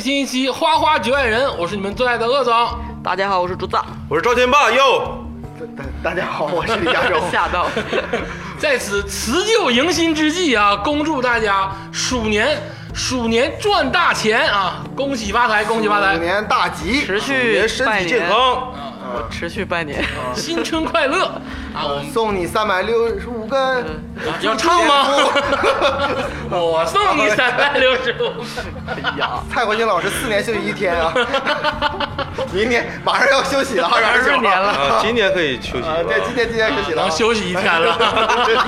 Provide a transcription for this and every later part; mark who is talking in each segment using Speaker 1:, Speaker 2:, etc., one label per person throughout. Speaker 1: 新一期《花花局外人》，我是你们最爱的鄂总。
Speaker 2: 大家好，我是竹子。
Speaker 3: 我是赵天霸哟，
Speaker 4: 大大家好，我是李
Speaker 1: 哎
Speaker 4: 佳洲。
Speaker 2: 吓到！
Speaker 1: 嗯在此辞旧迎新之际啊，恭祝大家鼠年鼠年赚大钱啊！恭喜发财，恭喜发
Speaker 4: 虎
Speaker 1: 财，
Speaker 4: 年大吉，
Speaker 2: 持
Speaker 3: 祝
Speaker 2: 续
Speaker 3: 您身
Speaker 2: 拜
Speaker 3: 体健
Speaker 2: 年，
Speaker 3: 康，
Speaker 4: 嗯
Speaker 2: 持续拜年。
Speaker 1: 新春快乐啊！我们
Speaker 4: 送你三百六十五个。
Speaker 1: 要唱吗？ 我送你三百六十五。
Speaker 2: 哎呀，
Speaker 4: 蔡国庆老师四年休息一 天啊，明年马上要休息了， 二十
Speaker 2: 二十年了
Speaker 3: 啊，今年可以休息
Speaker 4: 啊，
Speaker 3: 了。
Speaker 4: 对，今天今天休息了
Speaker 1: 然
Speaker 4: 啊，
Speaker 1: 后休息一天 了。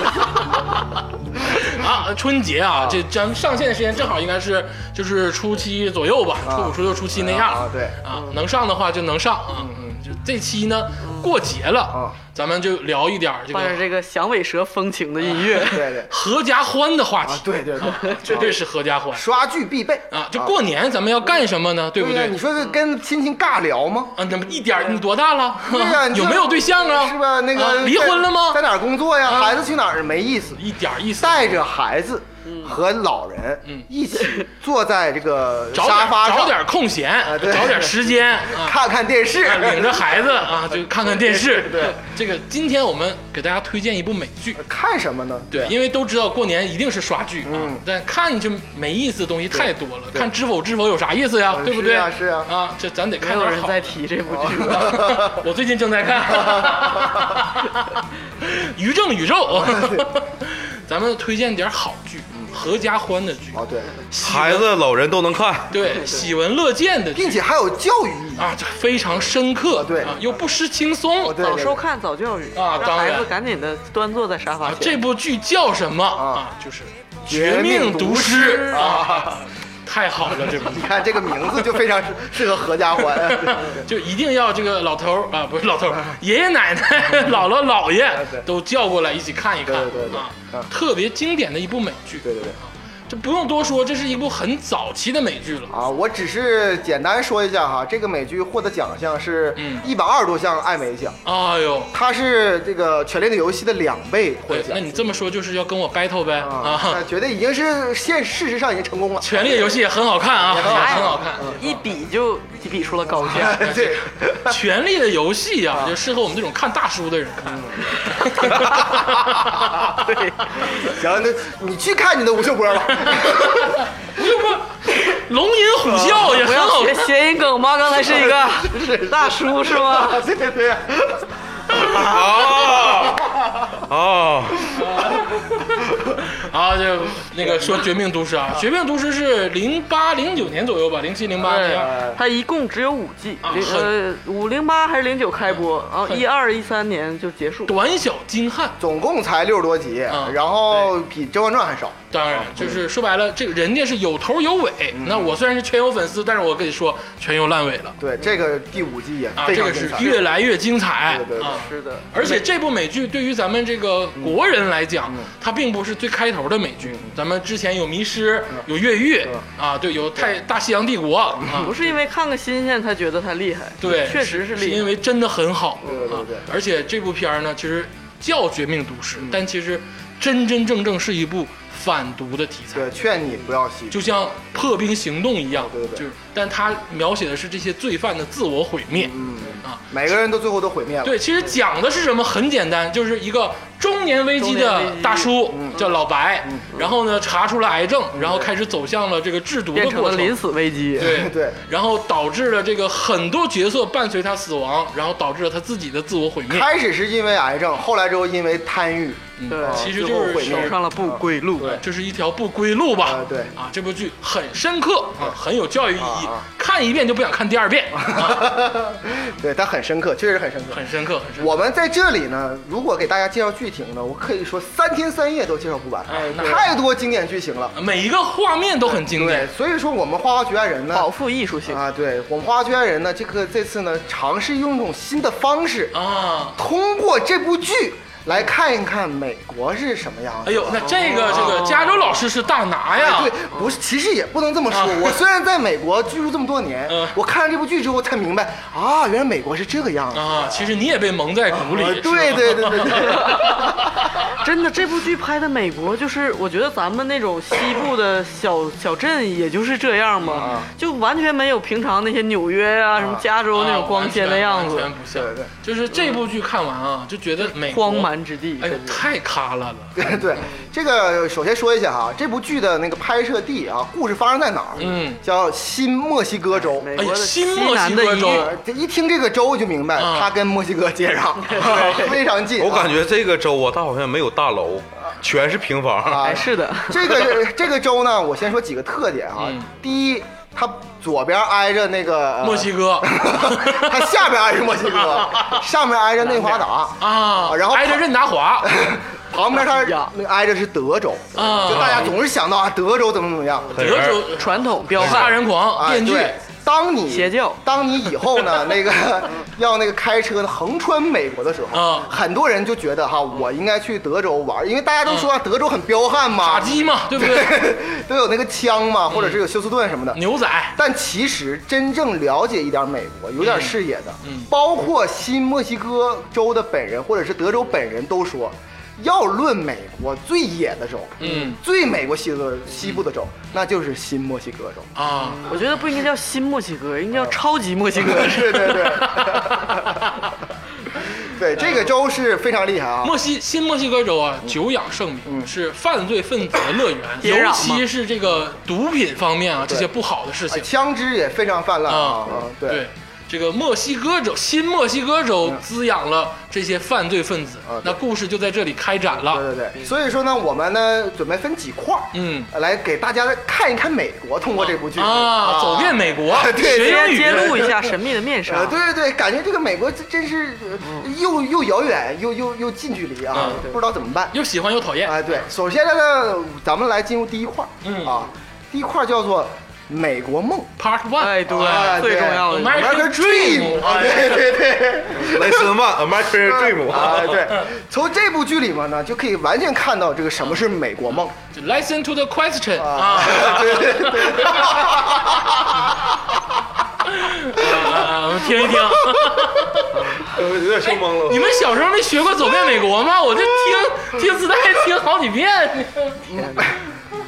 Speaker 1: 啊，春节啊，这咱们上线的时间正好应该是就是初七左右吧，初五、初六、初七那样。
Speaker 4: 啊对
Speaker 1: 啊，能上的话就能上啊。嗯，就这期呢，过节了
Speaker 4: 啊，
Speaker 1: 咱们就聊一点儿这
Speaker 2: 伴着
Speaker 1: 个
Speaker 2: 这个响尾蛇风情的音乐，
Speaker 4: 对对
Speaker 1: 合家欢的话
Speaker 4: 啊
Speaker 1: 题，，
Speaker 4: 对对对，
Speaker 1: 绝对是合家欢
Speaker 4: 刷剧必备
Speaker 1: 啊。就过年咱们要干什么呢？ 对不
Speaker 4: 呀，
Speaker 1: 对
Speaker 4: 你？说这跟亲戚尬聊 吗？
Speaker 1: 啊，那么一点儿你多大了？
Speaker 4: 对呀，你
Speaker 1: 有
Speaker 4: 就
Speaker 1: 没有对象啊？
Speaker 4: 是吧？那
Speaker 1: 啊
Speaker 4: 个
Speaker 1: 离婚了
Speaker 4: 在
Speaker 1: 吗？啊
Speaker 4: 哪儿工作呀？孩子去哪儿没意思？
Speaker 1: 一点儿意思都没有。
Speaker 4: 带着孩子
Speaker 1: 嗯
Speaker 4: 和老人一起坐在这个
Speaker 1: 找点
Speaker 4: 沙发
Speaker 1: 找
Speaker 4: 上，
Speaker 1: 点空闲，
Speaker 4: 对
Speaker 1: 找点时 间啊，
Speaker 4: 看看电视。
Speaker 1: 领着孩子啊，就看看电视。
Speaker 4: 对，
Speaker 1: 这个今天我们给大家推荐一部美剧。
Speaker 4: 看什么呢？
Speaker 1: 对，因为都知道过年一定是刷剧啊
Speaker 4: 嗯，
Speaker 1: 但看就没意思的东西太多了，
Speaker 4: 对
Speaker 1: 看《知否知否》有啥意思呀？
Speaker 4: 嗯
Speaker 1: 对不对？
Speaker 4: 是啊是啊
Speaker 1: 啊，这咱得
Speaker 2: 没
Speaker 1: 看
Speaker 2: 有
Speaker 1: 点
Speaker 2: 人
Speaker 1: 好
Speaker 2: 在。提这部
Speaker 1: 哦
Speaker 2: 剧。
Speaker 1: 我最近正在看《于正宇宙》， 咱们推荐点好剧，嗯合家欢的剧，
Speaker 4: 哦，对，
Speaker 3: 孩子、老人都能看，
Speaker 1: 对，喜闻乐见的剧
Speaker 4: 并且还有教育意义。
Speaker 1: 啊，这非常深刻，
Speaker 4: 对
Speaker 1: 啊，又不失轻松。
Speaker 4: 哦，对，
Speaker 2: 早
Speaker 4: 对
Speaker 2: 收看，早教育
Speaker 1: 啊
Speaker 2: 让
Speaker 1: 当然
Speaker 2: 孩子赶紧的端坐在沙发
Speaker 1: 啊，
Speaker 2: 前。
Speaker 1: 这部剧叫什么啊
Speaker 4: 啊？
Speaker 1: 就是《
Speaker 4: 绝
Speaker 1: 绝命
Speaker 4: 命
Speaker 1: 毒
Speaker 4: 毒
Speaker 1: 师
Speaker 4: 师》
Speaker 1: 啊，太好了，这部剧
Speaker 4: 你看这个名字就非常适适合合家欢。
Speaker 1: 就一定要这个老头儿啊，不是老头儿，爷爷奶奶、姥姥姥爷
Speaker 4: 对
Speaker 1: 都叫过来一起看一看
Speaker 4: 对对对
Speaker 1: 啊
Speaker 4: 啊，
Speaker 1: 特别经典的一部美剧。
Speaker 4: 对对对，
Speaker 1: 这不用多说，这是一部很早期的美剧了。
Speaker 4: 啊，我只是简单说一下哈，这个美剧获得奖项是
Speaker 1: 嗯
Speaker 4: 一百二十多项艾美奖，
Speaker 1: 哎呦，
Speaker 4: 它是这个《权力的游戏》的两倍获
Speaker 1: 对，
Speaker 4: 奖
Speaker 1: 那你这么说就是要跟我 battle 呗
Speaker 4: 啊，那
Speaker 1: 啊！
Speaker 4: 绝对已经是现事实上已经成功 了。
Speaker 1: 《权力的游戏》也很好看啊，也
Speaker 2: 哎
Speaker 1: 很好看。
Speaker 2: 一比就比出了高下。
Speaker 4: 对，
Speaker 1: 《权力的游戏》啊，就适合我们这种看大叔的人看。
Speaker 2: 嗯 对，
Speaker 4: 行，那你去看你的吴秀波吧。
Speaker 1: 龙吟虎啸也
Speaker 2: 啊
Speaker 1: 很
Speaker 2: 不要
Speaker 1: 好
Speaker 2: 学谐音梗吗？刚才是一个大叔是吗？
Speaker 4: 对对对，
Speaker 3: 啊啊，
Speaker 1: 啊！就那个说《绝命毒师》啊，《绝命毒师》是零八零九年左啊右吧，零七零八那样。
Speaker 4: 哎
Speaker 2: 它一共只有五季
Speaker 1: 啊，嗯
Speaker 2: 零呃五零八还是零九开播，然后一二一三年就结束。
Speaker 1: 短小精悍，
Speaker 4: 总共才六十多集
Speaker 1: 啊，
Speaker 4: 然后比《甄嬛传》还少。
Speaker 1: 当
Speaker 2: 啊
Speaker 1: 然就是说白了，这个人家是有头有尾。
Speaker 2: 嗯
Speaker 1: 那我虽然是全有粉丝，但是我跟你说，全有烂尾了
Speaker 4: 对，这个第五季也
Speaker 1: 啊！
Speaker 4: 非
Speaker 1: 这
Speaker 4: 常
Speaker 1: 个是
Speaker 4: 精彩。
Speaker 1: 越来越精彩
Speaker 4: 对对对
Speaker 1: 啊！
Speaker 2: 是的，
Speaker 1: 而且这部美剧对于咱们这个国人来讲，
Speaker 4: 嗯
Speaker 1: 它并不是最开头的美剧。咱们之前有《迷失》，
Speaker 4: 嗯
Speaker 1: 有《越狱》啊，对，有《太大西洋帝国》啊
Speaker 4: 嗯
Speaker 2: 不，是因为看个新鲜才觉得它厉害，
Speaker 1: 对，
Speaker 2: 确实
Speaker 1: 是
Speaker 2: 是厉
Speaker 1: 因
Speaker 2: 害。
Speaker 1: 为真的很好。
Speaker 4: 对嗯对嗯对
Speaker 1: 啊而且这部片儿呢，其实叫《绝命毒师》，但其实真真正正是一部反毒的题材。
Speaker 4: 对，劝你不要吸毒。
Speaker 1: 就像破冰行动一样，
Speaker 4: 对对对
Speaker 1: 就是，但他描写的是这些罪犯的自我毁灭。
Speaker 4: 嗯，
Speaker 1: 啊
Speaker 4: 每个人都最后都毁灭了。
Speaker 1: 对，其实讲的是什么？很简单，就是一个中年危机
Speaker 2: 中
Speaker 1: 的
Speaker 2: 年危机
Speaker 1: 大叔叫老白，然后呢查出了癌症，然后开始走向了这个制毒的
Speaker 2: 变成
Speaker 1: 过
Speaker 2: 了临
Speaker 1: 程。
Speaker 2: 死危机。
Speaker 1: 对
Speaker 4: 对，
Speaker 1: 然后导致了这个很多角色伴随他死亡，然后导致了他自己的自我毁灭。
Speaker 4: 开始是因为癌症，后来之后因为贪欲。啊
Speaker 2: 对，
Speaker 1: 其实
Speaker 4: 最
Speaker 1: 就
Speaker 4: 后
Speaker 1: 是
Speaker 4: 毁灭
Speaker 2: 走上了不归路。
Speaker 1: 对，这是一条不归路吧？
Speaker 4: 啊对
Speaker 1: 啊，这部剧很深刻啊，很有教育意义
Speaker 4: 啊啊，
Speaker 1: 看一遍就不想看第二遍，啊
Speaker 4: 对，它很深刻，确实很深刻。
Speaker 1: 很深刻，很深刻。
Speaker 4: 我们在这里呢，如果给大家介绍剧情呢，我可以说三天三夜都介绍不完，
Speaker 1: 哎那
Speaker 4: 太多经典剧情了。
Speaker 1: 每一个画面都很经
Speaker 4: 对，
Speaker 1: 典，
Speaker 4: 所以说我们花花局外人呢，
Speaker 2: 饱腹艺 术性，
Speaker 4: 啊，对我们花花局外人呢，这个这次呢，尝试用一种新的方式，
Speaker 1: 啊。
Speaker 4: 通过这部剧来看一看美国是什么样
Speaker 1: 哎
Speaker 4: 的。哎
Speaker 1: 呦，那这个这个加州老师是大拿呀！
Speaker 4: 对，不是，其实也不能这么说。
Speaker 1: 啊
Speaker 4: 我虽然在美国居住这么多年
Speaker 1: 嗯，
Speaker 4: 我看了这部剧之后才明白，啊，原来美国是这个样子。
Speaker 1: 啊，其实你也被蒙在鼓里。
Speaker 4: 啊
Speaker 1: 是吧
Speaker 4: 对对对对对。
Speaker 2: 真的，这部剧拍的美
Speaker 1: 啊
Speaker 2: 国，就是我觉得咱们那种西部的小小镇，也就是这样嘛，就完全没有平常那些纽约啊、什么加州那种
Speaker 1: 啊
Speaker 2: 光鲜的样
Speaker 1: 完
Speaker 2: 子
Speaker 1: 全，完全不
Speaker 4: 对
Speaker 1: 像。
Speaker 4: 对
Speaker 1: 就是这部剧看完啊，就觉得美国
Speaker 2: 荒蛮之地。
Speaker 1: 哎呦，太卡拉了。
Speaker 4: 对对， 这个首先说一下哈，这部剧的那个拍摄地啊，故事发生在哪儿？
Speaker 1: 嗯
Speaker 4: 叫新墨西哥州。
Speaker 2: 美
Speaker 1: 哎
Speaker 2: 国
Speaker 1: 呀，
Speaker 2: 的
Speaker 1: 新
Speaker 2: 西
Speaker 1: 墨
Speaker 2: 南
Speaker 1: 西
Speaker 2: 的
Speaker 1: 哥
Speaker 2: 一
Speaker 1: 州，
Speaker 4: 呃这一听这个州就明白，
Speaker 1: 嗯
Speaker 4: 它跟墨西哥 接壤， 非常近啊。
Speaker 3: 我感觉这个州啊，它好像没有大楼，全是平房。
Speaker 4: 啊
Speaker 2: 哎，，是 的，
Speaker 4: 这个这个州呢，我先说几个特点啊
Speaker 1: 嗯。
Speaker 4: 第一，它左边挨着那个呃
Speaker 1: 墨西哥
Speaker 4: 它下边挨着墨西 哥，上面挨着内华达，
Speaker 1: 啊，
Speaker 4: 然后
Speaker 1: 挨着任达华，
Speaker 4: 旁边它
Speaker 2: 哎呀
Speaker 4: 那挨着是德州。
Speaker 1: 啊，
Speaker 4: 就大家总是想到啊，德州怎么怎么样。
Speaker 3: 很
Speaker 1: 德州
Speaker 2: 传统彪
Speaker 1: 杀
Speaker 2: 悍
Speaker 1: 人狂、
Speaker 4: 啊，
Speaker 1: 电锯，
Speaker 4: 对，当你
Speaker 2: 邪教
Speaker 4: 当你以后 呢，那个要那个开车呢横穿美国的时候，
Speaker 1: 啊
Speaker 4: 很多人就觉得哈，我应该去德州玩，因为大家
Speaker 1: 嗯
Speaker 4: 都说啊德州很彪悍
Speaker 1: 打
Speaker 4: 嘛，
Speaker 1: 击嘛，对不对？
Speaker 4: 都有那个枪嘛，或者是有休斯顿什么的。
Speaker 1: 牛仔，
Speaker 4: 但其实真正了解一点美国、有点视野的，
Speaker 1: 嗯嗯
Speaker 4: 包括新墨西哥州的本人或者是德州本人都说，要论美国最野的州，
Speaker 1: 嗯
Speaker 4: 最美国西部的西部的州，那就是新墨西哥州。
Speaker 1: 啊，
Speaker 2: 我觉得不应该叫新墨西哥，应该
Speaker 1: 嗯
Speaker 2: 叫超级墨西哥。
Speaker 4: 对对 对，对这个州是非常厉害啊。
Speaker 1: 墨西新墨西哥州啊，久仰盛
Speaker 4: 嗯
Speaker 1: 名，是犯罪分子的乐园，
Speaker 2: 也
Speaker 1: 尤
Speaker 2: 嚷嘛
Speaker 1: 其是这个毒品方面啊，这些不好的事情
Speaker 4: 枪支也非常泛滥啊
Speaker 1: 啊，
Speaker 4: 啊，
Speaker 1: 对。这个墨西哥州，新墨西哥州滋养了这些犯罪分子
Speaker 4: 啊对，
Speaker 1: 那故事就在这里开展了。
Speaker 4: 对对对，所以说呢，我们呢准备分几块儿，
Speaker 1: 嗯，
Speaker 4: 来给大家看一看美国，通过这部剧
Speaker 1: 啊，走遍美国，
Speaker 4: 对
Speaker 1: 学英
Speaker 2: 先
Speaker 1: 语，
Speaker 2: 揭露一下神秘的面
Speaker 4: 呃，
Speaker 1: 哎
Speaker 2: 纱。
Speaker 4: 对对对，感觉这个美国这真是呃又又遥远又又又近距离啊
Speaker 1: 嗯，
Speaker 4: 不知道怎么办。
Speaker 1: 又喜欢又讨厌。
Speaker 2: 嗯
Speaker 4: 哎，对，首先呢，咱们来进入第一块儿，
Speaker 1: 嗯
Speaker 4: 啊，第一块儿叫做美国梦
Speaker 1: Part One，
Speaker 2: 哎，对，
Speaker 4: 啊
Speaker 2: 最重要的
Speaker 1: 对
Speaker 2: 是
Speaker 1: American Dream，
Speaker 4: 啊，
Speaker 1: 哎
Speaker 4: 对对对。
Speaker 3: 雷森万 American Dream
Speaker 4: 啊，对，从这部剧里面呢，就可以完全看到这个什么是美国梦
Speaker 1: 就 Listen to the question
Speaker 4: 啊
Speaker 1: 啊，
Speaker 4: 对对对，
Speaker 1: 啊我们听一听。
Speaker 3: 有点听懵
Speaker 1: 你
Speaker 3: 了。
Speaker 1: 们小时候没学过走遍美国吗？我这听听磁带听好几遍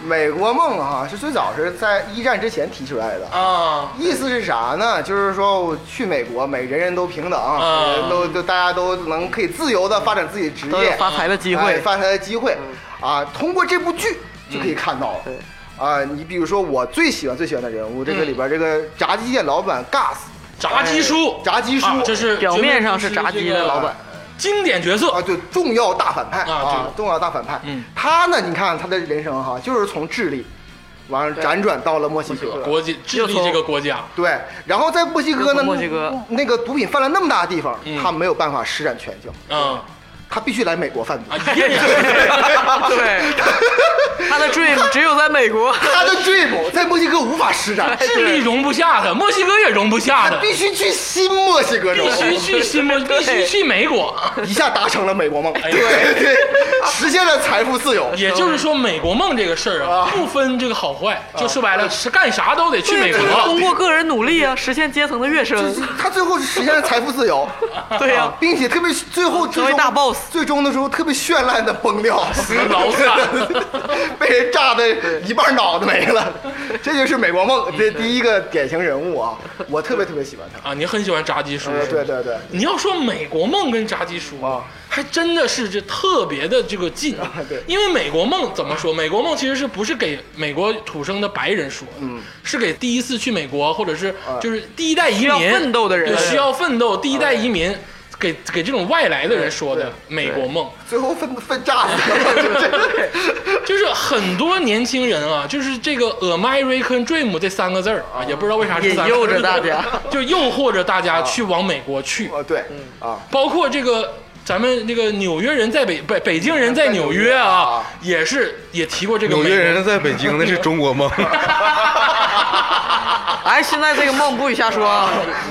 Speaker 4: 美国梦啊，是最早是在一战之前提出来的。
Speaker 1: 啊。
Speaker 4: 意思是啥呢？就是说我去美国，每人人都平等，
Speaker 2: 嗯
Speaker 4: 人都都大家都能可以自由的发展自己职
Speaker 2: 都有
Speaker 4: 业，
Speaker 2: 发财的机
Speaker 4: 哎
Speaker 2: 会。
Speaker 4: 发财的机会啊！通过这部剧就可以看到了。
Speaker 2: 对
Speaker 4: 啊，你比如说我最喜欢最喜欢的人物，这个里边这个炸鸡店老板 Gas，
Speaker 1: 炸鸡叔，
Speaker 4: 炸鸡叔
Speaker 1: 啊这是
Speaker 2: 表面上是炸鸡的老板，
Speaker 1: 经典角色
Speaker 4: 啊，对，重要大反派
Speaker 1: 啊这
Speaker 4: 啊
Speaker 1: 个，
Speaker 4: 重要大反派。
Speaker 1: 嗯，
Speaker 4: 他呢，你看他的人生哈，就是从智利，完了辗转到了墨西哥。
Speaker 1: 国际智利这个国家，
Speaker 4: 对，然后在墨西哥
Speaker 2: 又
Speaker 4: 呢，
Speaker 2: 从墨西哥
Speaker 4: 那个毒品泛滥那么大的地方，
Speaker 1: 嗯
Speaker 4: 他没有办法施展拳脚，
Speaker 1: 嗯
Speaker 4: 他必须来美国贩毒。
Speaker 1: 啊，一夜人
Speaker 2: 对，他的 dream 只有在美国。
Speaker 4: 他的 dream 在墨西哥无法施展，
Speaker 1: 智利容不下的，墨西哥也容不下的，
Speaker 4: 必须去新墨西哥州
Speaker 1: 必，须去新墨，必须去美国。
Speaker 4: 一下达成了美国梦，
Speaker 1: 哎
Speaker 4: 对
Speaker 1: 呀
Speaker 4: 对，实现了财富自由。
Speaker 1: 也就是说，美国梦这个事儿啊，不分这个好坏，就说
Speaker 2: 啊
Speaker 1: 白了是干啥都得去美国。
Speaker 2: 通过个人努力啊，实现阶层的跃
Speaker 4: 就
Speaker 2: 升
Speaker 4: 是。他最后是实现了财富自由， 啊
Speaker 2: 对
Speaker 1: 哎
Speaker 2: 呀、
Speaker 4: 并且特别最后最
Speaker 2: 成为
Speaker 4: 终
Speaker 2: 大 boss
Speaker 4: 最终的时候特别绚烂的崩掉，
Speaker 1: 老惨
Speaker 4: 被人炸的一半脑袋没了，这就是美国梦，这第一个典型人物啊，我特别特别喜欢他。
Speaker 1: 啊，你很喜欢炸鸡叔
Speaker 4: 呃，
Speaker 1: 是吧
Speaker 4: 对对对，
Speaker 1: 你要说美国梦跟炸鸡叔
Speaker 4: 啊，
Speaker 1: 还真的是这特别的这个近
Speaker 2: 啊
Speaker 4: 对。
Speaker 1: 因为美国梦怎么说？美国梦其实是不是给美国土生的白人说的？
Speaker 2: 嗯
Speaker 1: 是给第一次去美国，或者是就是第一代移
Speaker 2: 啊需要
Speaker 1: 民
Speaker 2: 奋斗的人啊
Speaker 1: 对需要奋斗第一代移民。给给这种外来的人说的美国 梦，
Speaker 4: 最后分分炸死了，
Speaker 1: 就是很多年轻人啊，就是这个 American Dream 这三个字儿啊，也不知道为啥是三个字儿
Speaker 2: 引诱着大家，啊
Speaker 1: 就诱惑着大家去往美国去。
Speaker 4: 哦对啊，
Speaker 1: 包括这个咱们这个纽约人在北北北京人在纽约啊，也是也提过这个
Speaker 3: 纽
Speaker 1: 美
Speaker 3: 约人在北京，那是中国梦 啊
Speaker 2: 哎，现在这个梦不许瞎说 啊，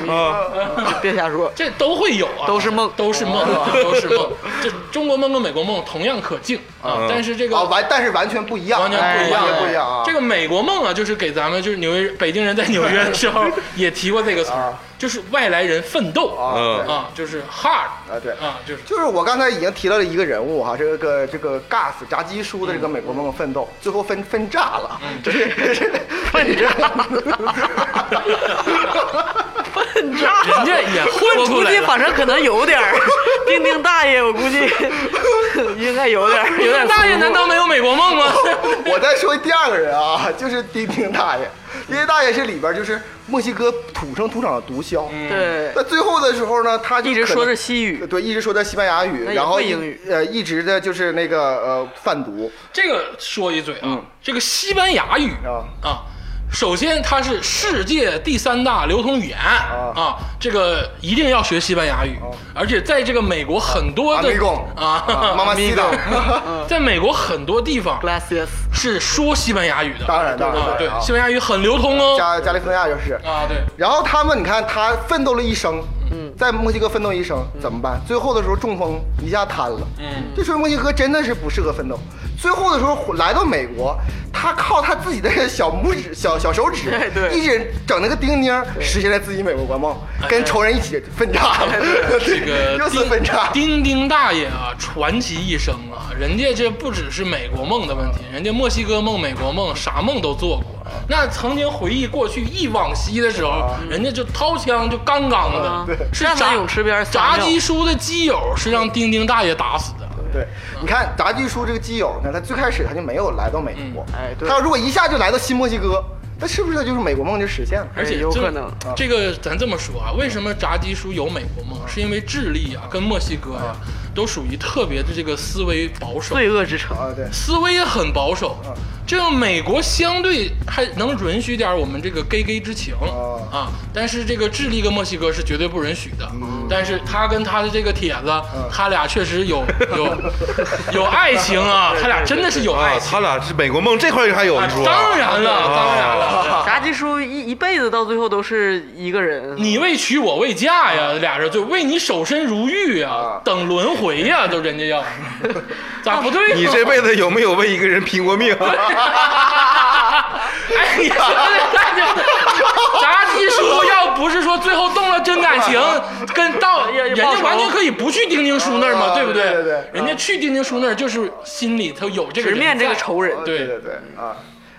Speaker 3: 啊！
Speaker 2: 别瞎说。
Speaker 1: 这都会有啊，
Speaker 2: 都是梦
Speaker 1: 都是梦，啊，都是梦。这中国梦跟美国梦同样可敬啊
Speaker 3: 嗯，
Speaker 1: 但是这个
Speaker 4: 啊完，但是完全不一样，
Speaker 1: 完全不一样，
Speaker 4: 哎完全不一样啊。
Speaker 1: 这个美国梦啊，就是给咱们就是纽约北京人在纽约的时候也提过这个词儿
Speaker 4: 啊，
Speaker 1: 就是外来人奋斗
Speaker 4: 啊对
Speaker 1: 啊，就是 hard
Speaker 4: 啊对。
Speaker 1: 啊，就是
Speaker 4: 就是我刚才已经提到了一个人物哈，这个这个
Speaker 2: 嗯
Speaker 4: Gas 炸鸡叔的这个美国梦奋斗，最后分分炸了，这是分炸
Speaker 2: 笨账，
Speaker 1: 人家也混
Speaker 2: 我
Speaker 1: 出
Speaker 2: 估
Speaker 1: 来
Speaker 2: 计
Speaker 1: 了。
Speaker 2: 反正可能有 点儿，丁丁大爷，我估计 应该有点儿， 有点儿。
Speaker 1: 大爷难道没有美国梦吗？
Speaker 4: 我再说第二个人啊， 就是丁丁大爷，丁丁大爷是里边就是墨西哥土生土长的毒枭。
Speaker 2: 对
Speaker 4: 那最后的时候呢，他就
Speaker 2: 嗯一直
Speaker 4: 可能
Speaker 2: 说着西 语？
Speaker 4: 对，一直说的西班牙语，
Speaker 2: 那也
Speaker 4: 然后
Speaker 2: 会
Speaker 4: 一
Speaker 2: 英语
Speaker 4: 呃，一直的就是那个呃贩毒
Speaker 1: 这个说一嘴啊，这个西班牙语
Speaker 4: 嗯啊
Speaker 1: 啊，首先它是世界第三大流通语言
Speaker 4: 啊
Speaker 1: 啊，这个一定要学西班牙语，而且在这个美国很多的
Speaker 4: Amigo 啊
Speaker 1: 啊，
Speaker 4: 妈妈西的，
Speaker 1: 在美国很多地方
Speaker 2: Glasses，
Speaker 1: 是说西班牙语的，
Speaker 4: 当然当然
Speaker 1: 啊，
Speaker 4: 当
Speaker 1: 对
Speaker 4: 然，啊啊
Speaker 1: 西班牙语很流通哦，
Speaker 4: 加加利福尼亚就是。
Speaker 1: 啊，对，
Speaker 4: 然后他们，你看他奋斗了一生，
Speaker 1: 嗯
Speaker 4: 在墨西哥奋斗一生怎么办？最后的时候中风一下瘫了，
Speaker 1: 嗯，
Speaker 4: 这时候墨西哥真的是不适合奋斗。最后的时候来到美国，他靠他自己的小拇指、小小手指
Speaker 2: 哎，对
Speaker 4: 一直整那个钉钉，实现了自己美国国梦，跟仇人一起奋战，
Speaker 1: 哎 这个
Speaker 4: 又是
Speaker 1: 丁
Speaker 4: 奋战。
Speaker 1: 丁丁大爷啊，传奇一生啊，人家这不只是美国梦的问题，人家墨西哥梦、美国梦，啥梦都做过。那曾经回忆过去忆往昔的时候，人家就掏枪就杠杠
Speaker 2: 啊
Speaker 1: 的，是
Speaker 2: 站在
Speaker 1: 炸
Speaker 2: 泳池边撒
Speaker 1: 炸
Speaker 2: 尿
Speaker 1: 鸡叔的基友是让丁丁大爷打死的。
Speaker 4: 对，你看炸鸡叔这个基友呢，他最开始他就没有来到美国，
Speaker 2: 哎对
Speaker 4: 他如果一下就来到新墨西哥，那是不是他就是美国梦就实现了？
Speaker 1: 而且
Speaker 2: 有
Speaker 1: 这
Speaker 2: 可能
Speaker 1: 这个咱这么说啊，为什么炸鸡叔有美国梦？是因为智利啊跟墨西哥呀、都属于特别的这个思维保守，
Speaker 2: 罪恶之 城。
Speaker 4: 啊，对，
Speaker 1: 思维也很保守。
Speaker 4: 嗯
Speaker 1: 这个美国相对还能允许点我们这个 gay gay 之情
Speaker 4: 哦
Speaker 1: 啊，但是这个智利跟墨西哥是绝对不允许的。
Speaker 4: 嗯
Speaker 1: 但是他跟他的这个铁子，他俩确实有有有爱情 啊，他俩真的是有爱
Speaker 3: 啊，
Speaker 1: 情。
Speaker 3: 他俩是美国梦这块儿还有
Speaker 1: 啊
Speaker 3: 你说？
Speaker 1: 当然了，
Speaker 3: 啊
Speaker 1: 当然了。
Speaker 2: 炸鸡叔一一辈子到最后都是一个人，
Speaker 1: 你为娶我为嫁呀，俩人就为你守身如玉呀
Speaker 4: 啊，
Speaker 1: 等轮回呀，都人家 要，咋不对呢？啊
Speaker 3: 你这辈子有没有为一个人拼过命？
Speaker 1: 哎 呀，那就炸鸡叔要不是说最后动了真感 情，跟到
Speaker 2: 也
Speaker 1: 人
Speaker 2: 也
Speaker 1: 家
Speaker 2: 报仇
Speaker 1: 完全可以不去丁丁叔那儿嘛，
Speaker 4: 啊
Speaker 1: 对不对？
Speaker 4: 对对对
Speaker 1: 人家去丁丁叔那儿就是心里头有这个
Speaker 2: 直
Speaker 1: 人
Speaker 2: 面这个
Speaker 1: 在
Speaker 2: 仇人。
Speaker 1: 对
Speaker 4: 对对对啊。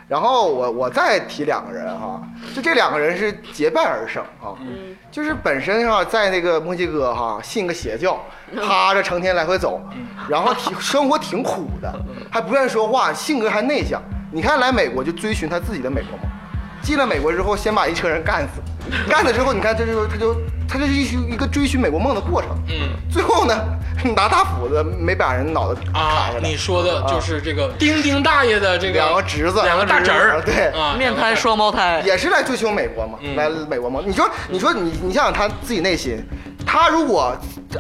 Speaker 4: 然后我我再提两个人哈、就这两个人是结伴而生啊，
Speaker 1: 嗯
Speaker 4: 就是本身哈、在那个墨西哥哈、信个邪教，
Speaker 1: 嗯
Speaker 4: 趴着成天来回走，然后挺生活挺苦的，
Speaker 1: 嗯
Speaker 4: 还不愿意说话，性格还内向。你看来美国就追寻他自己的美国梦，进了美国之后先把一车人干死，干了之后你看这就是他就他就是一一个追寻美国梦的过程，
Speaker 1: 嗯，
Speaker 4: 最后呢 拿大斧子没把人脑袋
Speaker 1: 啊
Speaker 4: 砍下，来，
Speaker 1: 你说的就是这个丁丁大爷的这个
Speaker 4: 啊两个侄子
Speaker 1: 两个大侄儿，
Speaker 4: 侄子对
Speaker 1: 啊，
Speaker 2: 面
Speaker 1: 两
Speaker 2: 瘫
Speaker 1: 个
Speaker 2: 双胞胎，
Speaker 4: 也是来追求美国嘛，
Speaker 1: 嗯
Speaker 4: 来美国梦。你说，你说你你想想他自己内心，他如果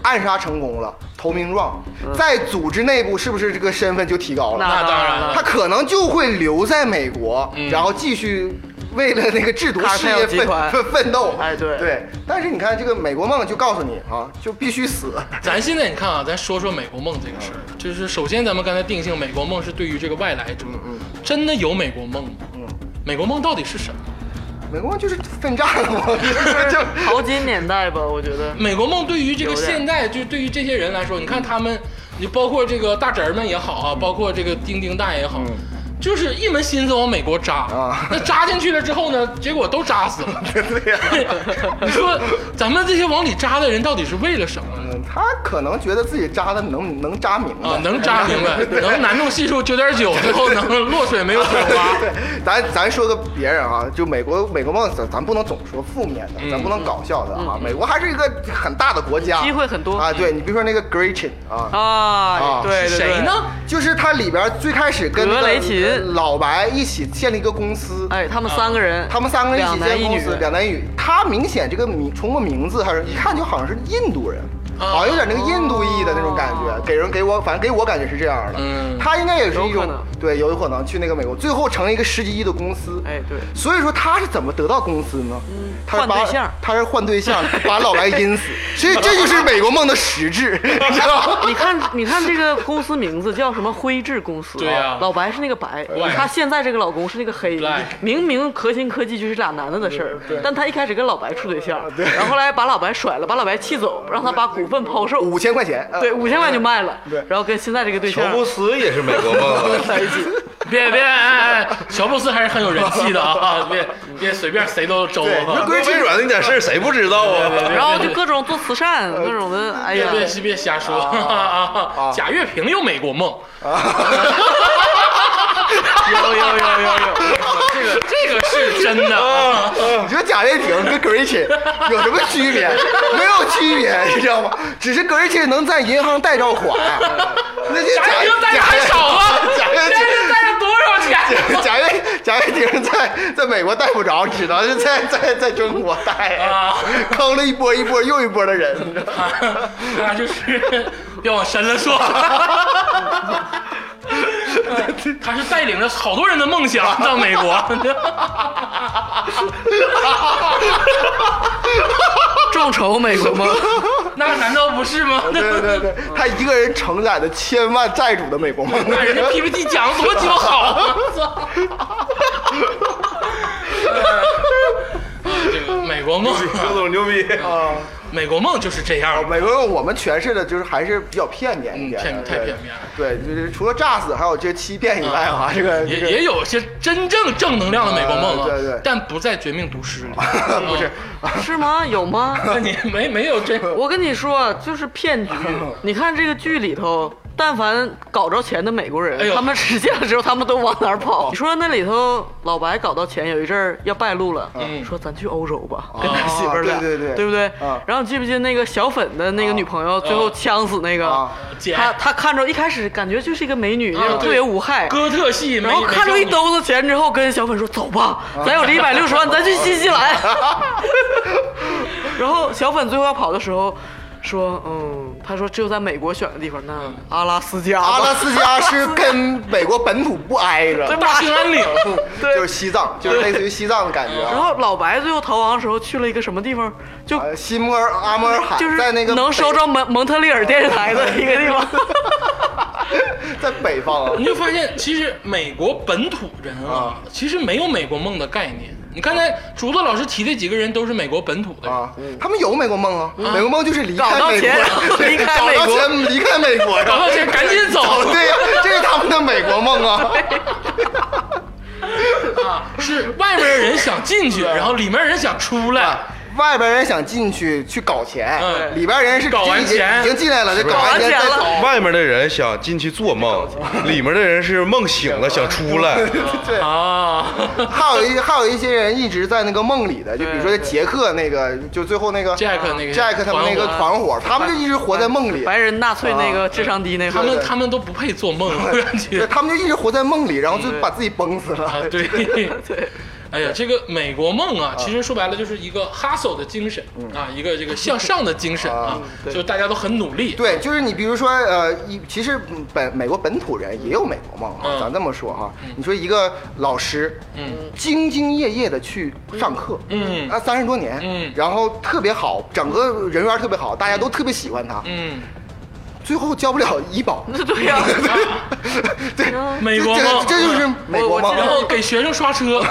Speaker 4: 暗杀成功了，投名状，在组织内部是不是这个身份就提高了？
Speaker 1: 嗯那当然了
Speaker 4: 他可能就会留在美国，
Speaker 1: 嗯
Speaker 4: 然后继续。为了那个制毒
Speaker 2: 卡尔
Speaker 4: 事
Speaker 2: 佩尔
Speaker 4: 业
Speaker 2: 集
Speaker 4: 奋
Speaker 2: 团
Speaker 4: 奋奋斗，
Speaker 2: 哎对
Speaker 4: 对，但是你看这个美国梦就告诉你啊，就必须死，
Speaker 1: 咱现在你看啊，咱说说美国梦这个事儿，
Speaker 4: 嗯
Speaker 1: 就是首先咱们刚才定性美国梦是对于这个外来者，
Speaker 4: 嗯
Speaker 1: 真的有美国梦吗？美国梦到底是什么？
Speaker 4: 美国梦就是奋战了嘛， 就
Speaker 2: 淘金年代吧，我觉得。
Speaker 1: 美国梦对于这个
Speaker 2: 有点
Speaker 1: 现代，就对于这些人来说，你看他们，你包括这个大侄儿们也好啊，
Speaker 2: 嗯
Speaker 1: 包括这个丁丁大爷也好，就是一门心思往美国扎
Speaker 4: 啊。
Speaker 1: 那扎进去了之后呢，结果都扎死 了。 你说咱们这些往里扎的人到底是为了什么呢？
Speaker 4: 嗯他可能觉得自己扎的能能扎明白
Speaker 1: 啊，能扎明白，能难中系数九点九，最后能落水没有火 花。
Speaker 4: 对，咱咱说个别人啊，就美国美国梦，咱咱不能总说负面的，咱不能搞笑的啊。美国还是一个很大的国家，
Speaker 2: 嗯机会很多嗯
Speaker 4: 啊。对你比如说那个 Gretchen 啊，
Speaker 2: 啊
Speaker 4: 啊，
Speaker 2: 对对对，
Speaker 1: 谁？呢？
Speaker 4: 就是它里边最开始跟那
Speaker 2: 格
Speaker 4: 个呃
Speaker 2: 雷琴
Speaker 4: 老白一起建立一个公司，
Speaker 2: 哎，他们三个人，
Speaker 4: 啊他们三个人一起
Speaker 2: 两男
Speaker 4: 建
Speaker 2: 一
Speaker 4: 公
Speaker 2: 女
Speaker 4: 司，，两男一女。他明显这个名，从个名字还是一看就好像是印度人，
Speaker 1: 啊
Speaker 4: 好像有点那个印度裔的那种感觉，给人给我，反正给我感觉是这样的。
Speaker 1: 嗯
Speaker 4: 他应该也是一
Speaker 2: 哦有可
Speaker 4: 种
Speaker 2: 能
Speaker 4: 对，有可能去那个美国，最后成立一个十几亿的公司。
Speaker 2: 哎对
Speaker 4: 所以说他是怎么得到公司呢？
Speaker 1: 嗯
Speaker 4: 他是把
Speaker 2: 换对象
Speaker 4: 他是换对象， 把老白阴死。所以这就是美国梦的实 质，你知道吗？
Speaker 2: 你看，你看这个公司名字叫什么？辉智公司。啊
Speaker 1: 对呀
Speaker 2: 老白是那个白，
Speaker 1: Black
Speaker 2: 他现在这个老公是那个黑
Speaker 1: Black。
Speaker 2: 明明核心科技就是俩男的的事儿，但他一开始跟老白处对象，然后后来把老白甩了，把老白气走，让他把股份抛售，
Speaker 4: 五千块钱，啊
Speaker 2: 对，五千万就卖了
Speaker 4: 对，
Speaker 2: 然后跟现在这个对象
Speaker 3: 乔布斯也是美国梦啊。
Speaker 2: 在一起。
Speaker 1: 哎 别别，哎哎，乔布斯还是很有人气的啊！别别随便谁都周
Speaker 4: 对
Speaker 1: 啊
Speaker 4: 你。
Speaker 3: 微微软那点事儿谁不知道啊？
Speaker 2: 然后就各种做慈善，各种的，哎
Speaker 1: 别
Speaker 2: 呀，
Speaker 1: 别别瞎说啊！贾跃亭又美国梦，
Speaker 4: 有有有有有，
Speaker 1: 这个这个是真的啊。
Speaker 4: 你说贾跃亭跟 Gretchen 有什么区别？没有区别，你知道吗？只是 Gretchen 能在银行贷着 款，那些
Speaker 1: 贾
Speaker 4: 贾
Speaker 1: 跃亭带的还少啊？
Speaker 4: 贾
Speaker 1: 贾
Speaker 4: 跃
Speaker 1: 跃
Speaker 4: 亭
Speaker 1: 亭带了多少钱？
Speaker 4: 贾跃贾跃亭在在美国贷不着，只能是在在在中国贷
Speaker 1: 啊，
Speaker 4: 坑了一波一波又一波的人，你知道吗？
Speaker 1: 那就是别往深了说。 他是带领着好多人的梦想到美国，
Speaker 2: 众筹美国梦，
Speaker 1: 那难道不是吗？
Speaker 4: 对对对，他一个人承载了千万债主的美国梦。
Speaker 1: 那人 家 PPT 讲的多鸡巴好 啊！ 操！呃这个美国梦，
Speaker 3: 刘总牛逼，
Speaker 1: 美国梦就是这样，
Speaker 4: 美国人我们诠释的就是还是比较片面一点的，
Speaker 1: 片太片面了。
Speaker 4: 对。对，就是除了诈死还有这欺骗以外啊，这个
Speaker 1: 也
Speaker 4: 这个
Speaker 1: 也有些真正正能量的美国梦啊，
Speaker 4: 呃对对
Speaker 1: 但不在《绝命毒师》里， 啊
Speaker 4: 不是
Speaker 2: 是吗？有吗？
Speaker 1: 那你没没有 这
Speaker 2: 我跟你说，就是骗局。你看这个剧里头，但凡搞着钱的美国人，
Speaker 1: 哎呦
Speaker 2: 他们实现了之后，他们都往哪儿 跑？你说那里头老白搞到钱，有一阵儿要败露了，
Speaker 1: 嗯
Speaker 2: 说咱去欧洲吧，跟他媳妇儿俩，
Speaker 4: 啊对对对
Speaker 2: 不对？
Speaker 4: 啊
Speaker 2: 然后你记不记得那个小粉的那个女朋友，最后呛死那个，
Speaker 4: 啊
Speaker 1: 姐
Speaker 2: 他他看着一开始感觉就是一个美女，那种
Speaker 1: 对
Speaker 2: 特别无害。
Speaker 1: 哥特系没
Speaker 2: 然后看着一，兜子钱之后，跟小粉说：“走吧，咱有这一百六十万，咱去新西兰。” 然后小粉最后要跑的时候，说：“嗯，他说只有在美国选个地方，那阿拉斯加吧。
Speaker 4: 阿拉斯加是跟美国本土不挨着，
Speaker 1: 没大兴安岭，
Speaker 2: 对
Speaker 4: 就是西藏，就是类似于西藏的感觉
Speaker 2: 然
Speaker 4: 啊。
Speaker 2: 后老白最后逃亡的时候去了一个什么地方？就
Speaker 4: 呃，西摩尔阿摩尔海
Speaker 2: 就是
Speaker 4: 在那个
Speaker 2: 能
Speaker 4: 北
Speaker 2: 收着蒙蒙特利尔电视台的一个地方。
Speaker 4: 在北方啊
Speaker 1: 你就发现其实美国本土人啊，其实没有美国梦的概念。你刚才竹子老师提的几个人都是美国本土的人，
Speaker 4: 啊，他们有美国梦啊，美国梦就是离
Speaker 2: 搞
Speaker 4: 开
Speaker 2: 到
Speaker 4: 美
Speaker 2: 钱
Speaker 4: 国，
Speaker 2: 离开
Speaker 4: 搞
Speaker 2: 美
Speaker 4: 到
Speaker 2: 国
Speaker 4: 钱离开美国
Speaker 1: 搞
Speaker 4: 呀，
Speaker 1: 到钱赶紧走。
Speaker 4: 对呀，这是他们的美国梦 啊。
Speaker 1: 是外面人想进 去，然后里面人想出来，
Speaker 4: 外边人想进去去搞钱，
Speaker 1: 嗯
Speaker 4: 里边人是
Speaker 1: 搞完
Speaker 4: 已经
Speaker 1: 钱
Speaker 4: 已经进来了，就搞
Speaker 2: 搞
Speaker 4: 完
Speaker 2: 完
Speaker 4: 钱
Speaker 2: 钱
Speaker 4: 再
Speaker 2: 了
Speaker 4: 走。
Speaker 3: 外面的人想进去做梦，里面的人是梦醒了想出来。
Speaker 4: 对，
Speaker 1: 啊，
Speaker 4: 还有一还有一些人一直在那个梦里的，就比如说
Speaker 2: 对
Speaker 4: 杰克那个，就最后那个
Speaker 1: Jack 那个
Speaker 4: Jack 他们那个
Speaker 1: 团伙
Speaker 4: 团伙，他们就一直 活在梦里，
Speaker 2: 白人纳粹那个智商低那
Speaker 1: 他
Speaker 2: 个，
Speaker 1: 们他们都不配做梦，我感觉
Speaker 4: 对，他们就一直活在梦里，然后就把自己崩死
Speaker 1: 啊
Speaker 4: 了，。
Speaker 1: 对
Speaker 2: 对。
Speaker 1: 哎呀，这个美国梦啊，其实说白了就是一个 hustle 的精神
Speaker 4: 嗯
Speaker 1: 啊，一个这个向上的精神啊，就是大家都很努力。
Speaker 4: 对，就是你，比如说，呃，一其实本美国本土人也有美国梦啊，
Speaker 1: 嗯
Speaker 4: 咱这么说哈，你说一个老师，
Speaker 1: 嗯，
Speaker 4: 兢兢业业的去上课，
Speaker 1: 嗯
Speaker 4: 啊，三十多年，
Speaker 1: 嗯
Speaker 4: 然后特别好，整个人缘特别好，大家都特别喜欢他，
Speaker 1: 嗯，
Speaker 4: 最后交不了医保，
Speaker 2: 对 呀、
Speaker 4: 对，
Speaker 1: 美国
Speaker 4: 这
Speaker 1: 梦
Speaker 4: 这就是美国梦
Speaker 2: 我我知
Speaker 1: 然
Speaker 2: 道
Speaker 1: 后给学生刷车，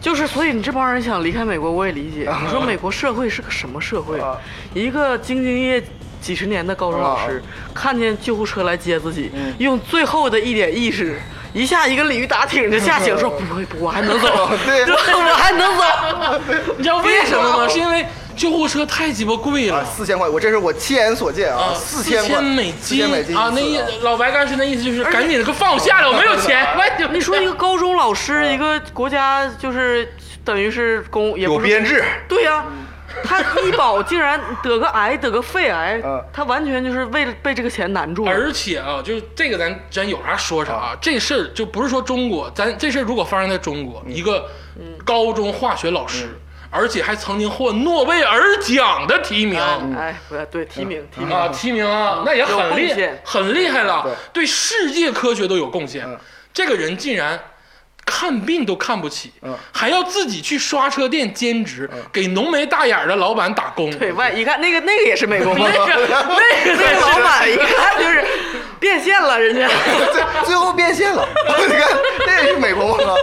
Speaker 2: 就是，所以你这帮人想离开美国，我也理 解。你说美国社会是个什么社会？
Speaker 3: 啊
Speaker 2: 一个兢兢业业几十年的高中老
Speaker 3: 啊
Speaker 2: 师，看见救护车来接自己，
Speaker 3: 嗯
Speaker 2: 用最后的一点意识，一下一个鲤鱼打挺的下 行，说不会，不我还能走，
Speaker 3: 哦
Speaker 4: 对
Speaker 2: 我还能 走。
Speaker 1: 你知道为什么吗？是因为救护车太鸡巴贵
Speaker 4: 啊，
Speaker 1: 了。
Speaker 4: 四千块，我这是我亲眼所见啊，
Speaker 1: 四
Speaker 4: 千块，
Speaker 1: 美
Speaker 4: 四千美金
Speaker 1: 啊！那
Speaker 4: 一
Speaker 1: 意
Speaker 4: 次
Speaker 1: 老白干脆那意思就是赶紧给我放我下来，我 没有钱。
Speaker 2: 你说一个高中老
Speaker 3: 啊
Speaker 2: 师，一个国家就是等于是公也
Speaker 3: 有
Speaker 2: 不是
Speaker 3: 编制，嗯
Speaker 2: 对呀、他医保竟然得个癌，得个肺癌
Speaker 3: 啊
Speaker 4: 嗯，
Speaker 2: 他完全就是为了被这个钱难住了。
Speaker 1: 而且啊，就是这个咱咱有啥说啥、啊这事儿就不是说中国，咱这事儿如果发生在中国，一个高中化学老师，而且还曾经获诺贝尔奖的提名。
Speaker 2: 哎，不要对提
Speaker 3: 嗯
Speaker 2: 名提名，
Speaker 1: 啊，提名啊，那也很
Speaker 2: 有贡
Speaker 1: 厉
Speaker 2: 献
Speaker 1: 很厉害了
Speaker 4: 对，
Speaker 1: 对世界科学都有贡献。这个人竟然看病都看不起，还要自己去刷车店兼职，给浓眉大眼儿的老板打工。
Speaker 2: 对外一看那个那个也是美国梦，
Speaker 1: 那个那
Speaker 2: 那个
Speaker 1: 个
Speaker 2: 老板一看就是变现了，人 家
Speaker 4: 最最后变现 了。你看，这也是美国梦啊。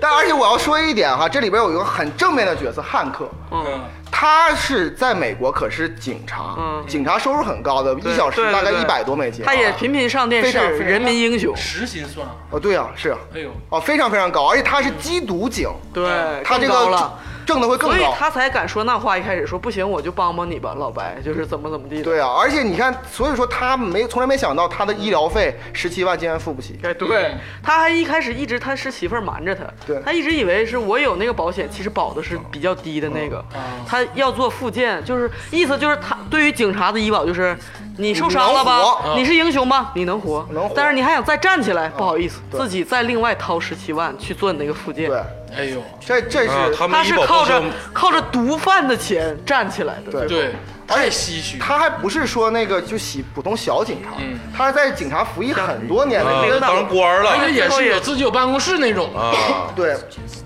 Speaker 4: 但而且我要说一点哈，这里边有一个很正面的角色汉克，
Speaker 1: 嗯，
Speaker 4: 他是在美国可是警察，
Speaker 2: 嗯
Speaker 4: 警察收入很高的，一小时
Speaker 2: 对
Speaker 4: 大概
Speaker 2: 对
Speaker 4: 一百多美金。啊
Speaker 2: 他也频频上电
Speaker 4: 非
Speaker 2: 视，
Speaker 4: 常非常
Speaker 2: 人民英雄。
Speaker 1: 实心算啊，
Speaker 4: 哦，对啊，是啊，
Speaker 1: 哎呦，
Speaker 4: 哦，非常非常高，而且他是缉毒警，
Speaker 2: 对，
Speaker 4: 他这
Speaker 2: 更高
Speaker 4: 个
Speaker 2: 了，
Speaker 4: 挣的会更
Speaker 2: 所以
Speaker 4: 高。
Speaker 2: 他才敢说那话。一开始说不行，我就帮帮你吧，老白，就是怎么怎么地的。
Speaker 4: 对啊，而且你看，所以说他没从来没想到他的医疗费十七万竟然付不起。
Speaker 2: 哎，对，他还一开始一直他是媳妇儿瞒着他，
Speaker 4: 对
Speaker 2: 他一直以为是我有那个保险，其实保的是比较低的那个，
Speaker 4: 嗯
Speaker 2: 他要做复健，就是意思就是他对于警察的医保就是你受伤了
Speaker 4: 你能
Speaker 2: 吧
Speaker 4: 活，
Speaker 3: 嗯
Speaker 2: 你是英雄吧，你能活，
Speaker 4: 能活嗯
Speaker 2: 但是你还想再站起来，不好意思，
Speaker 4: 对
Speaker 2: 自己再另外掏十七万去做你那个复健，
Speaker 4: 对，
Speaker 1: 哎呦，
Speaker 4: 这这是、
Speaker 3: 啊，他
Speaker 2: 他
Speaker 3: 们医
Speaker 2: 是
Speaker 3: 保
Speaker 2: 靠
Speaker 3: 报
Speaker 2: 着
Speaker 3: 销
Speaker 2: 靠着毒贩的钱站起来的，
Speaker 4: 对
Speaker 1: 对，太唏嘘，
Speaker 4: 他还不是说那个就喜普通小警察，
Speaker 2: 嗯
Speaker 4: 他是在警察服役很多年的
Speaker 3: 啊
Speaker 4: 一个
Speaker 3: 当官
Speaker 1: 而且
Speaker 3: 了
Speaker 1: 也是有自己有办公室那种啊，
Speaker 3: 啊，
Speaker 4: 对，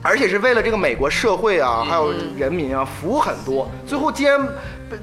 Speaker 4: 而且是为了这个美国社会
Speaker 2: 嗯
Speaker 4: 啊，还有人民啊，服务很多。最后竟然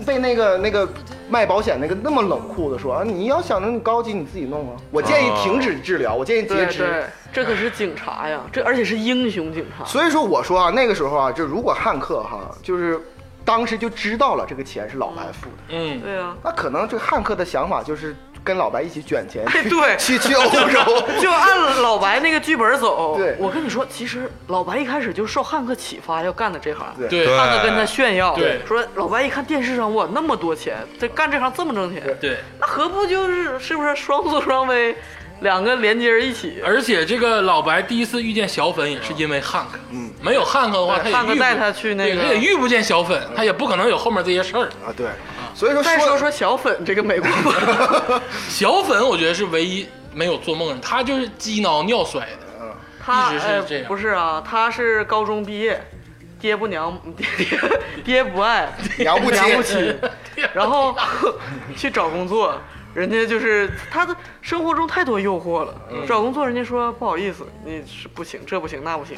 Speaker 4: 被被那个那个卖保险那个那么冷酷的说啊，你要想着你高级你自己弄啊。我建议
Speaker 3: 啊
Speaker 4: 停止治疗，我建议
Speaker 2: 对
Speaker 4: 截
Speaker 2: 啊对
Speaker 4: 肢。，
Speaker 2: 这可是警察呀，这而且是英雄警察，
Speaker 4: 所以说我说啊，那个时候啊，就如果汉克哈，就是当时就知道了这个钱是老白付的，
Speaker 1: 嗯，
Speaker 2: 对啊，
Speaker 4: 那可能这个汉克的想法就是跟老白一起卷钱
Speaker 2: 哎对。
Speaker 4: 去去欧 洲。
Speaker 2: 就按老白那个剧本走。
Speaker 4: 对
Speaker 2: 我跟你说，其实老白一开始就受汉克启发要干的这行。
Speaker 4: 对
Speaker 1: 对
Speaker 2: 汉克跟他炫耀，
Speaker 1: 对
Speaker 2: 说老白一看电视上哇那么多钱，这干这行这么挣钱，
Speaker 1: 对。
Speaker 2: 那何不就是是不是双宿双飞，两个连接一起？
Speaker 1: 而且这个老白第一次遇见小粉也是因为汉克，嗯，没有汉克的话，他
Speaker 2: 对
Speaker 1: 也
Speaker 2: 汉克
Speaker 1: 遇不
Speaker 2: 带他去那
Speaker 1: 对
Speaker 2: 个
Speaker 1: 他也遇不见小粉，他也不可能有后面这些事儿。
Speaker 4: 啊，对，所以说
Speaker 2: 再说
Speaker 4: 说
Speaker 2: 说小粉这个美国粉，
Speaker 1: 小粉我觉得是唯一没有做梦人，他就是鸡挠尿摔的，
Speaker 2: 他
Speaker 1: 一直是
Speaker 2: 哎
Speaker 1: 这样
Speaker 2: 不是啊，他是高中毕业，爹不娘 爹爹不爱，
Speaker 4: 娘不亲
Speaker 2: 娘不 亲，然后 去找工作，人家就是他的生活中太多诱惑了。
Speaker 4: 嗯
Speaker 2: 找工作，人家说不好意思，你是不行，这不行那不行。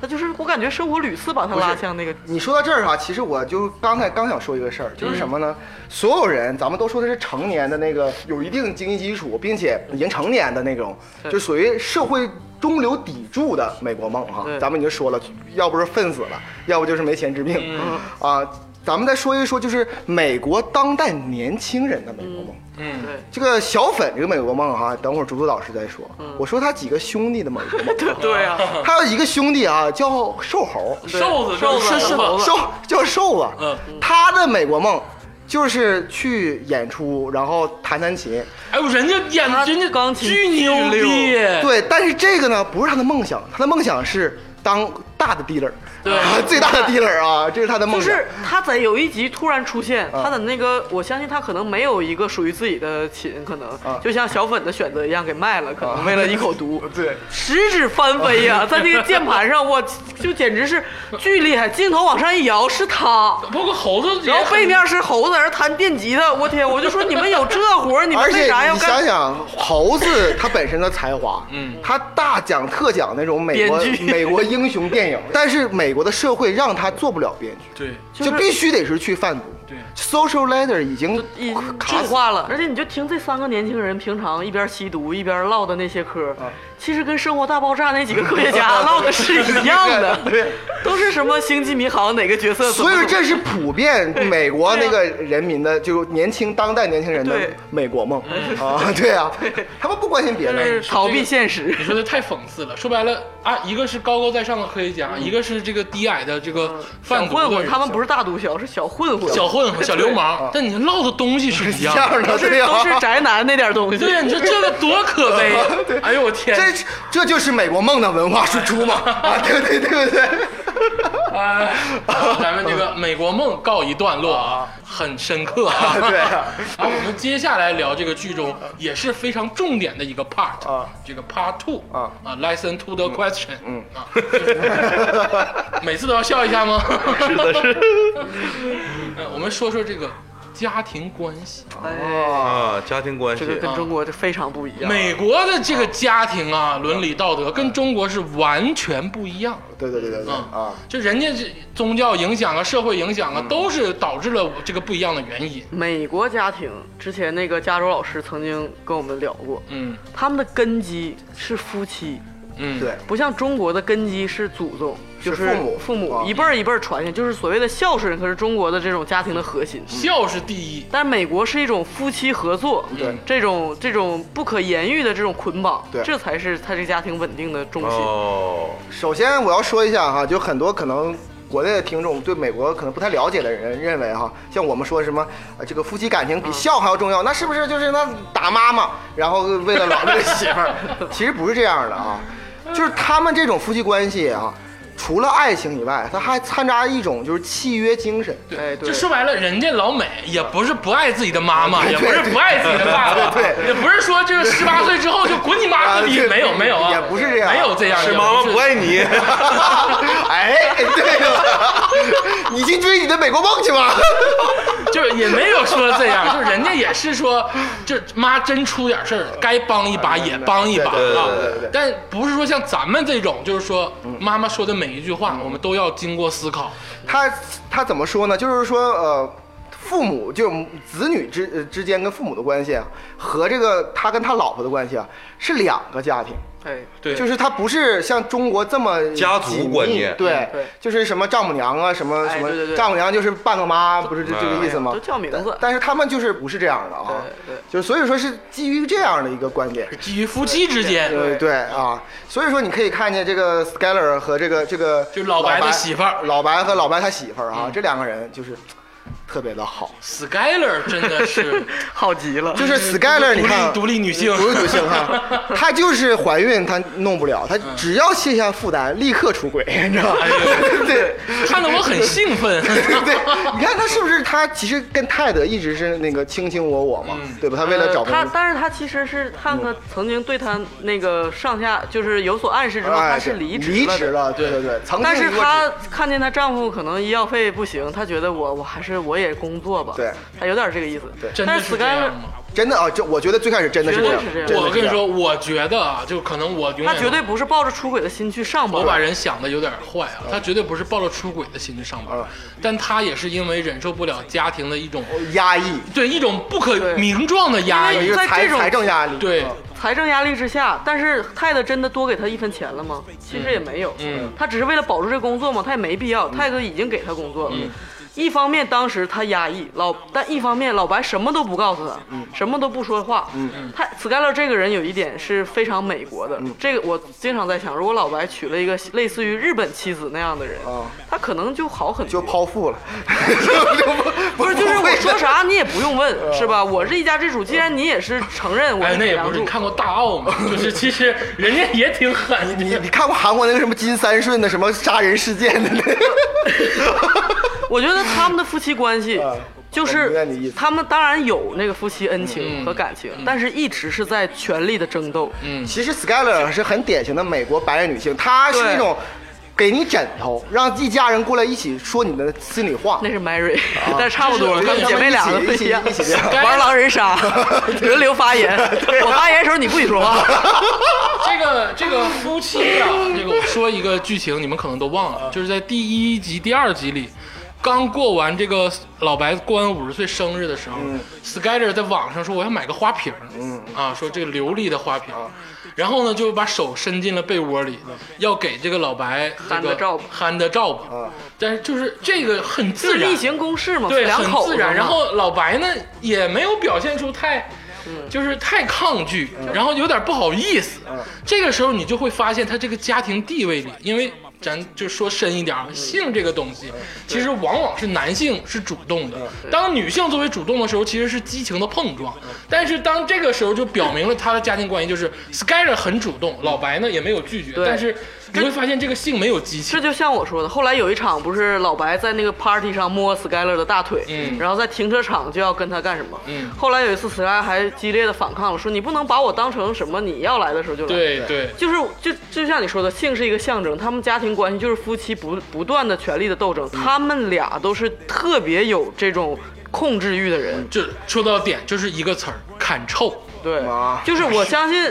Speaker 2: 他就是我感觉生活屡次把他拉向那个，
Speaker 4: 你说到这儿哈、其实我就刚才刚想说一个事儿，就是什么呢？所有人，咱们都说的是成年的那个有一定经济基础，并且已经成年的那种，
Speaker 2: 对
Speaker 4: 就属于社会中流砥柱的美国梦哈、
Speaker 2: 对
Speaker 4: 咱们已经说了，要不是愤死了，要不就是没钱治病、啊。咱们再说一说，就是美国当代年轻人的美国梦。
Speaker 1: 嗯，
Speaker 2: 对
Speaker 4: 这个小粉这个美国梦哈、等会儿竹子老师再说。我说他几个兄弟的美国梦，
Speaker 2: 对对啊，
Speaker 4: 还有一个兄弟啊叫瘦猴。
Speaker 2: 对
Speaker 1: 瘦子
Speaker 2: 瘦子
Speaker 1: 是
Speaker 2: 是猴子
Speaker 4: 瘦叫瘦子，
Speaker 1: 嗯
Speaker 4: 他的美国梦就是去演出，然后弹弹琴，
Speaker 1: 哎呦，人家演
Speaker 2: 他
Speaker 1: 人家
Speaker 2: 钢琴
Speaker 1: 巨牛逼
Speaker 2: 巨，
Speaker 4: 对。但是这个呢，不是他的梦想，他的梦想是当大的 dealer，
Speaker 1: 对
Speaker 4: 啊， 最大的 dealer 啊，这是啊他的
Speaker 2: 就
Speaker 4: 梦想。
Speaker 2: 是他在有一集突然出现，他的那个，我相信他可能没有一个属于自己的琴，可能
Speaker 4: 啊
Speaker 2: 就像小粉的选择一样给卖了，可能为了一口毒，
Speaker 4: 对，啊
Speaker 2: 十指翻飞呀，在那个键盘上，我就简直是巨厉害，镜头往上一摇是他，
Speaker 1: 包括猴子也
Speaker 2: 然
Speaker 1: 很，
Speaker 2: 后背面是猴子在那弹电吉他，我天，我就说你们有这活儿，你们
Speaker 4: 而且
Speaker 2: 为啥要
Speaker 4: 你想
Speaker 2: 干？
Speaker 4: 想，猴子他本身的才华，
Speaker 1: 嗯
Speaker 4: 他大讲特讲那种美国
Speaker 2: 编剧
Speaker 4: 美国英雄电影，但是美国的社会让他做不了编剧，
Speaker 1: 对
Speaker 2: 就是
Speaker 4: 就必须得是去贩毒。
Speaker 1: 对
Speaker 4: Social Ladder 已经
Speaker 2: 已经
Speaker 4: 卡
Speaker 2: 质
Speaker 4: 死
Speaker 2: 化了，而且你就听这三个年轻人平常一边吸毒一边唠的那些嗑，其实跟《生活大爆炸》那几个科学家唠的是一样的，
Speaker 4: 对。
Speaker 2: 都是什么星际迷航哪个角 色怎么
Speaker 4: 所以
Speaker 2: 怎么，
Speaker 4: 说这是普遍美国那个人民的，就是年轻当代年轻人的
Speaker 2: 对
Speaker 4: 美国 梦啊，对啊，他们不关心别
Speaker 2: 就是
Speaker 4: 人，
Speaker 2: 逃避现实
Speaker 1: 你。说的太讽刺了。说白了啊，一个是高高在上的科学家，一个是这个低矮的这个
Speaker 2: 嗯小
Speaker 1: 贩毒
Speaker 2: 混
Speaker 1: 的
Speaker 2: 混，
Speaker 1: 人
Speaker 2: 他们不是大毒枭，是小混混，
Speaker 1: 小混混、小流氓，但你唠的东西是一
Speaker 4: 一
Speaker 1: 样的。
Speaker 4: 样的，
Speaker 2: 都是
Speaker 4: 对
Speaker 2: 都是
Speaker 4: 啊，
Speaker 2: 宅男那点东西。
Speaker 1: 对呀，你说这个多可 悲呀！哎呦我天，
Speaker 4: 这这就是美国梦的文化输出嘛，啊，对对对对对。
Speaker 1: 哎，好咱们这个美国梦告一段落啊，很深刻啊。
Speaker 4: 对 啊
Speaker 1: 然后我们接下来聊这个剧中也是非常重点的一个 part
Speaker 4: 啊，
Speaker 1: 这个 part two
Speaker 4: 啊
Speaker 1: 啊，listen to the question，嗯啊， 嗯就是每次都要笑一下吗？是的，是。我们说说这个家庭关系。
Speaker 2: 哎，
Speaker 3: 啊，家庭关系
Speaker 2: 这个跟中国就非常不一样。
Speaker 1: 美国的这个家庭啊，伦理道
Speaker 4: 嗯
Speaker 1: 德跟中国是完全不一样的。
Speaker 4: 对对对对对
Speaker 1: 嗯
Speaker 4: 啊，
Speaker 1: 就人家这宗教影响啊，社会影响
Speaker 4: 嗯
Speaker 1: 啊，都是导致了这个不一样的原因。
Speaker 2: 美国家庭之前那个加州老师曾经跟我们聊过，
Speaker 1: 嗯
Speaker 2: 他们的根基是夫妻，
Speaker 1: 嗯，
Speaker 4: 对，
Speaker 2: 不像中国的根基是祖宗，
Speaker 4: 是
Speaker 2: 就是
Speaker 4: 父母
Speaker 2: 父
Speaker 4: 啊
Speaker 2: 母一辈儿一辈儿传下，就是所谓的孝顺，可是中国的这种家庭的核心。
Speaker 4: 嗯
Speaker 1: 孝是第一。
Speaker 2: 但美国是一种夫妻合作，嗯
Speaker 4: 对
Speaker 2: 这种这种不可言喻的这种捆绑，
Speaker 4: 对
Speaker 2: 这才是他这家庭稳定的中心。
Speaker 3: 哦，
Speaker 4: 首先我要说一下哈，就很多可能国内的听众对美国可能不太了解的人认为哈，像我们说什么呃这个夫妻感情比孝还要重要，那是不是就是那打妈妈，然后为了老为了媳妇儿？其实不是这样的啊，就是他们这种夫妻关系啊，除了爱情以外，它还掺杂一种就是契约精神。
Speaker 2: 哎，对
Speaker 1: 就，说白了，人家老美也不是不爱自己的妈妈，也不是不爱自己的爸爸，
Speaker 4: 啊 对对
Speaker 1: 也不是说这个十八岁之后就滚你妈
Speaker 4: 啊
Speaker 1: 个逼，
Speaker 4: 对
Speaker 1: 没有没有啊，
Speaker 4: 也不是这样
Speaker 1: 没有这样，
Speaker 3: 是妈妈
Speaker 1: 也
Speaker 3: 不
Speaker 1: 是。
Speaker 3: 爱你，
Speaker 4: 哎，对了， 你去追你的美国梦去吧。
Speaker 1: 就是也没有说这 样，就是人家也是说，就是妈真出点事儿，该帮一把也帮一把
Speaker 4: 对
Speaker 1: 啊
Speaker 3: 对对
Speaker 4: 对对。嗯
Speaker 1: 但不是说像咱们这种，就是说妈妈说的每一句话，我们都要经过思考。
Speaker 4: 他他怎么说呢？就是说，呃，父母就子女之呃之间跟父母的关系啊，和这个他跟他老婆的关系啊，是两个家庭。
Speaker 2: 哎，
Speaker 1: 对，
Speaker 4: 就是他不是像中国这么
Speaker 3: 家族
Speaker 4: 紧密
Speaker 3: 观念嗯
Speaker 4: 对
Speaker 2: 对，
Speaker 4: 就是什么丈母娘啊，什么
Speaker 2: 哎
Speaker 4: 什
Speaker 2: 对对
Speaker 4: 么
Speaker 2: 对
Speaker 4: 丈母娘就是半个妈，不是这
Speaker 3: 哎
Speaker 4: 这个意思吗
Speaker 2: 都？叫名字
Speaker 4: 但。但是他们就是不是这样的啊，
Speaker 2: 对对
Speaker 4: 就是所以说是基于这样的一个观点，
Speaker 1: 基于夫妻之间，
Speaker 4: 对对啊，所以说你可以看见这个 Skyler 和这个这个
Speaker 1: 就老白的媳妇儿嗯
Speaker 4: 老白和老白他媳妇儿啊，这两个人就是特别的好，
Speaker 1: Skyler 真的 是
Speaker 2: 好极了，
Speaker 4: 就是 Skyler
Speaker 1: 嗯独
Speaker 4: 你
Speaker 1: 立
Speaker 4: 看
Speaker 1: 独立女性，
Speaker 4: 独立女性 哈，她就是怀孕她弄不了，
Speaker 1: 嗯
Speaker 4: 她只要卸下负担，立刻出轨，你知道
Speaker 1: 哎
Speaker 4: 吧？ 对。
Speaker 1: 看得我很兴奋。
Speaker 4: 对，你看她是不是？她其实跟泰德一直是那个卿卿我我嘛，
Speaker 1: 嗯
Speaker 4: 对吧？她为了找
Speaker 2: 呃
Speaker 4: 工
Speaker 2: 他，
Speaker 4: 作，
Speaker 2: 但是他其实是汉克曾经对他那个上下就是有所暗示之后，他
Speaker 4: 哎，
Speaker 2: 是
Speaker 4: 对
Speaker 2: 离职
Speaker 4: 离
Speaker 2: 了
Speaker 4: 职
Speaker 2: 的。
Speaker 4: 了，对对对，曾经
Speaker 2: 但是
Speaker 4: 离过
Speaker 2: 她
Speaker 4: 职
Speaker 2: 看见她丈夫可能医药费不行，她觉得我我还是我也工作吧，
Speaker 4: 对，
Speaker 2: 她有点这个意思。
Speaker 4: 对
Speaker 1: 真的
Speaker 2: 但
Speaker 1: 是
Speaker 2: Sky
Speaker 1: 这样吗？
Speaker 4: 真的啊，就我觉得最开始真的是这样
Speaker 2: 绝对是这，样
Speaker 4: 真的
Speaker 1: 我跟
Speaker 4: 这
Speaker 1: 你
Speaker 4: 样
Speaker 1: 说，我觉得啊，就可能我永
Speaker 2: 她
Speaker 1: 远
Speaker 2: 绝对不是抱着出轨的心去上班
Speaker 1: 我把，人想的有点坏啊，他绝对不是抱着出轨的心去上班
Speaker 4: 嗯，
Speaker 1: 但他也是因为忍受不了家庭的一种
Speaker 4: 压抑，
Speaker 1: 对一种不可名状的压
Speaker 2: 因
Speaker 4: 一
Speaker 1: 抑
Speaker 2: 为，
Speaker 4: 个
Speaker 2: 在
Speaker 4: 财
Speaker 2: 这种
Speaker 4: 财政压力，
Speaker 1: 对
Speaker 4: 嗯
Speaker 2: 财政压力之下，但是泰德真的多给她一分钱了吗？其实也没有，
Speaker 1: 嗯
Speaker 2: 她只是为了保住这工作嘛，她也没必要。泰德已经给她工作了。
Speaker 1: 嗯
Speaker 2: 一方面，当时她压抑老，但一方面老白什么都不告诉她，
Speaker 1: 嗯
Speaker 2: 什么都不说话。嗯，他斯盖勒这个人有一点是非常美国
Speaker 1: 嗯
Speaker 2: 的，这个我经常在想，如果老白娶了一个类似于日本妻子那样的人，
Speaker 1: 哦
Speaker 4: 啊
Speaker 2: 他可能就好很
Speaker 4: 就
Speaker 2: 多。
Speaker 4: 剖腹 了，就
Speaker 2: 不
Speaker 4: 不
Speaker 2: 是，就是我
Speaker 4: 会
Speaker 2: 说
Speaker 4: 的
Speaker 2: 啥你也不 用问，是吧？我是一家之主，既然你也是承认我
Speaker 1: 哦哎，
Speaker 2: 是
Speaker 1: 那
Speaker 2: 北
Speaker 1: 也
Speaker 2: 洋
Speaker 1: 不是，
Speaker 2: 主
Speaker 1: 你看过大奥吗？就是其实人家也挺狠，
Speaker 4: 你你看过韩国那个什么金三顺的什么杀人事件的那个？
Speaker 2: 我觉得他们的夫妻关系
Speaker 4: 啊，
Speaker 2: 就
Speaker 4: 我明白你意
Speaker 2: 是
Speaker 4: 思
Speaker 2: 他们当然有那个夫妻恩
Speaker 1: 嗯
Speaker 2: 情和感情，但是一直是在权力的争斗。
Speaker 1: 嗯
Speaker 4: 其实 Skyler 是很典型的美国白人女性，她是
Speaker 2: 对
Speaker 4: 那种给你枕头，让一家人过来一起说你的心里话
Speaker 2: 那，是 Mary，但是差不多了，
Speaker 4: 啊就是
Speaker 2: 她们姐妹俩都
Speaker 4: 一
Speaker 2: 一
Speaker 4: 起
Speaker 2: 样
Speaker 4: 一起一起 这样，
Speaker 2: 玩狼人 杀，轮流发言。我发言的时候你不许说 话。
Speaker 1: 这个这个夫妻啊，这个我说一个剧情，你们可能都忘
Speaker 2: 嗯
Speaker 1: 了，就是在第一集、第二集里，刚过完这个老白过完五十岁生日的时候、s
Speaker 2: 嗯
Speaker 1: k y l e r 在网上说我要买个花瓶，嗯啊，说这个琉璃的花瓶。
Speaker 2: 嗯
Speaker 1: 然后呢，就把手伸进了被窝里，要给这个老白这
Speaker 2: 憨的
Speaker 1: 个
Speaker 2: 照吧嗯
Speaker 1: 憨的照吧。但是就是这个很
Speaker 2: 就
Speaker 1: 自
Speaker 2: 例
Speaker 1: 然，
Speaker 2: 行公事嘛，
Speaker 1: 对，
Speaker 2: 两
Speaker 1: 很
Speaker 2: 口
Speaker 1: 自
Speaker 2: 子嘛。
Speaker 1: 然。然后老白呢也没有表现出太，
Speaker 2: 嗯
Speaker 1: 就是太抗拒，然后有点不好意思。这个时候你就会发现他这个家庭地位里，因为咱就说深一点啊，
Speaker 2: 嗯
Speaker 1: 性这个东西其实往往是男性是主动的，
Speaker 2: 嗯
Speaker 1: 当女性作为主动的时候，其实是激情的碰撞。但是当这个时候就表明了他的家庭关系，就是 Skyler 很主动，老白呢也没有拒绝，
Speaker 2: 对
Speaker 1: 但是你会发现这个性没有激情
Speaker 2: 这。就像我说的，后来有一场不是老白在那个 party 上摸 Skyler 的大腿，
Speaker 1: 嗯
Speaker 2: 然后在停车场就要跟他干什么，
Speaker 1: 嗯
Speaker 2: 后来有一次 Skyler 还激烈的反抗了，说你不能把我当成什么，你要来的时候就来。
Speaker 1: 对对，
Speaker 2: 就是就就像你说的，性是一个象征，他们家
Speaker 1: 嗯
Speaker 2: 庭关系就是夫妻不不断的权力的斗争，他们俩都是特别有这种控制欲的人，
Speaker 1: 就说到点，就是一个词儿，砍臭，
Speaker 2: 对
Speaker 4: 妈，
Speaker 2: 就是我 相信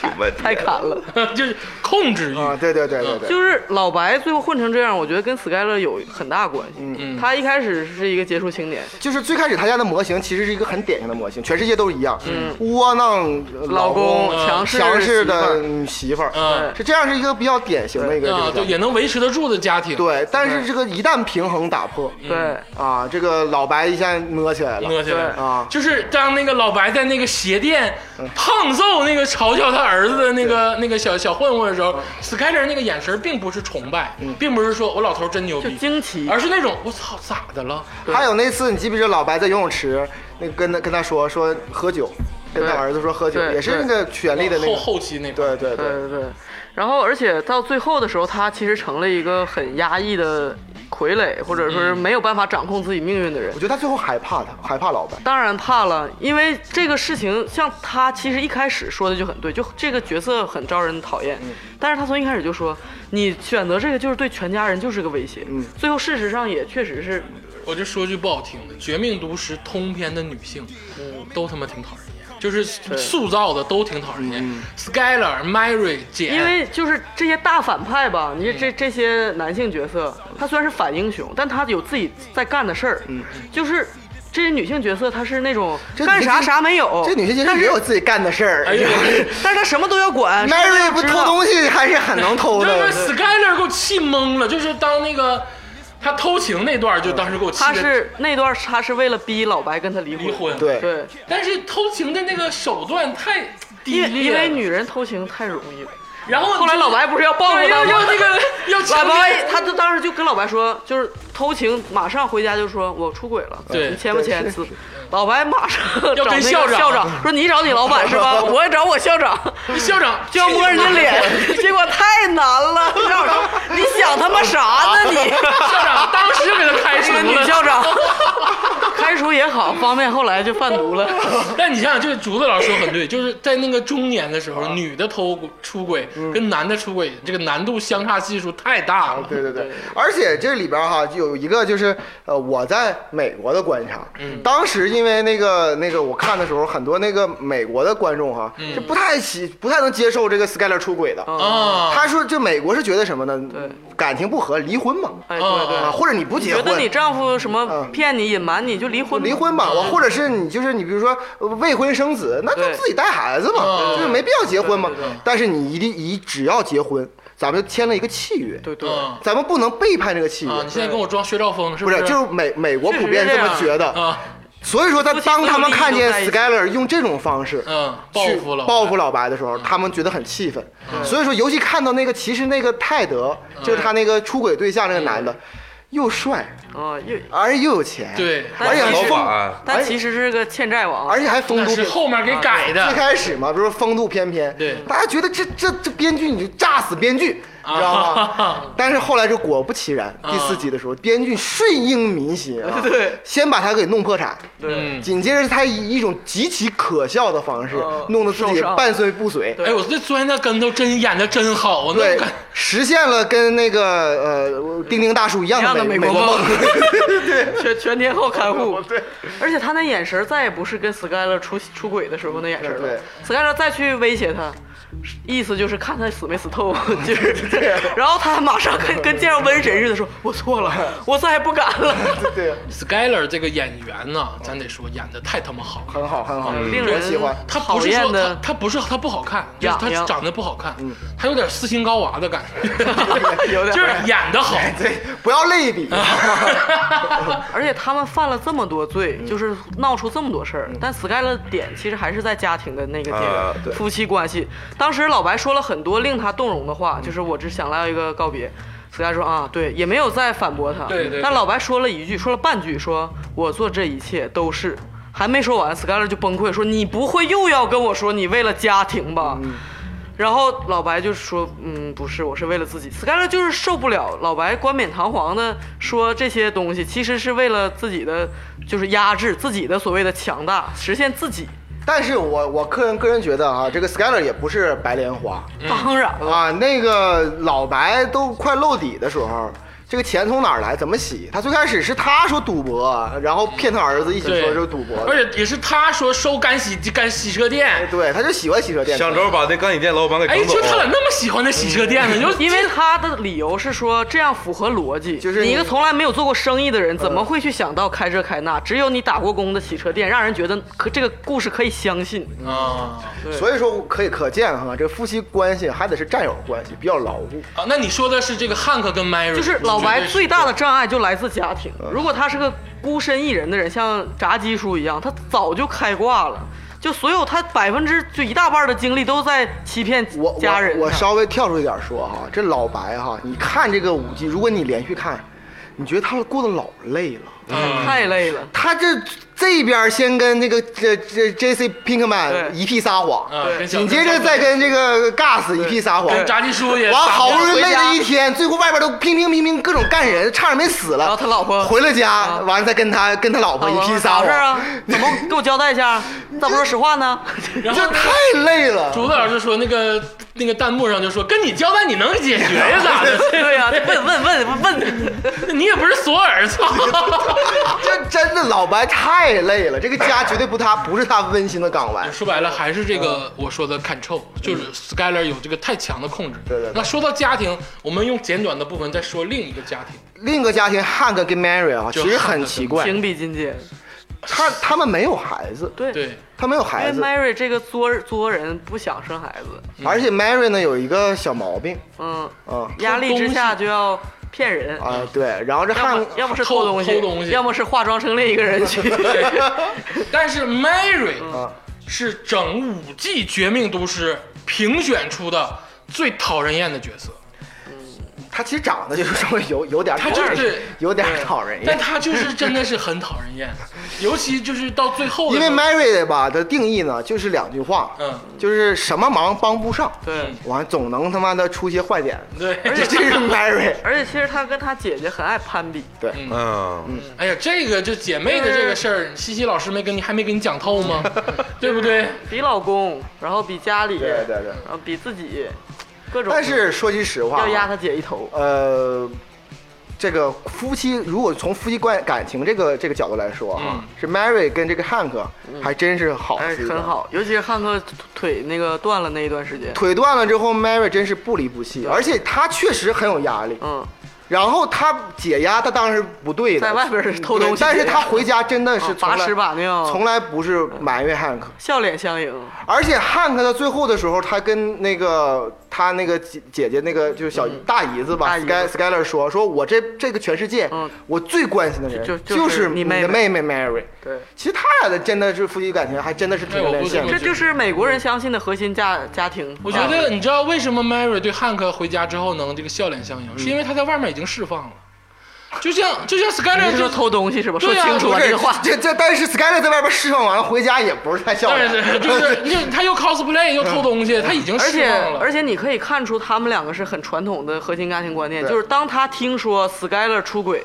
Speaker 3: 挺问题
Speaker 2: 太砍了。
Speaker 1: 就是控制欲。
Speaker 4: 啊，对对对对对，
Speaker 2: 就是老白最后混成这样，我觉得跟 Skyler 有很大关系。
Speaker 1: 嗯
Speaker 2: 他一开始是一个杰出青年，
Speaker 4: 就是最开始他家的模型其实是一个很典型的模型，全世界都一样，窝囊呃
Speaker 2: 老
Speaker 4: 公
Speaker 2: 公
Speaker 1: 嗯
Speaker 2: 强势
Speaker 4: 强势
Speaker 2: 媳妇
Speaker 4: 的
Speaker 2: 儿
Speaker 4: 嗯媳妇儿，
Speaker 1: 嗯
Speaker 4: 是这样是一个比较典型的一个
Speaker 1: 啊，
Speaker 4: 这
Speaker 1: 就
Speaker 4: 个叫
Speaker 1: 也能维持得住的家庭。
Speaker 4: 对，但是这个一旦平衡打破，
Speaker 2: 对，
Speaker 4: 啊，这个老白一下摸起来了
Speaker 1: 乐起来
Speaker 2: 对
Speaker 4: 啊，嗯
Speaker 1: 就是当那个老白在那个鞋店胖揍那个嘲笑他儿子的那个那个小小混混的时
Speaker 4: 嗯
Speaker 1: 候，Skyler 那个眼神并不是崇拜，并不是说我老头真牛
Speaker 2: 就
Speaker 1: 逼，
Speaker 2: 惊奇
Speaker 1: 嗯而。是那种我操咋的了？
Speaker 4: 还有那次，你记不记得老白在游泳池那个跟他跟他说说喝酒，跟他
Speaker 2: 对
Speaker 4: 儿子说喝酒，
Speaker 2: 对
Speaker 4: 也是那个权力的那
Speaker 1: 后
Speaker 4: 个，
Speaker 1: 后期那段
Speaker 4: 对对
Speaker 2: 对
Speaker 4: 对，
Speaker 2: 对对，然后而且到最后的时候，他其实成了一个很压抑的傀儡，或者说
Speaker 1: 嗯
Speaker 2: 是没有办法掌控自己命运的人
Speaker 4: 我。觉得他最后害怕他，害怕老白，
Speaker 2: 当然怕了，因为这个事情，像他其实一开始说的就很对，就这个角色很招人讨
Speaker 4: 嗯
Speaker 2: 厌，但是他从一开始就说，你选择这个就是对全家人就是个威胁，
Speaker 4: 嗯
Speaker 2: 最后事实上也确实是，
Speaker 1: 我就说句不好听的，《绝命毒师》通篇的女性
Speaker 4: 嗯
Speaker 1: 都他妈挺讨人厌，就是塑造的都挺讨人
Speaker 4: 嗯
Speaker 1: 厌。Skyler、Mary
Speaker 4: 哎
Speaker 1: 姐，
Speaker 2: 因为就是这些大反派吧，你
Speaker 4: 嗯
Speaker 2: 这这些男性角色，他虽然是反英雄，但他有自己在干的事儿，就是。这些女性角色，她是那种
Speaker 4: 嗯这
Speaker 2: 干啥
Speaker 4: 女性
Speaker 2: 啥没有，
Speaker 4: 这女性其
Speaker 2: 哦但
Speaker 4: 实
Speaker 2: 是
Speaker 4: 也有自己干的事儿。
Speaker 1: 哎 呀，
Speaker 2: 但啊是她什么都要管。什么都
Speaker 4: Mary
Speaker 2: 要
Speaker 4: 不
Speaker 2: 知
Speaker 4: 偷
Speaker 2: 道
Speaker 4: 东西还是很能偷
Speaker 1: 就
Speaker 4: 的，
Speaker 1: 是 Skyler 给我气懵了，就是当那个他偷情那段，就当时给我气
Speaker 2: 他
Speaker 1: 的。
Speaker 2: 是那段，他是为了逼老白跟他离婚。
Speaker 1: 离婚，
Speaker 4: 对
Speaker 2: 对，
Speaker 1: 但是偷情的那个手段太低
Speaker 2: 因为
Speaker 1: 劣
Speaker 2: 因
Speaker 1: 了，
Speaker 2: 为女人偷情太容易了。
Speaker 1: 然后
Speaker 2: 后来老白不是要报复
Speaker 1: 对
Speaker 2: 他
Speaker 1: 要
Speaker 2: 吗？
Speaker 1: 要那 个要强
Speaker 2: 老白，
Speaker 1: 奸
Speaker 2: 他就当时就跟老白说，就是偷情，马上回家就说我出轨了，
Speaker 1: 对
Speaker 2: 你签不签字？老白马上
Speaker 1: 要
Speaker 2: 找
Speaker 1: 跟
Speaker 2: 那个
Speaker 1: 校长
Speaker 2: 校长说你找你老板是 吧？我也找我校长，
Speaker 1: 校长
Speaker 2: 就要摸人家 脸，结果太难了。校长说，你想他妈啥呢 你？
Speaker 1: 校长当时给他开除
Speaker 2: 这个
Speaker 1: 了
Speaker 2: 女校 长开除也好，方便后来就贩毒了。
Speaker 1: 但你想想，这个竹子老师说很对，就是在那个中年的时候，女的偷出轨
Speaker 4: 嗯
Speaker 1: 跟男的出轨，这个难度相差系数太大了。
Speaker 4: 对对对，而且这里边儿哈有一个就是呃我在美国的观察，
Speaker 2: 嗯
Speaker 4: 当时因为那个那个我看的时候，很多那个美国的观众哈
Speaker 2: 嗯
Speaker 4: 就不太喜不太能接受这个 Skyler 出轨的，
Speaker 1: 啊，
Speaker 4: 他说这美国是觉得什么呢？
Speaker 2: 哦对
Speaker 4: 感情不和离婚嘛，
Speaker 2: 哎，对对。
Speaker 4: 啊，或者你不结
Speaker 2: 觉
Speaker 4: 婚，
Speaker 2: 得你丈夫什么
Speaker 4: 嗯
Speaker 2: 骗你、隐瞒你就离婚吧，
Speaker 4: 离婚吧，我或者是你就是你，比如说呃未婚生子，那就
Speaker 2: 对
Speaker 4: 自己带孩子嘛，
Speaker 1: 嗯
Speaker 4: 就是没必要结婚嘛
Speaker 2: 对对对对。
Speaker 4: 但是你一定一只要结婚，咱们就签了一个契约，
Speaker 2: 对对，
Speaker 1: 嗯
Speaker 4: 咱们不能背叛这个契约
Speaker 1: 啊，你。现在跟我装薛兆丰是
Speaker 4: 不
Speaker 1: 是
Speaker 4: 是，？就是美美国普遍
Speaker 2: 确实是
Speaker 4: 么
Speaker 2: 这
Speaker 4: 觉得，
Speaker 1: 啊，
Speaker 4: 所以说他
Speaker 2: 夫妻
Speaker 4: 当他们
Speaker 2: 夫妻
Speaker 4: 看见
Speaker 2: 都在一起
Speaker 4: Skyler 用这种方式，
Speaker 1: 嗯，报
Speaker 4: 去
Speaker 1: 复了，
Speaker 4: 报
Speaker 2: 嗯
Speaker 4: 复老白的时候，他们觉得很气愤。所以说，尤其看到那个，其实那个泰德
Speaker 2: 嗯
Speaker 4: 就是他那个出轨对象那个男的，又帅，
Speaker 2: 啊，又
Speaker 4: 而又有钱，
Speaker 1: 对
Speaker 4: 而且还
Speaker 2: 但
Speaker 3: 老
Speaker 2: 是
Speaker 4: 风，
Speaker 3: 板
Speaker 2: 但其实是个欠债王，
Speaker 4: 而且还风
Speaker 1: 那
Speaker 4: 度
Speaker 1: 是
Speaker 4: 翩。
Speaker 1: 后面给改
Speaker 4: 最
Speaker 1: 的。
Speaker 4: 开始嘛，比如说风度翩翩，
Speaker 1: 对
Speaker 4: 大家觉得这这这编剧你就炸死编剧，
Speaker 1: 啊
Speaker 4: 你知道 吗？但是后来就果不其然，
Speaker 1: 啊
Speaker 4: 第四集的时候，编剧顺应民心啊，
Speaker 2: 对，
Speaker 4: 先把他给弄破产，
Speaker 2: 对，
Speaker 1: 嗯，
Speaker 4: 紧接着他以一种极其可笑的方式
Speaker 2: 嗯，
Speaker 4: 弄得自己
Speaker 2: 受伤
Speaker 4: 半碎不遂，
Speaker 1: 哎，我这钻那跟头真演的真好，我那
Speaker 4: 对
Speaker 1: 感，
Speaker 4: 实现了跟那个呃丁丁大叔一
Speaker 2: 一
Speaker 4: 样
Speaker 2: 样
Speaker 4: 的
Speaker 2: 的
Speaker 4: 美
Speaker 2: 美国
Speaker 4: 国梦
Speaker 2: 梦， 全全天候看护，对，而且他那眼神再也不是跟 Skyler 出出轨的时候那眼神了
Speaker 4: 对
Speaker 2: ，Skyler 再去威胁他。意思就是看他死没死透， 就是，然后他马上跟跟见着瘟神似的说：“我错了，我再也不敢了。
Speaker 4: 对，
Speaker 1: Skyler 这个演员呢，咱得说演的太他妈好了。
Speaker 4: 很好很好，
Speaker 2: 令
Speaker 4: 我
Speaker 2: 人
Speaker 4: 喜欢。
Speaker 1: 他不是
Speaker 2: 讨
Speaker 1: 说
Speaker 2: 厌
Speaker 1: 他
Speaker 2: 的
Speaker 1: 他不是他不好看，就是
Speaker 2: 痒
Speaker 1: 他
Speaker 2: 痒
Speaker 1: 长得不好看，他有点斯琴高娃的感觉，
Speaker 2: 有点
Speaker 1: 就是演 的好。
Speaker 4: 对，不要类比，
Speaker 2: 而且他们犯了这么多罪，就是
Speaker 4: 嗯
Speaker 2: 闹出这么多事儿。但 Sky 的点其实还是在家庭的那个点，
Speaker 3: 啊对
Speaker 2: 夫妻关系。当时老白说了很多令他动容的
Speaker 1: 嗯
Speaker 2: 话，就是我只想来一个告别。Sky 说啊，对，也没有再反驳他。
Speaker 1: 对对对
Speaker 2: 但老白说了一句，说了半句，说我做这一切都是。还没说完，Skyler 就崩溃说：“你不会又要跟我说你为了家庭吧？”
Speaker 1: 嗯
Speaker 2: 然后老白就说：“嗯，不是，我是为了自己。”Skyler 就是受不了老白冠冕堂皇的说这些东西，其实是为了自己的，就是压制自己的所谓的强大，实现自己。
Speaker 4: 但是我我个人个人觉得啊，这个 Skyler 也不是白莲花
Speaker 1: 嗯
Speaker 2: 当然了，
Speaker 4: 啊，那个老白都快露底的时候，这个钱从哪儿来，怎么洗？他最开始是他说赌博，然后骗他儿子一起说是赌博
Speaker 1: 而，且也是他说收干洗干洗车
Speaker 2: 哎
Speaker 1: 店，
Speaker 4: 对，他就喜欢洗车店。
Speaker 3: 想着把那干洗店老板给
Speaker 1: 哎，
Speaker 3: 整走
Speaker 1: 就他咋
Speaker 3: 了。
Speaker 1: 那么喜欢那洗车店呢？就
Speaker 2: 嗯 因为他的理由是说这样符合逻辑，
Speaker 4: 就是
Speaker 2: 你一个
Speaker 4: 你
Speaker 2: 从来没有做过生意的人，怎么会去想到开这开那？只有你打过工的洗车店，让人觉得可这个故事可以相信。
Speaker 4: 嗯
Speaker 1: 啊
Speaker 4: 所以说可以可见哈，这夫妻关系还得是战友关系比较牢固。
Speaker 1: 啊，那你说的是这个汉克跟 Mary，
Speaker 2: 就是老白最大的障碍就来自家庭。
Speaker 4: 嗯
Speaker 2: 如果他是个孤身一人的人，像炸鸡叔一样，他早就开挂了。就所有他百分之就一大半的精力都在欺骗
Speaker 4: 我我
Speaker 2: 家人上
Speaker 4: 我稍微跳出一点说哈，这老白哈，你看这个五季，如果你连续看，你觉得他过得老累了。
Speaker 1: 嗯
Speaker 2: 太累了。
Speaker 4: 他这这边先跟那个这这 J C Pinkman
Speaker 2: 对
Speaker 4: 一屁撒谎，
Speaker 1: 啊，跟小
Speaker 4: 紧接着再跟这个 Gas 一屁撒谎，
Speaker 1: 跟炸鸡叔也
Speaker 4: 完好不容易
Speaker 2: 回
Speaker 4: 累
Speaker 2: 家
Speaker 4: 了一天，最后外边都乒乒乒乒各种干人，差点没死了。
Speaker 2: 然后他老婆
Speaker 4: 回了家
Speaker 2: 啊，
Speaker 4: 完了再跟他跟他老婆一屁
Speaker 2: 咋
Speaker 4: 撒
Speaker 2: 回事啊
Speaker 4: 谎，？
Speaker 2: 怎么给我交代一下？你咋不说实话呢？
Speaker 1: 然后
Speaker 4: 这太累了。
Speaker 1: 啊竹子老师说那个那个弹幕上就说跟你交代你能解决呀咋的？
Speaker 2: 对呀、啊问问问问，
Speaker 1: 你也不是索尔，操！
Speaker 4: 这真的老白太累了，这个家绝对不他不是他温馨的港湾。
Speaker 1: 说白了还是这
Speaker 4: 嗯
Speaker 1: 个我说的 control，就是 Skyler 有这个太强的控制。
Speaker 4: 对对对
Speaker 1: 那说到家庭，我们用简短的部分再说另一个家庭。
Speaker 4: 另一个家庭汉克跟 Mary 啊，
Speaker 1: 就
Speaker 4: 其实很奇怪，
Speaker 2: 情比金坚。
Speaker 4: 他他们没有孩子，
Speaker 2: 对，
Speaker 1: 对，
Speaker 4: 他没有
Speaker 2: 因
Speaker 4: 孩
Speaker 2: 为
Speaker 4: 子，
Speaker 2: Mary 这个作作人不想生孩子，
Speaker 4: 而且 Mary 呢有一个小毛病
Speaker 2: 嗯，
Speaker 4: 啊
Speaker 2: 压力之下就要骗人，
Speaker 4: 啊对，然后这
Speaker 2: 要
Speaker 4: 汉
Speaker 2: 么要么是
Speaker 1: 偷
Speaker 2: 东
Speaker 1: 偷东西
Speaker 2: 要么是化妆成另一个人 去。
Speaker 1: 但是 Mary
Speaker 4: 啊
Speaker 1: 是整五季《绝命毒师》评选出的最讨人厌的角色，
Speaker 4: 他其实长得就是稍微有有点
Speaker 1: 他就
Speaker 4: 讨人
Speaker 1: 是
Speaker 4: 有点讨人
Speaker 1: 但
Speaker 4: 厌，
Speaker 1: 他就是真的是很讨人厌，尤其就是到最后的
Speaker 4: 因为
Speaker 1: 时候
Speaker 4: Mary 吧的定义呢就是两句话，
Speaker 1: 嗯，
Speaker 4: 就是什么忙帮不上，
Speaker 2: 对，
Speaker 4: 完总能他妈的出些坏点，
Speaker 1: 对，
Speaker 4: 这这是 Mary，
Speaker 2: 而且其实他跟他姐姐很爱攀比，
Speaker 4: 对，
Speaker 3: 嗯，
Speaker 1: 哎呀，这个就姐妹的这个事
Speaker 2: 嗯
Speaker 1: 儿，西西老师没跟你还没给你讲透 吗？对不对？
Speaker 2: 比老公，然后比家里，
Speaker 4: 对对对
Speaker 2: 然后比自己，各种。
Speaker 4: 但是说句实话
Speaker 2: 要压
Speaker 4: 啊，
Speaker 2: 他姐一头，
Speaker 4: 呃。这个夫妻如果从夫妻关感情这个这个角度来说哈
Speaker 1: 嗯，
Speaker 4: 是 Mary 跟这个汉克还真啊是好
Speaker 2: 哎，
Speaker 4: 夫
Speaker 2: 很
Speaker 4: 妻档
Speaker 2: 好，尤其是汉克腿那个断了那一段时间，
Speaker 4: 腿断了之后，Mary 真是不离不弃，而且她确实很有压力。
Speaker 2: 嗯，
Speaker 4: 然后她解压，她当然是不对的，
Speaker 2: 在外边是偷东西
Speaker 4: 对但是她回家真的是
Speaker 2: 啊
Speaker 4: 从
Speaker 2: 把
Speaker 4: 来
Speaker 2: 屎把尿，
Speaker 4: 从来不是埋怨汉克，
Speaker 2: 笑脸相迎，
Speaker 4: 而且汉克到最后的时候，他跟那个他那个姐姐姐那个就是小大姨子吧
Speaker 2: 大姨子
Speaker 4: ，Sky Skyler 说说，我这这个全世界
Speaker 2: 嗯，
Speaker 4: 我最关心的人
Speaker 2: 就就
Speaker 4: 就是
Speaker 2: 是你
Speaker 4: 的
Speaker 2: 妹
Speaker 4: 妹妹 Mary。
Speaker 2: 对，
Speaker 4: 其实他俩的真的是夫妻感情还真的是挺有
Speaker 1: 哎我
Speaker 4: 连
Speaker 1: 估计
Speaker 4: 线的
Speaker 1: 我
Speaker 2: 这就是美国人相信的核心家家庭。啊
Speaker 1: 我觉得你知道为什么 Mary 对汉克回家之后能这个笑脸相
Speaker 2: 嗯
Speaker 1: 迎，是因为他在外面已经释放了，就像就像
Speaker 2: 你
Speaker 1: Skyler
Speaker 2: 是
Speaker 1: 就
Speaker 2: 说偷东西是吧？说
Speaker 1: 对啊
Speaker 2: 清楚
Speaker 4: 不
Speaker 2: 啊
Speaker 4: 是
Speaker 2: 这个话。
Speaker 4: 这这，但是 Skyler 在外边释放完了回家也不是太笑
Speaker 1: 当
Speaker 4: 脸，
Speaker 1: 然是 就是就他又 cosplay 又偷东西，他已经
Speaker 2: 而
Speaker 1: 释
Speaker 2: 且
Speaker 1: 放了，
Speaker 2: 嗯而且你可以看出他们两个是很传统的核心家庭观念，
Speaker 4: 对
Speaker 2: 就是当他听说 Skyler 出轨，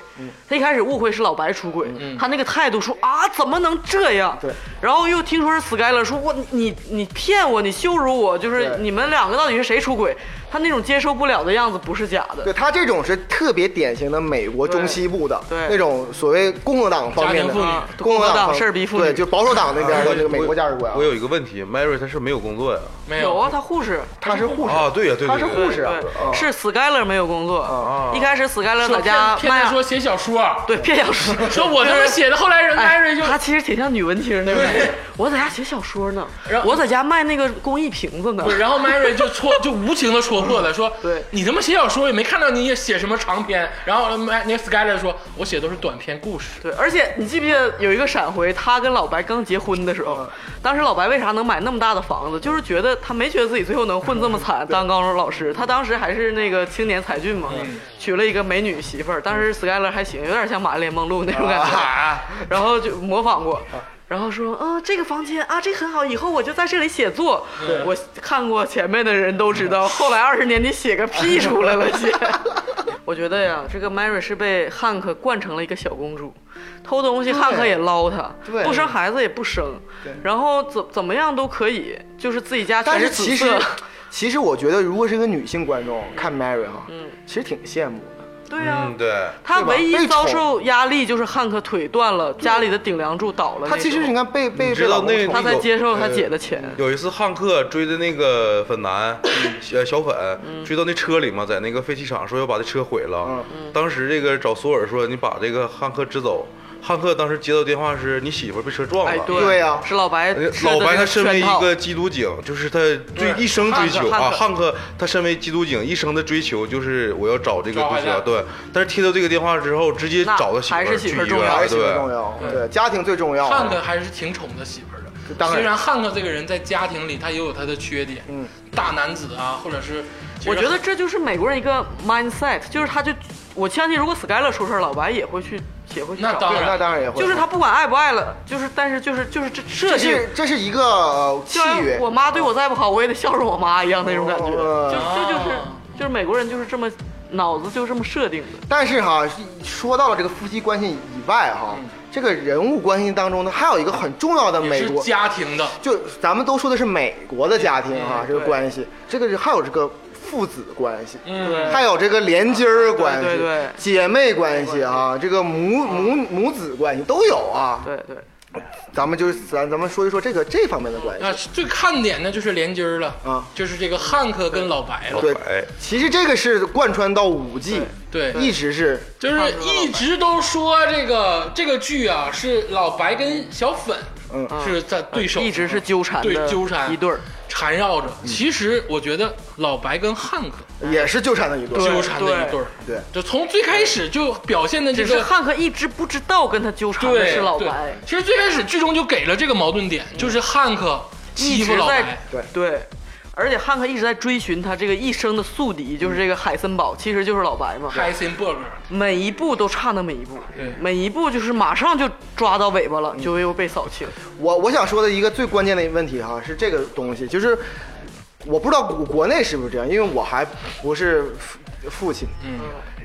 Speaker 2: 他一开始误会是老白出轨，他那个态度说啊怎么能这样？
Speaker 4: 对，
Speaker 2: 然后又听说是 Skyler 说我你你骗我，你羞辱我，就是
Speaker 4: 对
Speaker 2: 你们两个到底是谁出轨？他那种接受不了的样子不是假的
Speaker 4: 对，他这种是特别典型的美国中西部的
Speaker 2: 对对
Speaker 4: 那种所谓共和党方面
Speaker 1: 家
Speaker 4: 的
Speaker 1: 庭妇女
Speaker 2: 啊，
Speaker 4: 共和
Speaker 2: 和
Speaker 4: 党
Speaker 2: 党
Speaker 4: 方
Speaker 2: 事儿逼妇
Speaker 4: 对，
Speaker 2: 女。
Speaker 4: 就保守党那边的这个美
Speaker 3: 我
Speaker 4: 国价值观啊。
Speaker 3: 我有一个问题，Mary 她是没有工作呀？
Speaker 1: 没
Speaker 2: 有啊，他护士，
Speaker 4: 他是护士
Speaker 3: 啊，，对呀，对，
Speaker 4: 他是
Speaker 3: 对对
Speaker 4: 护士啊
Speaker 2: 对，
Speaker 4: 啊
Speaker 2: 是 Skyler 没有工作
Speaker 3: 啊，
Speaker 2: 一开始 Skyler 在家
Speaker 1: 天
Speaker 2: 卖
Speaker 1: 天，说写小说，啊
Speaker 2: 对，骗 小说，
Speaker 1: 说我他妈写的，后来人
Speaker 2: 哎
Speaker 1: Mary 就
Speaker 2: 他其实挺像女文青那种 感觉。我在家写小说呢
Speaker 1: 然，后
Speaker 2: 我在家卖那个工艺瓶子呢
Speaker 1: 不。是，然后 Mary 就戳，就无情的戳破了，说：“
Speaker 2: 嗯对
Speaker 1: 你他妈写小说也没看到你也写什么长篇。”然后 m 那个 Skyler 说：“我写都是短篇故事。
Speaker 2: 对，而且你记不记得有一个闪回，他跟老白刚结婚的时
Speaker 3: 嗯
Speaker 2: 候，当时老白为啥能买那么大的房子，就是觉得他没觉得自己最后能混这么
Speaker 3: 嗯
Speaker 2: 惨，当高中老师，他当时还是那个青年才俊嘛，
Speaker 3: 嗯
Speaker 2: 娶了一个美女媳妇儿，当时 Skyler 还行，有点像玛丽莲梦露那种感觉，
Speaker 3: 啊
Speaker 2: 然后就模仿过。然后说，嗯，这个房间啊，这个很好，以后我就在这里写作。我看过前面的人都知道，后来二十年你写个屁出来了，写。 我觉得呀，这个 Mary 是被汉克惯成了一个小公主，偷东西汉克也捞她
Speaker 4: 对，
Speaker 2: 不生孩子也不生，然后怎怎么样都可以，就是自己家
Speaker 4: 但
Speaker 2: 全
Speaker 4: 是
Speaker 2: 紫
Speaker 4: 其实
Speaker 2: 色。嗯
Speaker 4: 其实我觉得，如果是个女性观众看 Mary 哈，其实挺羡慕的。
Speaker 2: 对呀、
Speaker 3: 嗯，对，
Speaker 2: 他
Speaker 4: 对吧
Speaker 2: 唯一
Speaker 4: 被
Speaker 2: 遭
Speaker 4: 宠
Speaker 2: 受压力就是汉克腿断了，家里的顶梁柱倒了那种。
Speaker 4: 他其实你看被被
Speaker 3: 你知道那
Speaker 4: 被老公
Speaker 2: 他
Speaker 4: 宠
Speaker 2: 才接受了他
Speaker 3: 呃
Speaker 2: 姐的钱。
Speaker 3: 有一次汉克追的那个粉 男，嗯小小
Speaker 2: 嗯
Speaker 3: 粉追到那车里嘛，在那个废弃厂说要把这车毁了。
Speaker 2: 嗯
Speaker 3: 当时这个找索尔说你把这个汉克支走，汉克当时接到电话是你媳妇儿被车撞
Speaker 2: 哎，
Speaker 3: 了。
Speaker 4: 对啊呀
Speaker 2: 是老白
Speaker 3: 呃
Speaker 2: 吃的
Speaker 3: 老白
Speaker 2: 这
Speaker 3: 他
Speaker 2: 个
Speaker 3: 身为
Speaker 2: 圈
Speaker 3: 一
Speaker 2: 套
Speaker 3: 个基督警，就是他追
Speaker 1: 对
Speaker 3: 一生追求
Speaker 2: 汉克汉
Speaker 3: 啊，
Speaker 2: 克
Speaker 3: 汉克他身为基督警一生的追求就是我要找这个
Speaker 1: 找
Speaker 3: 东西
Speaker 1: 回
Speaker 3: 啊
Speaker 1: 来，
Speaker 3: 对。但是听到这个电话之后，直接
Speaker 2: 那
Speaker 3: 找他
Speaker 2: 还是
Speaker 3: 媳
Speaker 2: 媳
Speaker 3: 妇
Speaker 2: 妇
Speaker 3: 儿
Speaker 2: 儿
Speaker 3: 去医
Speaker 2: 重
Speaker 3: 院
Speaker 2: 要
Speaker 4: 还
Speaker 3: 了，
Speaker 4: 是媳妇儿
Speaker 3: 对
Speaker 4: 重。要，
Speaker 1: 对
Speaker 4: 对家庭最重要。
Speaker 1: 汉克还是挺宠着媳妇儿的。
Speaker 4: 哦当然
Speaker 1: 虽然汉克这个人在家庭里他也有他的缺点，
Speaker 4: 嗯，
Speaker 1: 大男子啊，或者是其实
Speaker 2: 我觉得这就是美国人一个 mindset，就是他就我相信，如果 Skyler 出事儿，老白也会去也会去
Speaker 1: 那
Speaker 2: 找
Speaker 1: 当
Speaker 4: 对
Speaker 1: 然
Speaker 4: 那当然也会，
Speaker 2: 啊就是他不管爱不爱了，就是但是就是就是这
Speaker 4: 这
Speaker 2: 设定
Speaker 4: 是，这是一个呃契
Speaker 2: 就像
Speaker 4: 约
Speaker 2: 我，妈对我再不好，我也得孝顺我妈一样那种感觉，
Speaker 4: 哦
Speaker 2: 就这就是
Speaker 1: 啊
Speaker 2: 就是美国人就是这么脑子就这么设定的。
Speaker 4: 但是哈，说到了这个夫妻关系以外哈，
Speaker 1: 嗯
Speaker 4: 这个人物关系当中呢，还有一个很重要的
Speaker 1: 也
Speaker 4: 美
Speaker 1: 是
Speaker 4: 国，
Speaker 1: 家庭的，
Speaker 4: 就咱们都说的是美国的家庭哈
Speaker 1: 嗯，
Speaker 4: 这个
Speaker 1: 对
Speaker 4: 关系，这个是还有这个父子关系，
Speaker 1: 嗯，
Speaker 4: 还有这个连襟儿关系，
Speaker 2: 对对对
Speaker 4: 姐妹关系啊，这个母母
Speaker 1: 哦
Speaker 4: 母子关系都有啊。
Speaker 2: 对对，
Speaker 4: 咱们就是咱咱们说一说这个这方面的关系
Speaker 1: 那啊最看点呢就是连襟儿了
Speaker 4: 啊
Speaker 1: 就是这个汉克跟老白了，
Speaker 4: 对
Speaker 3: 白，
Speaker 4: 其实这个是贯穿到五季，
Speaker 1: 对，
Speaker 4: 一直是
Speaker 1: 就是一直都说这个这个剧啊是老白跟小粉，
Speaker 4: 嗯
Speaker 1: 是在对手，
Speaker 2: 一直是纠缠
Speaker 1: 对
Speaker 2: 的
Speaker 1: 纠缠
Speaker 2: 一对儿，
Speaker 1: 缠绕着。
Speaker 4: 嗯
Speaker 1: 其实我觉得老白跟汉克
Speaker 4: 也是纠缠的一对
Speaker 1: 纠
Speaker 4: 儿，
Speaker 1: 缠的一对儿，
Speaker 4: 对，
Speaker 1: 就从最开始就表现的这
Speaker 2: 只是
Speaker 1: 个
Speaker 2: 汉克一直不知道跟他纠缠的
Speaker 1: 对
Speaker 2: 是老
Speaker 1: 对
Speaker 2: 白，嗯
Speaker 1: 其实最开始剧中就给了这个矛盾点，就是汉克欺
Speaker 2: 一
Speaker 1: 负
Speaker 2: 直
Speaker 1: 老
Speaker 2: 在
Speaker 1: 白，
Speaker 2: 对，而且汉克一直在追寻他这个一生的宿敌，就是这个海森堡，其实就是老白嘛。
Speaker 1: 海森伯格，
Speaker 2: 每一步都差那么一步
Speaker 1: 对，
Speaker 2: 每一步就是马上就抓到尾巴
Speaker 4: 嗯
Speaker 2: 了，就又被扫清。
Speaker 4: 我我想说的一个最关键的问题哈，是这个东西，就是我不知道国国内是不是这样，因为我还不是父父亲，
Speaker 1: 嗯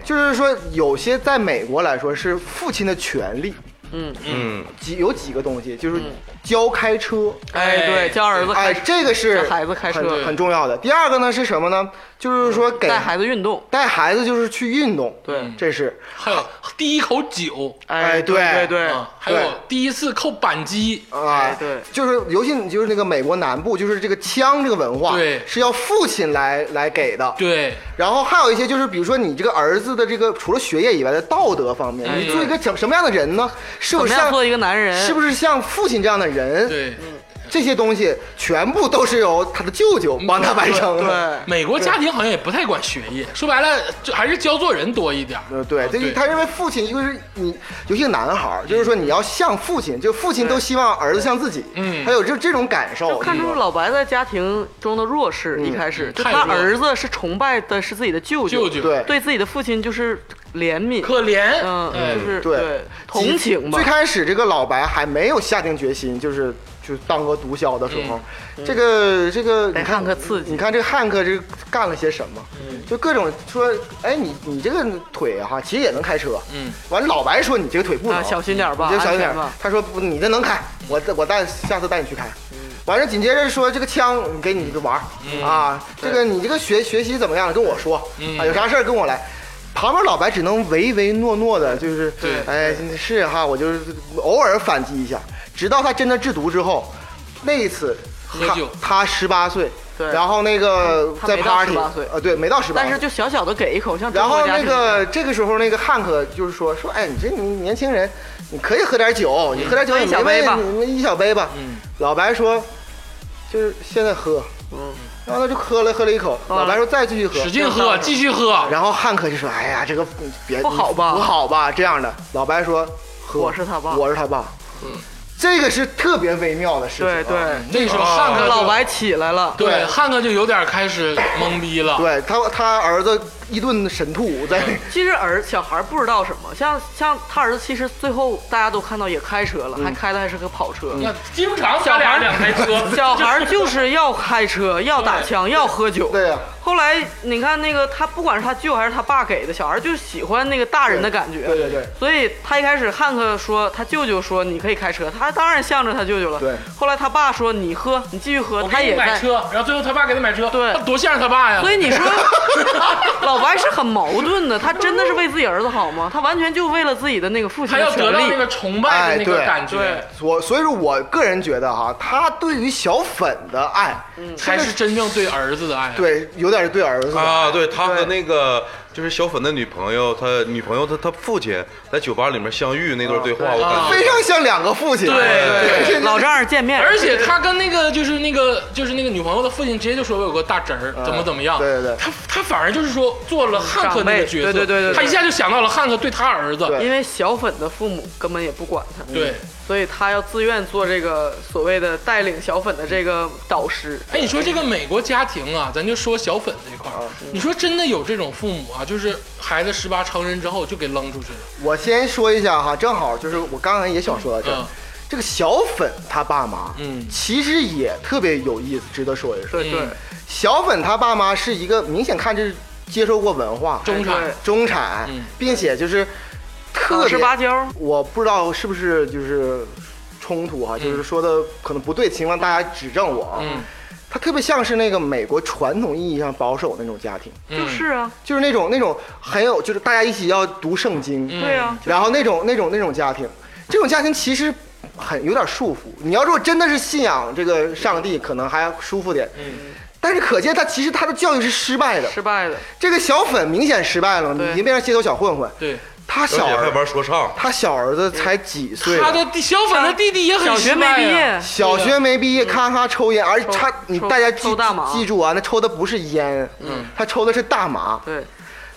Speaker 4: 就是说有些在美国来说是父亲的权利，
Speaker 2: 嗯，
Speaker 3: 嗯，
Speaker 4: 几有几个东西就是教开车，
Speaker 1: 哎
Speaker 2: 对，教儿子
Speaker 4: 哎，
Speaker 2: 开始
Speaker 4: 这个是
Speaker 2: 教孩子开车嗯
Speaker 4: 很很重要的。第二个呢是什么呢？就是说给
Speaker 2: 带孩子运动，
Speaker 4: 带孩子就是去运动，
Speaker 2: 对，
Speaker 4: 这是
Speaker 1: 还有第一口酒
Speaker 4: 哎
Speaker 2: 对
Speaker 4: 对
Speaker 2: 对
Speaker 1: 啊，还有第一次扣扳机，
Speaker 4: 啊
Speaker 2: 哎，对
Speaker 4: 就是尤其你就是那个美国南部，就是这个枪这个文化，
Speaker 1: 对
Speaker 4: 是要父亲来来给的。
Speaker 1: 对，
Speaker 4: 然后还有一些就是，比如说你这个儿子的这个除了学业以外的道德方面，
Speaker 1: 哎
Speaker 4: 你做一个什什么样的人呢？是
Speaker 2: 怎
Speaker 4: 不
Speaker 2: 么
Speaker 4: 是
Speaker 2: 样
Speaker 4: 像
Speaker 2: 做一个男人？
Speaker 4: 是不
Speaker 2: 是？
Speaker 4: 是像父亲这样的人？
Speaker 1: 对，
Speaker 2: 嗯
Speaker 4: 这些东西全部都是由他的舅舅帮他完成的。
Speaker 1: 美国家庭好像也不太管学业，说白了就还是教做人多一点儿。
Speaker 2: 嗯
Speaker 4: 呃，对，这
Speaker 1: 对
Speaker 4: 他认为父亲就是你，尤其是男孩儿，就是说你要像父亲，就父亲都希望儿子像自己，
Speaker 1: 嗯
Speaker 4: 他有这这种感
Speaker 2: 就
Speaker 4: 受。
Speaker 2: 看出老白在家庭中的弱
Speaker 4: 嗯
Speaker 2: 势，一开始就
Speaker 1: 嗯太
Speaker 2: 他
Speaker 1: 弱了
Speaker 2: 儿子是崇拜的是自己的舅
Speaker 1: 舅舅
Speaker 2: 舅，
Speaker 4: 对
Speaker 2: 对自己的父亲就是怜悯，
Speaker 1: 可怜，
Speaker 2: 嗯，
Speaker 1: 哎
Speaker 2: 就是
Speaker 4: 对
Speaker 2: 同情吧。
Speaker 4: 最开始这个老白还没有下定决心，就是就当个毒枭的时候，这个这个
Speaker 2: 嗯被
Speaker 4: 你看
Speaker 2: 汉克刺激嗯
Speaker 4: 你看这个汉克这干了些什么？就各种说，哎，你你这个腿哈、其实也能开车。
Speaker 1: 嗯，
Speaker 4: 完了老白说你这个腿不能，
Speaker 2: 啊小心点儿吧
Speaker 4: 你就小心点
Speaker 2: 安全
Speaker 4: 儿
Speaker 2: 吧。
Speaker 4: 他说不，你这能开，我我带下次带你去开。
Speaker 2: 嗯
Speaker 4: 完了，紧接着说这个枪给你玩儿、啊，这个你这个学学习怎么样？跟我说、
Speaker 1: 嗯
Speaker 4: 啊，有啥事儿跟我来。旁边老白只能唯唯诺诺的，就是
Speaker 1: 对
Speaker 4: 哎是哈，我就是偶尔反击一下，直到他真的制毒之后，那一次
Speaker 1: 喝
Speaker 4: 他
Speaker 1: 酒
Speaker 4: 他十八岁，
Speaker 2: 对
Speaker 4: 然后那个
Speaker 2: 他
Speaker 4: 在
Speaker 2: 没到
Speaker 4: party
Speaker 2: 18岁
Speaker 4: 呃对没到十八，
Speaker 2: 但是就小小的给一口，像中
Speaker 4: 然
Speaker 2: 国
Speaker 4: 后
Speaker 2: 家
Speaker 4: 那
Speaker 2: 庭
Speaker 4: 个这个时候，那个汉克就是说说，哎，你这你年轻人，你可以喝点酒，你喝点酒
Speaker 2: 嗯喝
Speaker 4: 也
Speaker 2: 一
Speaker 4: 没
Speaker 2: 小杯
Speaker 4: 问
Speaker 2: 吧
Speaker 4: 题，你一小杯吧。
Speaker 1: 嗯
Speaker 4: 老白说，就是现在喝，
Speaker 2: 嗯，
Speaker 4: 然后他就喝了喝了一口。
Speaker 2: 嗯
Speaker 4: 老白说再继续喝，
Speaker 1: 使劲喝，继续喝，
Speaker 4: 然后汉克就说，哎呀，这个别嗯
Speaker 2: 不好吧
Speaker 4: 不好吧这样的。老白说，喝，
Speaker 2: 我是他爸嗯
Speaker 4: 我是他爸。这个是特别微妙的事情啊。
Speaker 2: 对对，
Speaker 1: 嗯那时候汉克就
Speaker 2: 老白起来了，
Speaker 1: 对
Speaker 4: 对
Speaker 1: 汉克就有点开始懵逼了，
Speaker 4: 对，他他儿子一顿神吐，在
Speaker 2: 其实儿小孩不知道什么，像像他儿子，其实最后大家都看到也开车了，
Speaker 4: 嗯
Speaker 2: 还开的还是个跑车。
Speaker 1: 那经常他俩两台车，
Speaker 2: 小孩就是要开车，要打枪，要喝酒。
Speaker 4: 对呀
Speaker 2: 后来你看那个他，不管是他舅还是他爸给的，小孩就喜欢那个大人的感觉。
Speaker 4: 对对对。
Speaker 2: 所以他一开始汉克说他舅舅说你可以开车，他当然向着他舅舅了。
Speaker 4: 对。
Speaker 2: 后来他爸说你喝，你继续喝，
Speaker 1: 我
Speaker 2: 他
Speaker 1: 给你
Speaker 2: 也
Speaker 1: 买
Speaker 2: 在。
Speaker 1: 车，然后最后他爸给他买车，
Speaker 2: 对
Speaker 1: 他多像他爸呀，
Speaker 2: 所以你说老老白是很矛盾的，他真的是为自己儿子好吗？他完全就为了自己的那个父亲
Speaker 1: 他
Speaker 2: 的
Speaker 1: 要
Speaker 2: 权
Speaker 1: 得到
Speaker 2: 利
Speaker 1: 那。个崇拜的那个
Speaker 4: 哎对
Speaker 1: 感觉，
Speaker 4: 我所以说我个人觉得哈，他对于小粉的爱，
Speaker 2: 嗯
Speaker 1: 才是真正对儿子的爱。，
Speaker 4: 对有点对儿子的
Speaker 3: 啊，对他和
Speaker 4: 对
Speaker 3: 那个就是小粉的女朋友，他女朋友他他父亲在酒吧里面相遇那段啊对话，我感觉
Speaker 4: 非常像两个父亲。
Speaker 1: 对对
Speaker 4: 对
Speaker 2: 老丈人见面，
Speaker 1: 而且他跟那个就是那个就是那个女朋友的父亲直接就说我有个大侄儿怎么怎么样，
Speaker 4: 嗯对对对
Speaker 1: 他他反而就是说做了汉克那个角色，
Speaker 2: 嗯长辈对对对对对
Speaker 1: 他一下就想到了汉克对他儿子，
Speaker 4: 对
Speaker 2: 因为小粉的父母根本也不管他，
Speaker 1: 对
Speaker 2: 所以他要自愿做这个所谓的带领小粉的这个导师。
Speaker 1: 哎，你说这个美国家庭啊，咱就说小粉这一块儿，
Speaker 4: 嗯
Speaker 1: 你说真的有这种父母啊，就是孩子十八成人之后就给扔出去了，
Speaker 4: 我先说一下哈，正好就是我刚才也想说到这儿
Speaker 1: 嗯
Speaker 4: 这个小粉他爸妈，
Speaker 1: 嗯
Speaker 4: 其实也特别有意思，值得说一说。
Speaker 2: 对对
Speaker 1: 嗯，
Speaker 4: 小粉他爸妈是一个明显看就是接受过文化，
Speaker 1: 中产
Speaker 2: 哎对，
Speaker 4: 中产
Speaker 1: 嗯，
Speaker 4: 并且就是特
Speaker 2: 老实
Speaker 4: 别，
Speaker 2: 巴交，
Speaker 4: 我不知道是不是就是冲突哈，就是说的可能不对，请望大家指正我啊。
Speaker 1: 嗯
Speaker 4: 他特别像是那个美国传统意义上保守那种家庭，
Speaker 1: 嗯
Speaker 2: 就是啊，
Speaker 4: 就是那种那种很有，就是大家一起要读圣经，
Speaker 1: 嗯
Speaker 2: 对啊，
Speaker 4: 然后那种那种那种家庭，这种家庭其实很有点束缚。你要说真的是信仰这个上帝，可能还舒服点。
Speaker 1: 嗯
Speaker 4: 但是可见他其实他的教育是失败的。
Speaker 2: 失败的，
Speaker 4: 这个小粉明显失败了，
Speaker 2: 对
Speaker 4: 已经变成街头小混混。
Speaker 1: 对，
Speaker 4: 他
Speaker 3: 而
Speaker 4: 小啊
Speaker 3: 且还
Speaker 4: 儿
Speaker 3: 玩说唱，
Speaker 4: 他小儿子才几岁啊？
Speaker 1: 他的弟小粉的弟弟也很
Speaker 2: 小学
Speaker 1: 失
Speaker 2: 没
Speaker 1: 败
Speaker 2: 毕
Speaker 1: 啊，
Speaker 2: 业，
Speaker 4: 小学没毕业，咔咔抽烟，而且他你
Speaker 2: 抽
Speaker 4: 大家记
Speaker 2: 抽大麻
Speaker 4: 记住啊，那抽的不是烟，
Speaker 1: 嗯
Speaker 4: 他抽的是大麻。
Speaker 2: 对，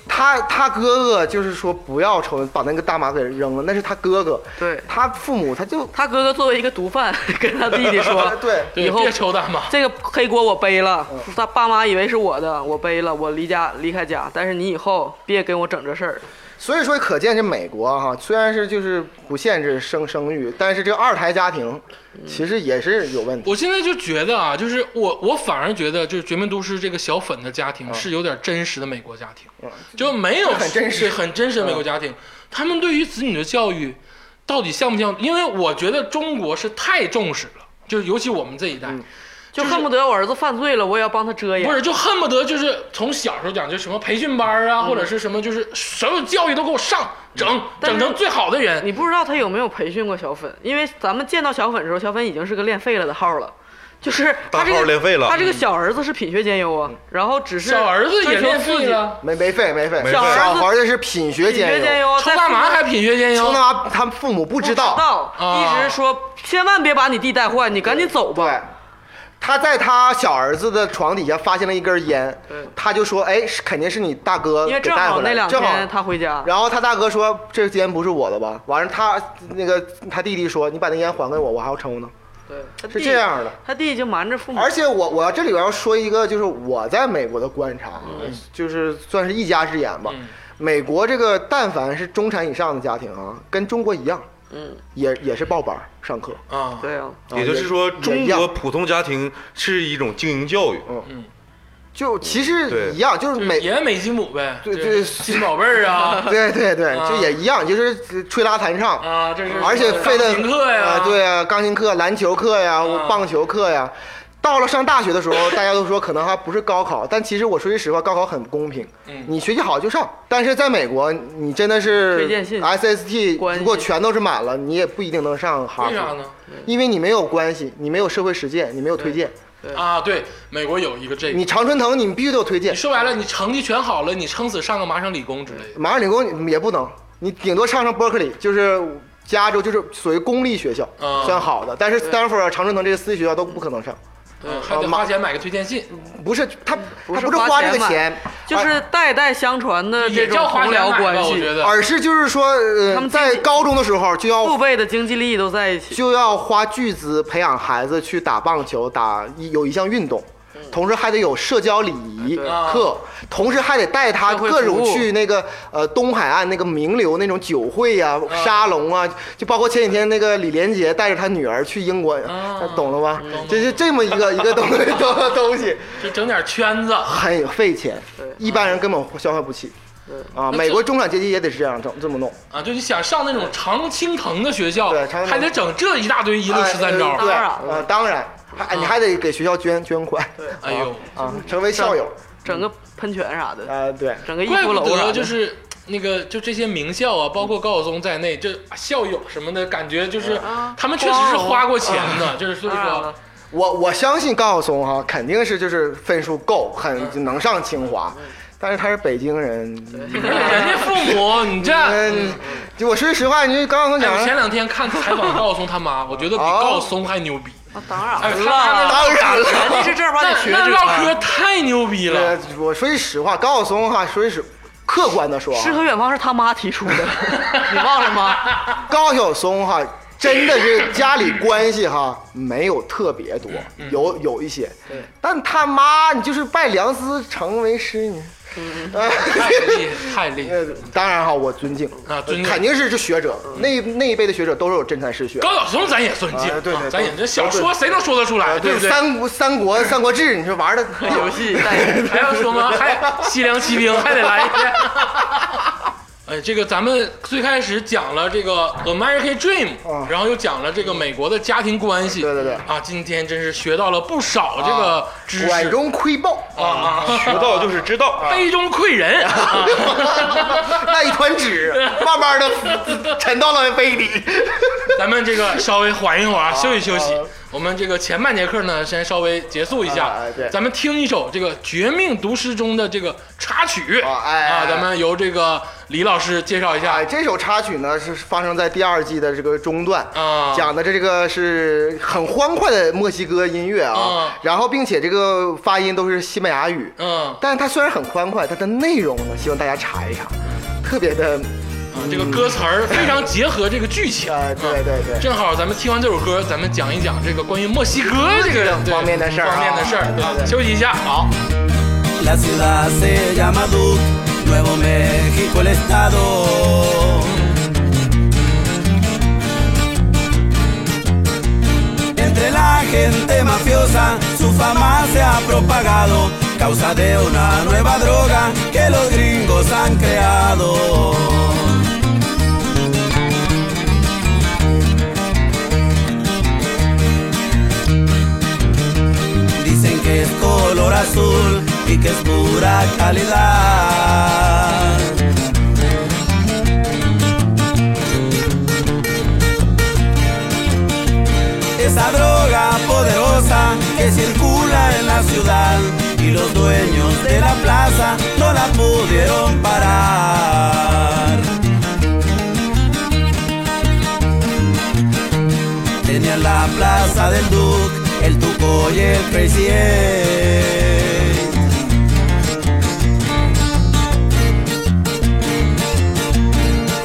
Speaker 4: 他他哥哥就是说不要抽，把那个大麻给扔了，那是他哥哥。
Speaker 2: 对
Speaker 4: 他父母他就，
Speaker 2: 他哥哥作为一个毒贩， 跟他弟弟说
Speaker 4: 对
Speaker 1: 对，
Speaker 2: 以后
Speaker 1: 别抽大麻，
Speaker 2: 这个黑锅我背了，他爸妈以为是我的，我背了，我离家离开家，但是你以后别跟我整这事儿。
Speaker 4: 所以说，可见这美国哈、虽然是就是不限制生生育，但是这二胎家庭
Speaker 2: 嗯
Speaker 4: 其实也是有问题。
Speaker 1: 我现在就觉得啊，就是我我反而觉得，就是《绝命毒师》这个小粉的家庭是有点真实的美国家庭，就没有
Speaker 4: 嗯 很真实嗯
Speaker 1: 对很真实的美国家庭。他们对于子女的教育到底像不像？因为我觉得中国是太重视了，就是尤其我们这一代，
Speaker 4: 嗯
Speaker 2: 就恨不得我儿子犯罪了，我也要帮他遮掩。
Speaker 1: 不是就恨不得就是从小时候讲，就什么培训班
Speaker 4: 嗯
Speaker 1: 啊，或者是什么，就是所有教育都给我上整
Speaker 2: 但
Speaker 1: 整
Speaker 2: 是
Speaker 1: 成最好的人。
Speaker 2: 你不知道他有没有培训过小粉，因为咱们见到小粉的时候，小粉已经是个练废了的号了，就是他这
Speaker 3: 大号
Speaker 2: 个
Speaker 3: 练废了
Speaker 2: 他这个小儿子是品学兼优啊，然后只是
Speaker 1: 小儿子也
Speaker 2: 追求
Speaker 1: 练
Speaker 2: 刺
Speaker 1: 废
Speaker 2: 激，
Speaker 1: 了，
Speaker 4: 没没费没费，
Speaker 3: 没费
Speaker 4: 小
Speaker 3: 小儿子
Speaker 4: 儿子是品学
Speaker 2: 品学兼
Speaker 4: 兼优，
Speaker 2: 优，啊
Speaker 1: 抽大麻还品学兼
Speaker 4: 他
Speaker 1: 优。
Speaker 4: 妈他父母不
Speaker 2: 不知
Speaker 4: 知道，
Speaker 2: 道，
Speaker 1: 啊
Speaker 2: 一直说千万别把你弟带坏，你赶紧走吧。
Speaker 4: 对。他在他小儿子的床底下发现了一根烟
Speaker 2: 对，
Speaker 4: 他就说：“哎，是肯定是你大哥
Speaker 2: 因为
Speaker 4: 给
Speaker 2: 正
Speaker 4: 带
Speaker 2: 好
Speaker 4: 回
Speaker 2: 那
Speaker 4: 来
Speaker 2: 两
Speaker 4: 的，正好
Speaker 2: 天。他回家，”
Speaker 4: 然后他大哥说：“这烟不是我的吧？”完了，他那个他弟弟说：“你把那烟还给我，我还要抽呢。
Speaker 2: 对，他”
Speaker 4: 是
Speaker 2: 弟
Speaker 4: 这，样的。
Speaker 2: 他弟已经瞒着父母，
Speaker 4: 而且我我这里边要说一个，就是我在美国的观察，啊
Speaker 2: 嗯
Speaker 4: 就是算是一家之言吧。
Speaker 1: 嗯
Speaker 4: 美国这个但凡是中产以上的家庭啊，跟中国一样，
Speaker 2: 嗯，
Speaker 4: 也也是报班儿上课。
Speaker 1: 啊，
Speaker 2: 对啊，
Speaker 4: 啊
Speaker 3: 也就是说，
Speaker 4: 也
Speaker 3: 中
Speaker 4: 一
Speaker 3: 国
Speaker 4: 样
Speaker 3: 普通家庭是一种精英教育，
Speaker 4: 就
Speaker 3: 对
Speaker 4: 其实一样，就是
Speaker 1: 就是
Speaker 4: 美
Speaker 1: 爷美心母呗，
Speaker 4: 对
Speaker 1: 就
Speaker 4: 对
Speaker 1: 心宝贝儿 啊，
Speaker 4: 对对对，
Speaker 1: 啊
Speaker 4: 就也一样，就是吹拉弹唱，
Speaker 1: 啊，这是
Speaker 4: 而且费的
Speaker 1: 钢琴课呀，
Speaker 4: 啊对啊，钢琴课、篮球课呀、
Speaker 1: 啊
Speaker 4: 棒球课呀。到了上大学的时候， 大家都说可能还不是高考，但其实我说句实话，高考很不公平。
Speaker 1: 嗯
Speaker 4: 你学习好就上，但是在美国，你真的是
Speaker 2: 推荐信
Speaker 4: SST
Speaker 2: 关系
Speaker 4: 如果全都是满了，你也不一定能上哈
Speaker 1: 为啥
Speaker 4: 佛，
Speaker 1: 呢？
Speaker 4: 因为你没有关系，你没有社会实践，你没有推荐，
Speaker 2: 对
Speaker 1: 啊，对，美国有一个这个，
Speaker 4: 你常春藤你必须得有推荐
Speaker 1: 你，说白了，你成绩全好了，你撑死上个麻省理工之类的。
Speaker 4: 麻省理工也不能，你顶多上上伯克利，就是加州就是属于公立学校、
Speaker 1: 啊
Speaker 4: 算好的，但是丹佛、常春藤这些私立学校都不可能上。
Speaker 1: 嗯，
Speaker 4: 啊
Speaker 1: 还得花钱买个推荐信，
Speaker 4: 不是他，
Speaker 2: 不
Speaker 4: 他
Speaker 2: 是
Speaker 4: 不是
Speaker 2: 花
Speaker 4: 花
Speaker 2: 钱
Speaker 4: 这个
Speaker 2: 买
Speaker 4: 钱，
Speaker 2: 就是代代相传的这
Speaker 1: 哎也
Speaker 2: 种
Speaker 1: 叫花
Speaker 2: 同
Speaker 1: 钱
Speaker 2: 僚
Speaker 1: 买吧
Speaker 2: 关
Speaker 1: 我
Speaker 2: 系
Speaker 1: 觉，
Speaker 4: 而
Speaker 1: 得，
Speaker 4: 而是就是说，
Speaker 2: 他
Speaker 4: 呃，
Speaker 2: 们
Speaker 4: 在
Speaker 2: 自己
Speaker 4: 高中的时候就
Speaker 2: 父
Speaker 4: 要
Speaker 2: 辈的经济利益都在一起。
Speaker 4: 就要花巨资培养孩子去打棒球，打一有一项运动。同时还得有社交礼仪
Speaker 2: 对
Speaker 4: 课，同时还得带他
Speaker 2: 社会
Speaker 4: 各种
Speaker 2: 服务
Speaker 4: 去那个呃东海岸那个名流那种酒会呀、沙龙啊，就包括前几天那个李连杰带着他女儿去英国，
Speaker 1: 啊
Speaker 4: 懂了吧
Speaker 1: 懂？
Speaker 4: 这是这么一个一个东东东西，
Speaker 1: 就整点圈子。
Speaker 4: 很费钱
Speaker 2: 对，
Speaker 4: 一般人根本消费不起。
Speaker 2: 对
Speaker 4: 啊，
Speaker 1: 那
Speaker 4: 美
Speaker 1: 这
Speaker 4: 国中产阶级也得是这样整这么弄。
Speaker 1: 啊，就你想上那种常青藤的学校
Speaker 4: 对，常青藤
Speaker 1: 还得整这一大堆一路十三招
Speaker 4: 哎
Speaker 2: 当
Speaker 4: 对，
Speaker 2: 然
Speaker 4: 啊，当然，还你还得给学校捐捐款，
Speaker 1: 哎呦，
Speaker 4: 啊，成为校友。
Speaker 2: 整个喷泉啥的，
Speaker 4: 啊，对，
Speaker 2: 整哎个一
Speaker 1: 哎怪
Speaker 2: 锅
Speaker 1: 不
Speaker 2: 楼啥
Speaker 1: 得
Speaker 2: 的
Speaker 1: 就是那个就这些名校啊，包括高晓松在内，就校友什么的感觉就是
Speaker 4: 嗯
Speaker 2: 啊
Speaker 1: 他们确实是花过钱
Speaker 4: 哦
Speaker 1: 的，就是所以
Speaker 2: 当然
Speaker 1: 说
Speaker 4: 啊
Speaker 2: 了，
Speaker 4: 我我相信高晓松哈、肯定是就是分数够，很能上清华，但是他是北京人。
Speaker 1: 人家父母你这。
Speaker 4: 嗯，就我说实话，你就高晓松讲
Speaker 1: 哎我前
Speaker 4: 的，
Speaker 1: 两天看采访高晓松他妈，我觉得比
Speaker 4: 哦
Speaker 1: 高晓松还牛逼。
Speaker 2: 啊当然
Speaker 1: 哎，他
Speaker 2: 了，
Speaker 1: 他
Speaker 4: 当然了，
Speaker 2: 人家是正儿八
Speaker 1: 那
Speaker 2: 经学
Speaker 1: 那
Speaker 2: 者
Speaker 1: 唠，
Speaker 4: 啊
Speaker 1: 嗑太牛逼了
Speaker 4: 呃。我说句实话，高晓松哈、说句实，客观的说啊，
Speaker 2: 诗和远方是他妈提 出的，你忘了吗？
Speaker 4: 高晓松哈、真的是家里关系哈、没有特别多，有有一些，但他妈你就是拜梁思成为师你。 呃
Speaker 1: 太厉害，太厉害！
Speaker 4: 呃，当然哈，我尊敬呃
Speaker 1: 啊尊敬嗯
Speaker 4: 肯定是这学者，那那一辈的学者都是有真才实学。
Speaker 1: 高晓松咱也尊敬，
Speaker 4: 啊对对
Speaker 1: 啊
Speaker 4: 对啊
Speaker 1: 咱也这小说谁能说得出来，
Speaker 4: 对
Speaker 1: 不对？啊
Speaker 4: 三国三国三国志，你说玩的哎
Speaker 2: 游戏带 人
Speaker 1: 还要说吗？还西凉骑兵还得来一遍。哎，这个咱们最开始讲了这个 American Dream，、
Speaker 4: 啊
Speaker 1: 然后又讲了这个美国的家庭关系，
Speaker 4: 对对对
Speaker 1: 啊，今天真是学到了不少这个知识，
Speaker 4: 管中窥豹，
Speaker 1: 啊啊，
Speaker 3: 学到就是知道。
Speaker 1: 杯中窥人，啊
Speaker 4: 那一团纸慢慢的沉到了杯 里。
Speaker 1: 咱们这个稍微缓一缓，啊，休息休息。我们这个前半节课呢，先稍微结束一下，
Speaker 4: 啊对
Speaker 1: 咱们听一首这个《绝命毒师》中的这个插曲
Speaker 4: 啊哎
Speaker 1: 啊
Speaker 4: 哎
Speaker 1: 咱们由这个李老师介绍一下
Speaker 4: 哎，这首插曲呢是发生在第二季的这个中段
Speaker 1: 啊
Speaker 4: 讲的这个是很欢快的墨西哥音乐啊
Speaker 1: 啊，
Speaker 4: 然后并且这个发音都是西班牙语，
Speaker 1: 嗯，
Speaker 4: 但是它虽然很欢快，它的内容呢，希望大家查一查，特别的，
Speaker 1: 啊，这个歌词儿非常结合这个剧情。啊
Speaker 4: 呃，对对对。
Speaker 1: 正好咱们听完这首歌，咱们讲一讲这个关于墨西哥这个对
Speaker 4: 方面的事儿啊
Speaker 1: 方面的事儿
Speaker 4: 对对对
Speaker 1: 休息一下，好。
Speaker 5: La ciudad se llama Duke, Nuevo México el estado. Entre la gente mafiosa, su fama se ha propagado, causa de una nueva droga que los gringos han creado. Dicen que es color azul y que es pura calidad. Esa droga poderosa que circula en la ciudad y los dueños de la plaza no la pudieron parar. Tenían la plaza del Duke, el Tuco y el Crazy Eight.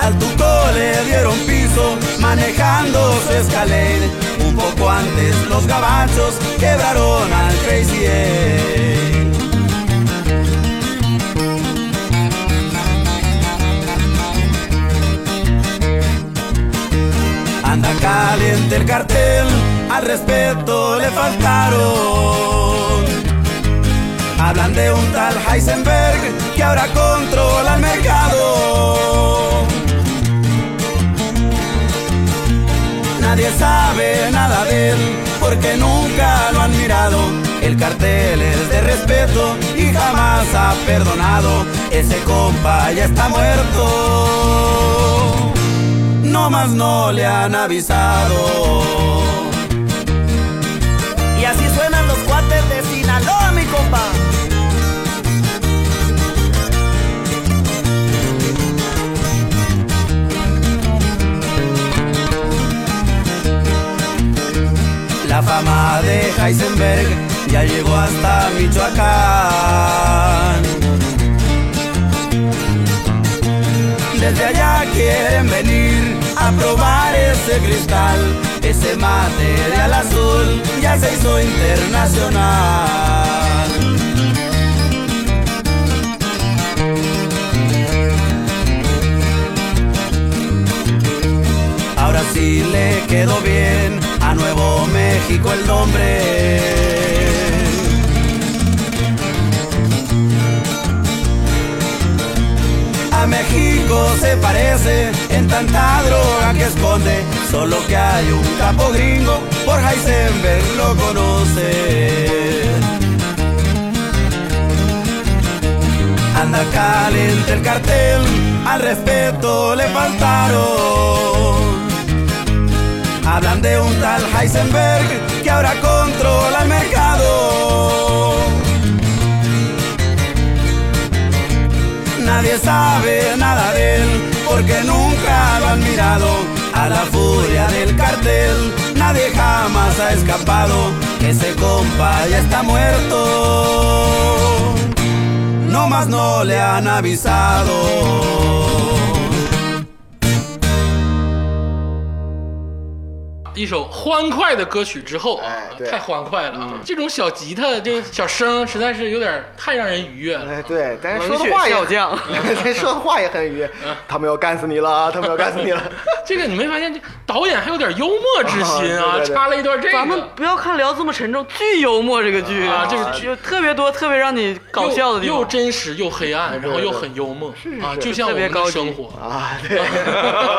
Speaker 5: Al Tuco le dieron piso manejando su escalera. Un poco antes los gabachos quebraron al Crazy Eight. Anda caliente el cartel, al respeto le faltaron. Hablan de un tal Heisenberg que ahora controla el mercado. Nadie sabe nada de él porque nunca lo han mirado. El cartel es de respeto y jamás ha perdonado. Ese compa ya está muerto no más no le han avisado. Y así suenan los cuates de Sinaloa, mi compa. La fama de Heisenberg ya llegó hasta Michoacán. Desde allá quieren venir a probar ese cristal, ese material azul ya se hizo internacional. Ahora sí le quedó bien a Nuevo México el nombre. A México se parece en tanta droga que esconde, solo que hay un capo gringo, por Heisenberg lo conoce. anda caliente el cartel, al respeto le faltaron. Hablan de un tal Heisenberg que ahora controla el mercado. Nadie sabe nada de él porque nunca lo han mirado. A la furia del cartel nadie jamás ha escapado. Ese compa ya está muerto. No más no le han avisado.
Speaker 1: 一首欢快的歌曲之后啊
Speaker 4: 哎，对嗯
Speaker 1: 太欢快了啊！这种小吉他这小声实在是有点太让人愉悦了。
Speaker 4: 哎，对，但是
Speaker 2: 冷
Speaker 4: 说
Speaker 2: 血
Speaker 4: 的话也
Speaker 2: 笑匠
Speaker 4: 对 说的话也很愉悦。他们要干死你了，他们要干死你了。
Speaker 1: 这个你没发现，这导演还有点幽默之心啊，
Speaker 4: 啊对对对
Speaker 1: 插了一段这个。
Speaker 2: 咱们不要看聊这么沉重，巨幽默这个剧
Speaker 1: 啊这个剧
Speaker 2: 就特别多特别让你搞笑的地
Speaker 1: 又又
Speaker 2: 方。
Speaker 1: 真实又黑
Speaker 4: 哎
Speaker 1: 暗，然后又很幽默啊，就像我们
Speaker 2: 特别高
Speaker 1: 的
Speaker 2: 级
Speaker 1: 生活。
Speaker 4: 啊，对，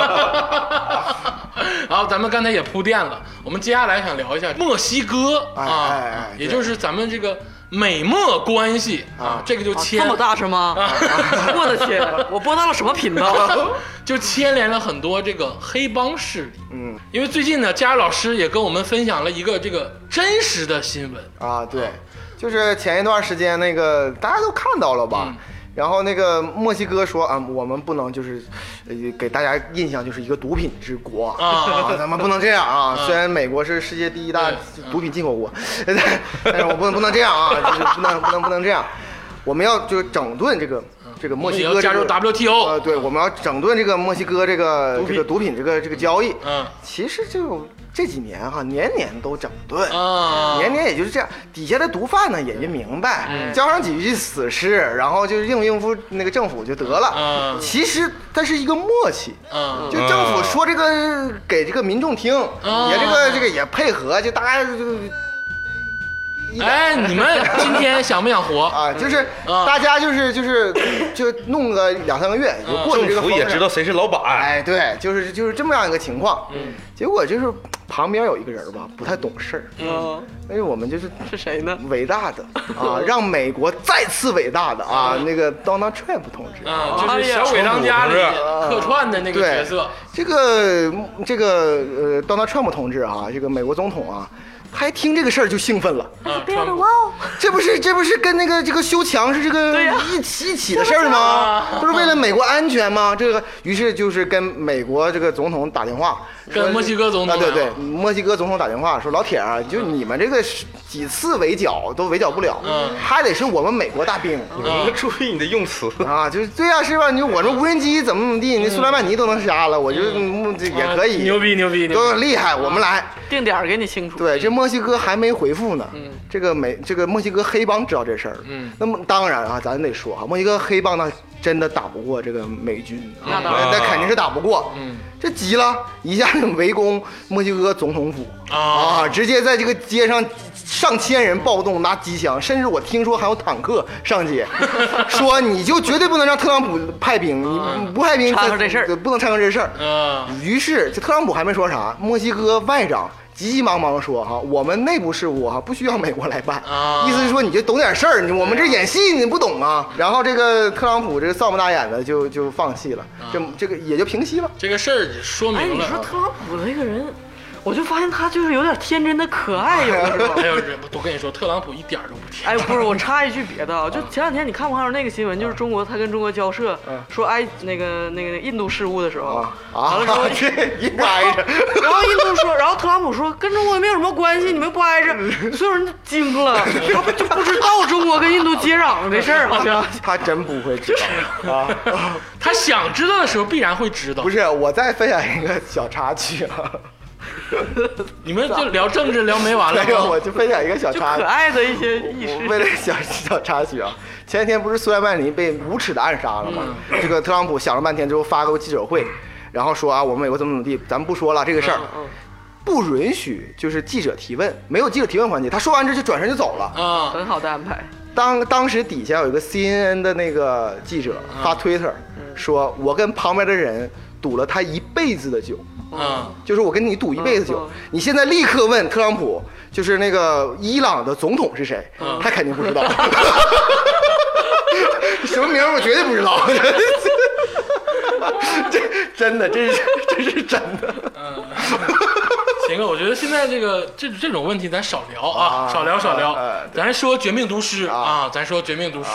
Speaker 1: 然后咱们刚才也铺垫了，我们接下来想聊一下墨西哥
Speaker 4: 哎
Speaker 1: 啊
Speaker 4: 哎哎，
Speaker 1: 也
Speaker 4: 对
Speaker 1: 就是咱们这个美墨关系啊
Speaker 4: 啊，
Speaker 1: 这个就
Speaker 2: 啊
Speaker 1: 牵
Speaker 2: 这么大是 吗？我的天，我播到了什么频道？
Speaker 1: 就牵连了很多这个黑帮势力。
Speaker 4: 嗯，
Speaker 1: 因为最近呢，佳老师也跟我们分享了一个这个真实的新闻，
Speaker 4: 啊，对，就是前一段时间那个大家都看到了吧。
Speaker 1: 嗯
Speaker 4: 然后那个墨西哥说啊，我们不能就是，呃，给大家印象就是一个毒品之国
Speaker 1: 啊
Speaker 4: 咱们不能这样啊。
Speaker 1: 啊
Speaker 4: 虽然美国是世界第一大
Speaker 1: 对嗯
Speaker 4: 毒品进口国，但但是我不能不能这样啊，就是不能不能不能这样，我们要就是整顿这个这个墨西
Speaker 1: 也嗯要
Speaker 4: 哥
Speaker 1: 加入
Speaker 4: 这个
Speaker 1: WTO
Speaker 4: 呃，对，我们要整顿这个墨西哥这个
Speaker 1: 品
Speaker 4: 这个毒品这个这个交易。
Speaker 1: 嗯
Speaker 4: 其实就这几年哈，年年都整顿
Speaker 1: 啊
Speaker 4: 年年也就是这样，底下的毒贩呢也就明
Speaker 3: 嗯
Speaker 4: 白，交上几句死诗，然后就应付应付那个政府就得了
Speaker 1: 嗯。
Speaker 4: 其实它是一个默契，
Speaker 1: 嗯，
Speaker 4: 就政府说这个给这个民众听，
Speaker 1: 嗯
Speaker 4: 也这个这个也配合，就大家就就一点
Speaker 1: 哎，你们今天想不想 活？
Speaker 4: 啊，就是
Speaker 1: 嗯
Speaker 4: 大家就是就是就弄个两三个月也就过去这
Speaker 3: 政
Speaker 4: 个
Speaker 3: 府
Speaker 4: 风
Speaker 3: 也
Speaker 4: 了
Speaker 3: 知道谁是老板，
Speaker 4: 哎，对，就是就是这么样一个情况。嗯，结果就是旁边有一个人吧，不太懂事儿，
Speaker 2: 嗯，
Speaker 4: 但是我们就是
Speaker 2: 是谁呢？
Speaker 4: 伟大的啊，让美国再次伟大的啊，那个 Donald Trump 同志。
Speaker 1: 啊，就是小鬼当家
Speaker 4: 哎
Speaker 1: 里客串的那个角
Speaker 4: 对
Speaker 1: 色，，啊
Speaker 4: 这个这个呃，Donald Trump 同志啊，这个美国总统啊，他一听这个事儿就兴奋了。
Speaker 1: 啊，川普
Speaker 4: 这不是这不是跟那个这个修墙是这个
Speaker 2: 对呀
Speaker 4: 一起一起的事儿
Speaker 1: 啊
Speaker 4: 吗？不是为了美国安全吗？这个于是就是跟美国这个总统打电话，
Speaker 1: 跟
Speaker 4: 说
Speaker 1: 墨西哥总统
Speaker 4: 啊，对对
Speaker 1: 打，
Speaker 4: 墨西哥总统打电话说老铁啊，就你们这个几次围剿都围剿不了
Speaker 1: 嗯，
Speaker 4: 还得是我们美国大兵。
Speaker 1: 啊
Speaker 3: 注意你的用词。
Speaker 4: 啊，就是对呀、是吧？你说我这无人机怎么怎么地，你苏莱曼尼都能杀了，我就嗯这也可以，
Speaker 1: 啊牛逼牛逼牛
Speaker 4: 都
Speaker 1: 逼，
Speaker 4: 厉害，我们来。
Speaker 2: 定点儿给你清楚。嗯
Speaker 4: 对，这墨西哥还没回复呢。这个美这个墨西哥黑帮知道这事儿了。
Speaker 1: 嗯
Speaker 4: 那么当然啊，咱得说啊，墨西哥黑帮呢真的打不过这个美军，啊
Speaker 2: 那当
Speaker 3: 然
Speaker 4: 那肯定是打不过。
Speaker 1: 嗯，
Speaker 4: 这急了，一下就围攻墨西哥总统府
Speaker 1: 啊
Speaker 4: 直接在这个街上上千人暴动，拿机枪，甚至我听说还有坦克上 街，说你就绝对不能让特朗普派兵，你不派兵
Speaker 2: 啊掺和这事儿嗯
Speaker 4: 对不能掺和这事儿。
Speaker 1: 啊
Speaker 4: 于是这特朗普还没说啥，墨西哥外长急急忙忙说哈，我们内部事务哈不需要美国来办，
Speaker 1: 啊
Speaker 4: 意思是说你就懂点事儿，你我们这
Speaker 2: 啊
Speaker 4: 演戏你不懂啊。然后这个特朗普这丧不大眼的就就放弃了，
Speaker 2: 啊
Speaker 4: 这这个也就平息了。
Speaker 1: 这个事儿也说
Speaker 2: 哎，
Speaker 1: 明
Speaker 2: 你说
Speaker 1: 了。啊
Speaker 2: 特朗普这个人，我就发现他就是有点天真的可爱，有的时候。
Speaker 1: 哎呦，这我跟你说，特朗普一点儿都不甜
Speaker 2: 哎，不是，我插一句别的啊，就前两天你看不看到那个新闻，就是中国他跟中国交涉，说埃那个那个印度事务的时候
Speaker 4: 嗯
Speaker 2: 完
Speaker 4: 啊，啊
Speaker 2: 了之后，！
Speaker 4: 这一挨着，
Speaker 2: 然后印度说，然后特朗普说跟中国也没有什么关系，你们不挨着，所有人都惊了，他们就不知道中国跟印度接壤这事儿，好 像。
Speaker 4: 他真不会知道啊！
Speaker 1: 他想知道的时候必然会知道
Speaker 4: 不。是，我再分享一个小插曲啊，
Speaker 1: 你们就聊政治聊没完了啊
Speaker 4: 没有，我
Speaker 1: 吗？
Speaker 4: 就分享一个小
Speaker 2: 就
Speaker 4: 插曲
Speaker 2: 可。爱的一些意
Speaker 4: 我
Speaker 2: 识。
Speaker 4: 为了小小插曲啊，前几天不是苏莱曼尼被无耻的暗杀了吗？这个特朗普想了半天之后发个记者会，然后说啊，我们美国怎么怎么地，咱们不说了这个事儿，不允许就是记者提问，没有记者提问环节。他说完之后就转身就走了。
Speaker 1: 啊，
Speaker 2: 很好的安排，
Speaker 4: 当当时底下有一个 CNN 的那个记者发 Twitter 说，我跟旁边的人赌了他一辈子的酒。
Speaker 1: 嗯，
Speaker 4: 就是我跟你赌一辈
Speaker 2: 嗯
Speaker 4: 子酒
Speaker 2: 嗯，
Speaker 4: 你现在立刻问特朗普，
Speaker 2: 嗯
Speaker 4: 就是那个伊朗的总统是谁，他肯定不知道。什么名儿我绝对不知道， 这真的，这是这是真的。
Speaker 1: 行啊哥，我觉得现在这个这这种问题咱少聊啊，
Speaker 4: 啊
Speaker 1: 少聊少聊
Speaker 4: 啊啊，
Speaker 1: 咱说《绝命毒师》啊，咱说《绝命毒师》，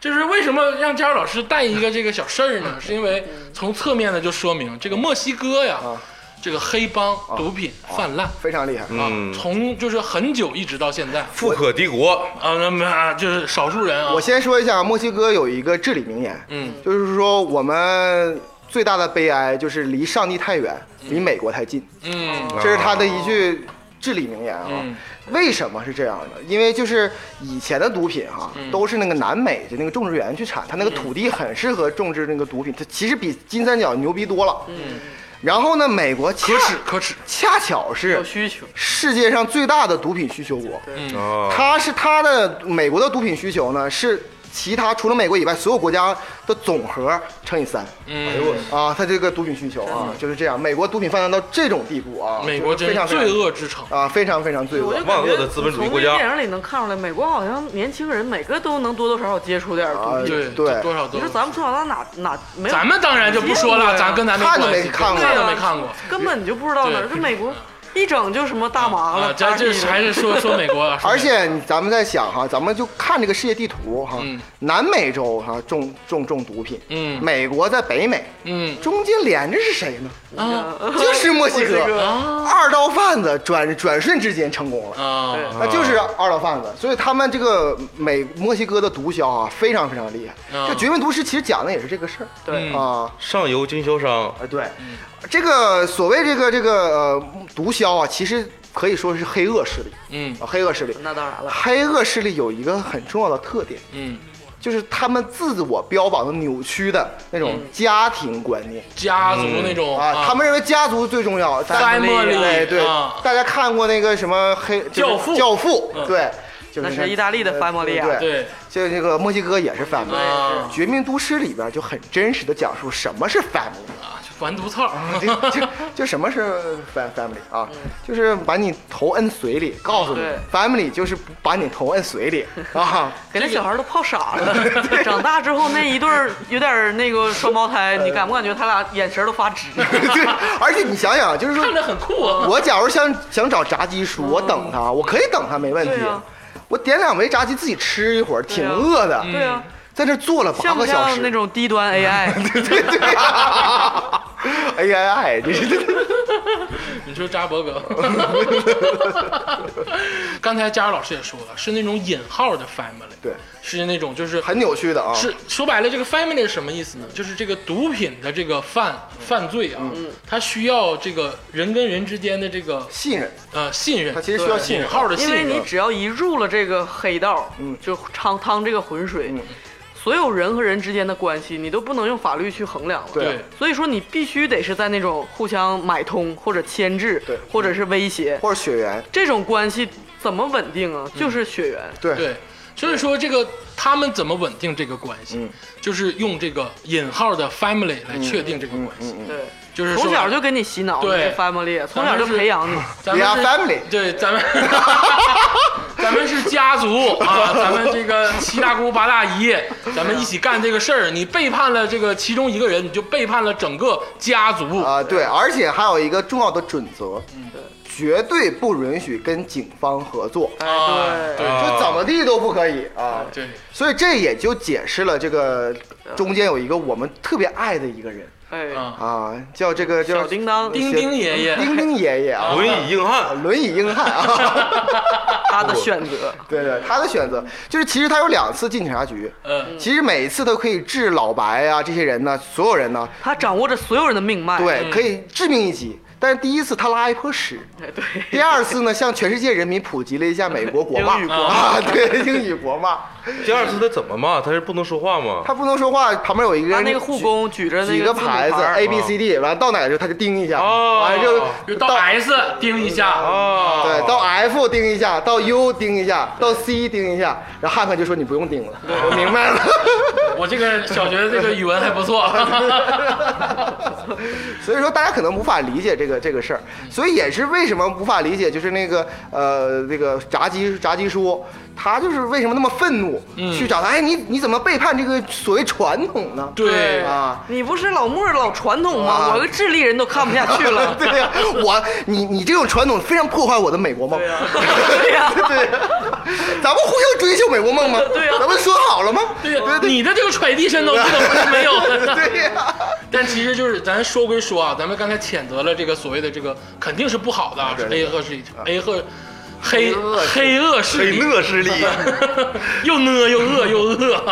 Speaker 1: 就是为什么让佳茹老师带一个这个小事儿呢？是因为从侧面呢就说明这个墨西哥呀，
Speaker 4: 啊
Speaker 1: 这个黑帮毒品泛滥。
Speaker 4: 非常厉害。
Speaker 2: 嗯
Speaker 1: 啊，从就是很久一直到现在
Speaker 3: 富可敌国，
Speaker 1: 啊，那么啊就是少数人啊，
Speaker 4: 我先说一下，墨西哥有一个至理名言，
Speaker 1: 嗯，
Speaker 4: 就是说我们最大的悲哀就是离上帝太远，离美国太近，
Speaker 1: 嗯
Speaker 4: 这是他的一句至理名言啊。
Speaker 1: 嗯
Speaker 4: 为什么是这样的？因为就是以前的毒品哈、
Speaker 1: 嗯
Speaker 4: 都是那个南美的那个种植园去产，它那个土地很适合种植那个毒品，它其实比金三角牛逼多了。嗯，然后呢，美国
Speaker 1: 可
Speaker 4: 可
Speaker 1: 耻可耻，
Speaker 4: 恰巧是
Speaker 2: 有需求，
Speaker 4: 世界上最大的毒品需求国。
Speaker 3: 啊，
Speaker 4: 它是它的美国的毒品需求呢是其他除了美国以外所有国家的总和乘以三
Speaker 3: 哎呦
Speaker 1: 嗯，
Speaker 3: 我
Speaker 4: 啊，它这个毒品需求啊就是这样。美国毒品泛滥到这种地步啊，
Speaker 1: 美国
Speaker 4: 就是
Speaker 1: 真
Speaker 4: 非
Speaker 1: 是
Speaker 4: 常
Speaker 1: 罪恶之城，
Speaker 4: 啊，非常非常罪
Speaker 2: 我
Speaker 4: 恶
Speaker 2: 就。
Speaker 3: 万
Speaker 2: 感
Speaker 3: 恶
Speaker 2: 觉
Speaker 3: 的资本主义国
Speaker 2: 从
Speaker 3: 家
Speaker 2: 这电影里能看出来，美国好像年轻人每个都能多多少少接触点儿
Speaker 4: 啊
Speaker 2: 毒
Speaker 3: 哎
Speaker 2: 品。
Speaker 1: 对
Speaker 4: 对
Speaker 1: 多少都
Speaker 2: 你说咱们从小到哪哪没有？
Speaker 1: 咱们当然就不说了，咱跟咱没
Speaker 4: 看都
Speaker 1: 关系，
Speaker 4: 没看过
Speaker 1: 看都没看过。
Speaker 2: 啊根本就不知道哪儿。
Speaker 1: 对
Speaker 2: 这美国一整就什么大麻
Speaker 1: 啊
Speaker 2: 了，，
Speaker 1: 咱这还是说说美国啊，说
Speaker 4: 而
Speaker 1: 美国
Speaker 4: 且你咱们在想哈，咱们就看这个世界地图哈，
Speaker 1: 嗯
Speaker 4: 南美洲哈种种种毒品，
Speaker 1: 嗯
Speaker 4: 美国在北美，
Speaker 1: 嗯
Speaker 4: 中间连着是谁 呢？
Speaker 1: 啊
Speaker 4: 就是墨西
Speaker 2: 墨西
Speaker 4: 哥
Speaker 2: 哥，
Speaker 1: 啊
Speaker 4: 二道贩子转转瞬之间成功了。
Speaker 1: 啊
Speaker 4: 那就是二道贩子，所以他们这个美墨西哥的毒枭啊，非常非常厉害。
Speaker 1: 啊
Speaker 4: 这《绝命毒师》其实讲的也是这个事儿
Speaker 2: 对，
Speaker 1: 嗯
Speaker 4: 啊，
Speaker 3: 上游经销商，
Speaker 4: 啊对，这个所谓这个这个呃毒枭啊，其实可以说是黑恶势力
Speaker 1: 嗯
Speaker 4: 啊，黑恶势力。
Speaker 2: 那当然了，
Speaker 4: 黑恶势力有一个很重要的特点，
Speaker 1: 嗯，
Speaker 4: 就是他们自我标榜的扭曲的那
Speaker 2: 嗯
Speaker 4: 种家庭观念
Speaker 1: 家族那
Speaker 2: 哦
Speaker 1: 种
Speaker 4: 啊，他们认为家族最重要。大家
Speaker 1: Family，
Speaker 4: 对对
Speaker 1: 啊，
Speaker 4: 大家看过那个什么黑就是
Speaker 1: 教父
Speaker 4: 教父
Speaker 1: 嗯
Speaker 4: 对，就是
Speaker 2: 那是
Speaker 4: 那
Speaker 2: 意大利的
Speaker 4: 呃
Speaker 2: family 啊
Speaker 4: 对。
Speaker 1: 对
Speaker 4: 就这个墨西哥也是 family，、
Speaker 1: 啊
Speaker 4: 《绝命都市》里边就很真实的讲述什么是 family，
Speaker 1: 啊，就完犊子儿
Speaker 4: 就就就什么是 fam family 啊，就是把你头摁水里，告诉
Speaker 2: 嗯
Speaker 4: 你
Speaker 2: 对
Speaker 4: family 就是不把你头摁水里啊，
Speaker 2: 给那小孩都泡 傻了。长大之后那一对儿有点儿那个双胞
Speaker 3: 哎
Speaker 2: 胎，你感不感觉他俩眼神都发直？
Speaker 4: 对，而且你想想，就是
Speaker 1: 看着
Speaker 4: 说
Speaker 1: 很酷啊，
Speaker 4: 我假如想想找炸鸡叔，我等他，我可以等他没问题
Speaker 2: 嗯对啊，
Speaker 4: 我点两枚炸鸡自己吃一会儿，挺
Speaker 2: 对啊
Speaker 4: 饿的，
Speaker 2: 对啊，
Speaker 4: 在这坐了八
Speaker 2: 像不
Speaker 4: 个小
Speaker 2: 像那
Speaker 4: 时。
Speaker 2: 种低 端 AI？
Speaker 4: 对对 啊，哎呀哎，这是
Speaker 1: 你说扎伯格， 刚才佳茹老师也说了，是那种引号的 family，
Speaker 4: 对，
Speaker 1: 是那种就是
Speaker 4: 很扭曲的啊。
Speaker 1: 是说白了，这个 family 是什么意思呢？就是这个毒品的这个犯犯罪啊，
Speaker 4: 嗯
Speaker 1: 它需要这个人跟人之间的这个
Speaker 4: 信任，
Speaker 1: 呃信任，
Speaker 4: 它其实需要信
Speaker 1: 引
Speaker 4: 任
Speaker 1: 号的信
Speaker 2: 因为你
Speaker 1: 任，
Speaker 2: 只要一入了这个黑道，
Speaker 4: 嗯
Speaker 2: 就趟趟这个浑水。所有人和人之间的关系，你都不能用法律去衡量了。
Speaker 4: 啊
Speaker 1: 对
Speaker 2: 所以说你必须得是在那种互相买通或者牵制，
Speaker 4: 对嗯
Speaker 2: 或者是威胁，
Speaker 4: 或者血缘，
Speaker 2: 这种关系怎么稳定啊？
Speaker 4: 嗯
Speaker 2: 就是血缘。
Speaker 4: 对，
Speaker 1: 对。所以说，这个他们怎么稳定这个关系，
Speaker 4: 嗯
Speaker 1: 就是用这个引号的 family 来确定这个关系，
Speaker 4: 嗯，
Speaker 2: 对，
Speaker 1: 就是说
Speaker 2: 从小就给你洗脑，
Speaker 1: 对
Speaker 2: 你是 family，从
Speaker 1: 咱
Speaker 2: 小
Speaker 1: 们
Speaker 2: 就是培养你。
Speaker 1: 咱
Speaker 4: We
Speaker 1: 们
Speaker 4: are
Speaker 1: 是
Speaker 4: family
Speaker 1: 对，咱们咱们是家族啊，咱们这个七大姑八大姨，咱们一起干这个事儿。你背叛了这个其中一个人，你就背叛了整个家族。
Speaker 4: 啊、对，而且还有一个重要的准则，
Speaker 2: 嗯
Speaker 4: 绝对不允许跟警方合作，
Speaker 1: 啊
Speaker 2: 对
Speaker 1: 对
Speaker 4: 就怎么地都不可以啊。
Speaker 1: 对，
Speaker 4: 所以这也就解释了这个中间有一个我们特别爱的一个人
Speaker 2: 哎，
Speaker 1: 啊，
Speaker 4: 啊，叫这个叫
Speaker 2: 小叮当
Speaker 1: 丁丁爷爷，
Speaker 4: 丁丁爷爷 啊，
Speaker 3: 轮椅硬汉，
Speaker 4: 轮椅硬汉啊，
Speaker 2: 他的选择，
Speaker 4: 对对，他的选择就是其实他有两次进警察局。
Speaker 1: 嗯，
Speaker 4: 其实每一次都可以治老白啊这些人呢，所有人呢，
Speaker 2: 他掌握着所有人的命脉。
Speaker 4: 对，可以致命一击。但是第一次他拉一泼屎，
Speaker 2: 哎对，
Speaker 4: 第二次呢，向全世界人民普及了一下美国国骂
Speaker 2: 英语国骂
Speaker 4: 啊， 对，英语国骂。
Speaker 3: 第二次他怎么骂？他是不能说话吗？
Speaker 4: 他不能说话，旁边有一个
Speaker 2: 他
Speaker 4: 人，
Speaker 2: 那个护工举着那
Speaker 4: 几个
Speaker 2: 字母
Speaker 4: 牌子
Speaker 2: 儿
Speaker 4: A B C D，完到哪儿就他就叮一下，
Speaker 3: 哦
Speaker 4: 完
Speaker 1: 就
Speaker 4: 就
Speaker 1: 到 S 盯一下，
Speaker 3: 啊，
Speaker 4: 对，到 F 叮一下，到 U 叮一下，到 C 叮一下，然后汉汉就说你不用叮了，我明白了。
Speaker 1: 我这个小学这个语文还不错。
Speaker 4: 所以说大家可能无法理解这个这个事儿，所以也是为什么无法理解，就是那个呃那个炸鸡炸鸡叔他就是为什么那么愤怒，去找他，哎，你你怎么背叛这个所谓传统呢？
Speaker 1: 对
Speaker 4: 啊，
Speaker 2: 你不是老莫老传统吗？
Speaker 4: 啊
Speaker 2: 我个智利人都看不下去了。
Speaker 4: 对呀、我你你这种传统非常破坏我的美国梦。对呀、
Speaker 2: 对呀
Speaker 4: 咱们互相追求美国梦吗？
Speaker 2: 对呀
Speaker 4: 咱们说好了吗？对
Speaker 1: 对呀，你的这个揣地渗透不怎么没有？
Speaker 4: 对呀、
Speaker 1: 但其实就是咱说归说啊，咱们刚才谴责了这个所谓的这个肯定是不好的啊，是黑恶势力，A 和黑黑恶势
Speaker 3: 黑
Speaker 1: 力，
Speaker 3: 恶势力，
Speaker 1: 又呢又恶又 恶。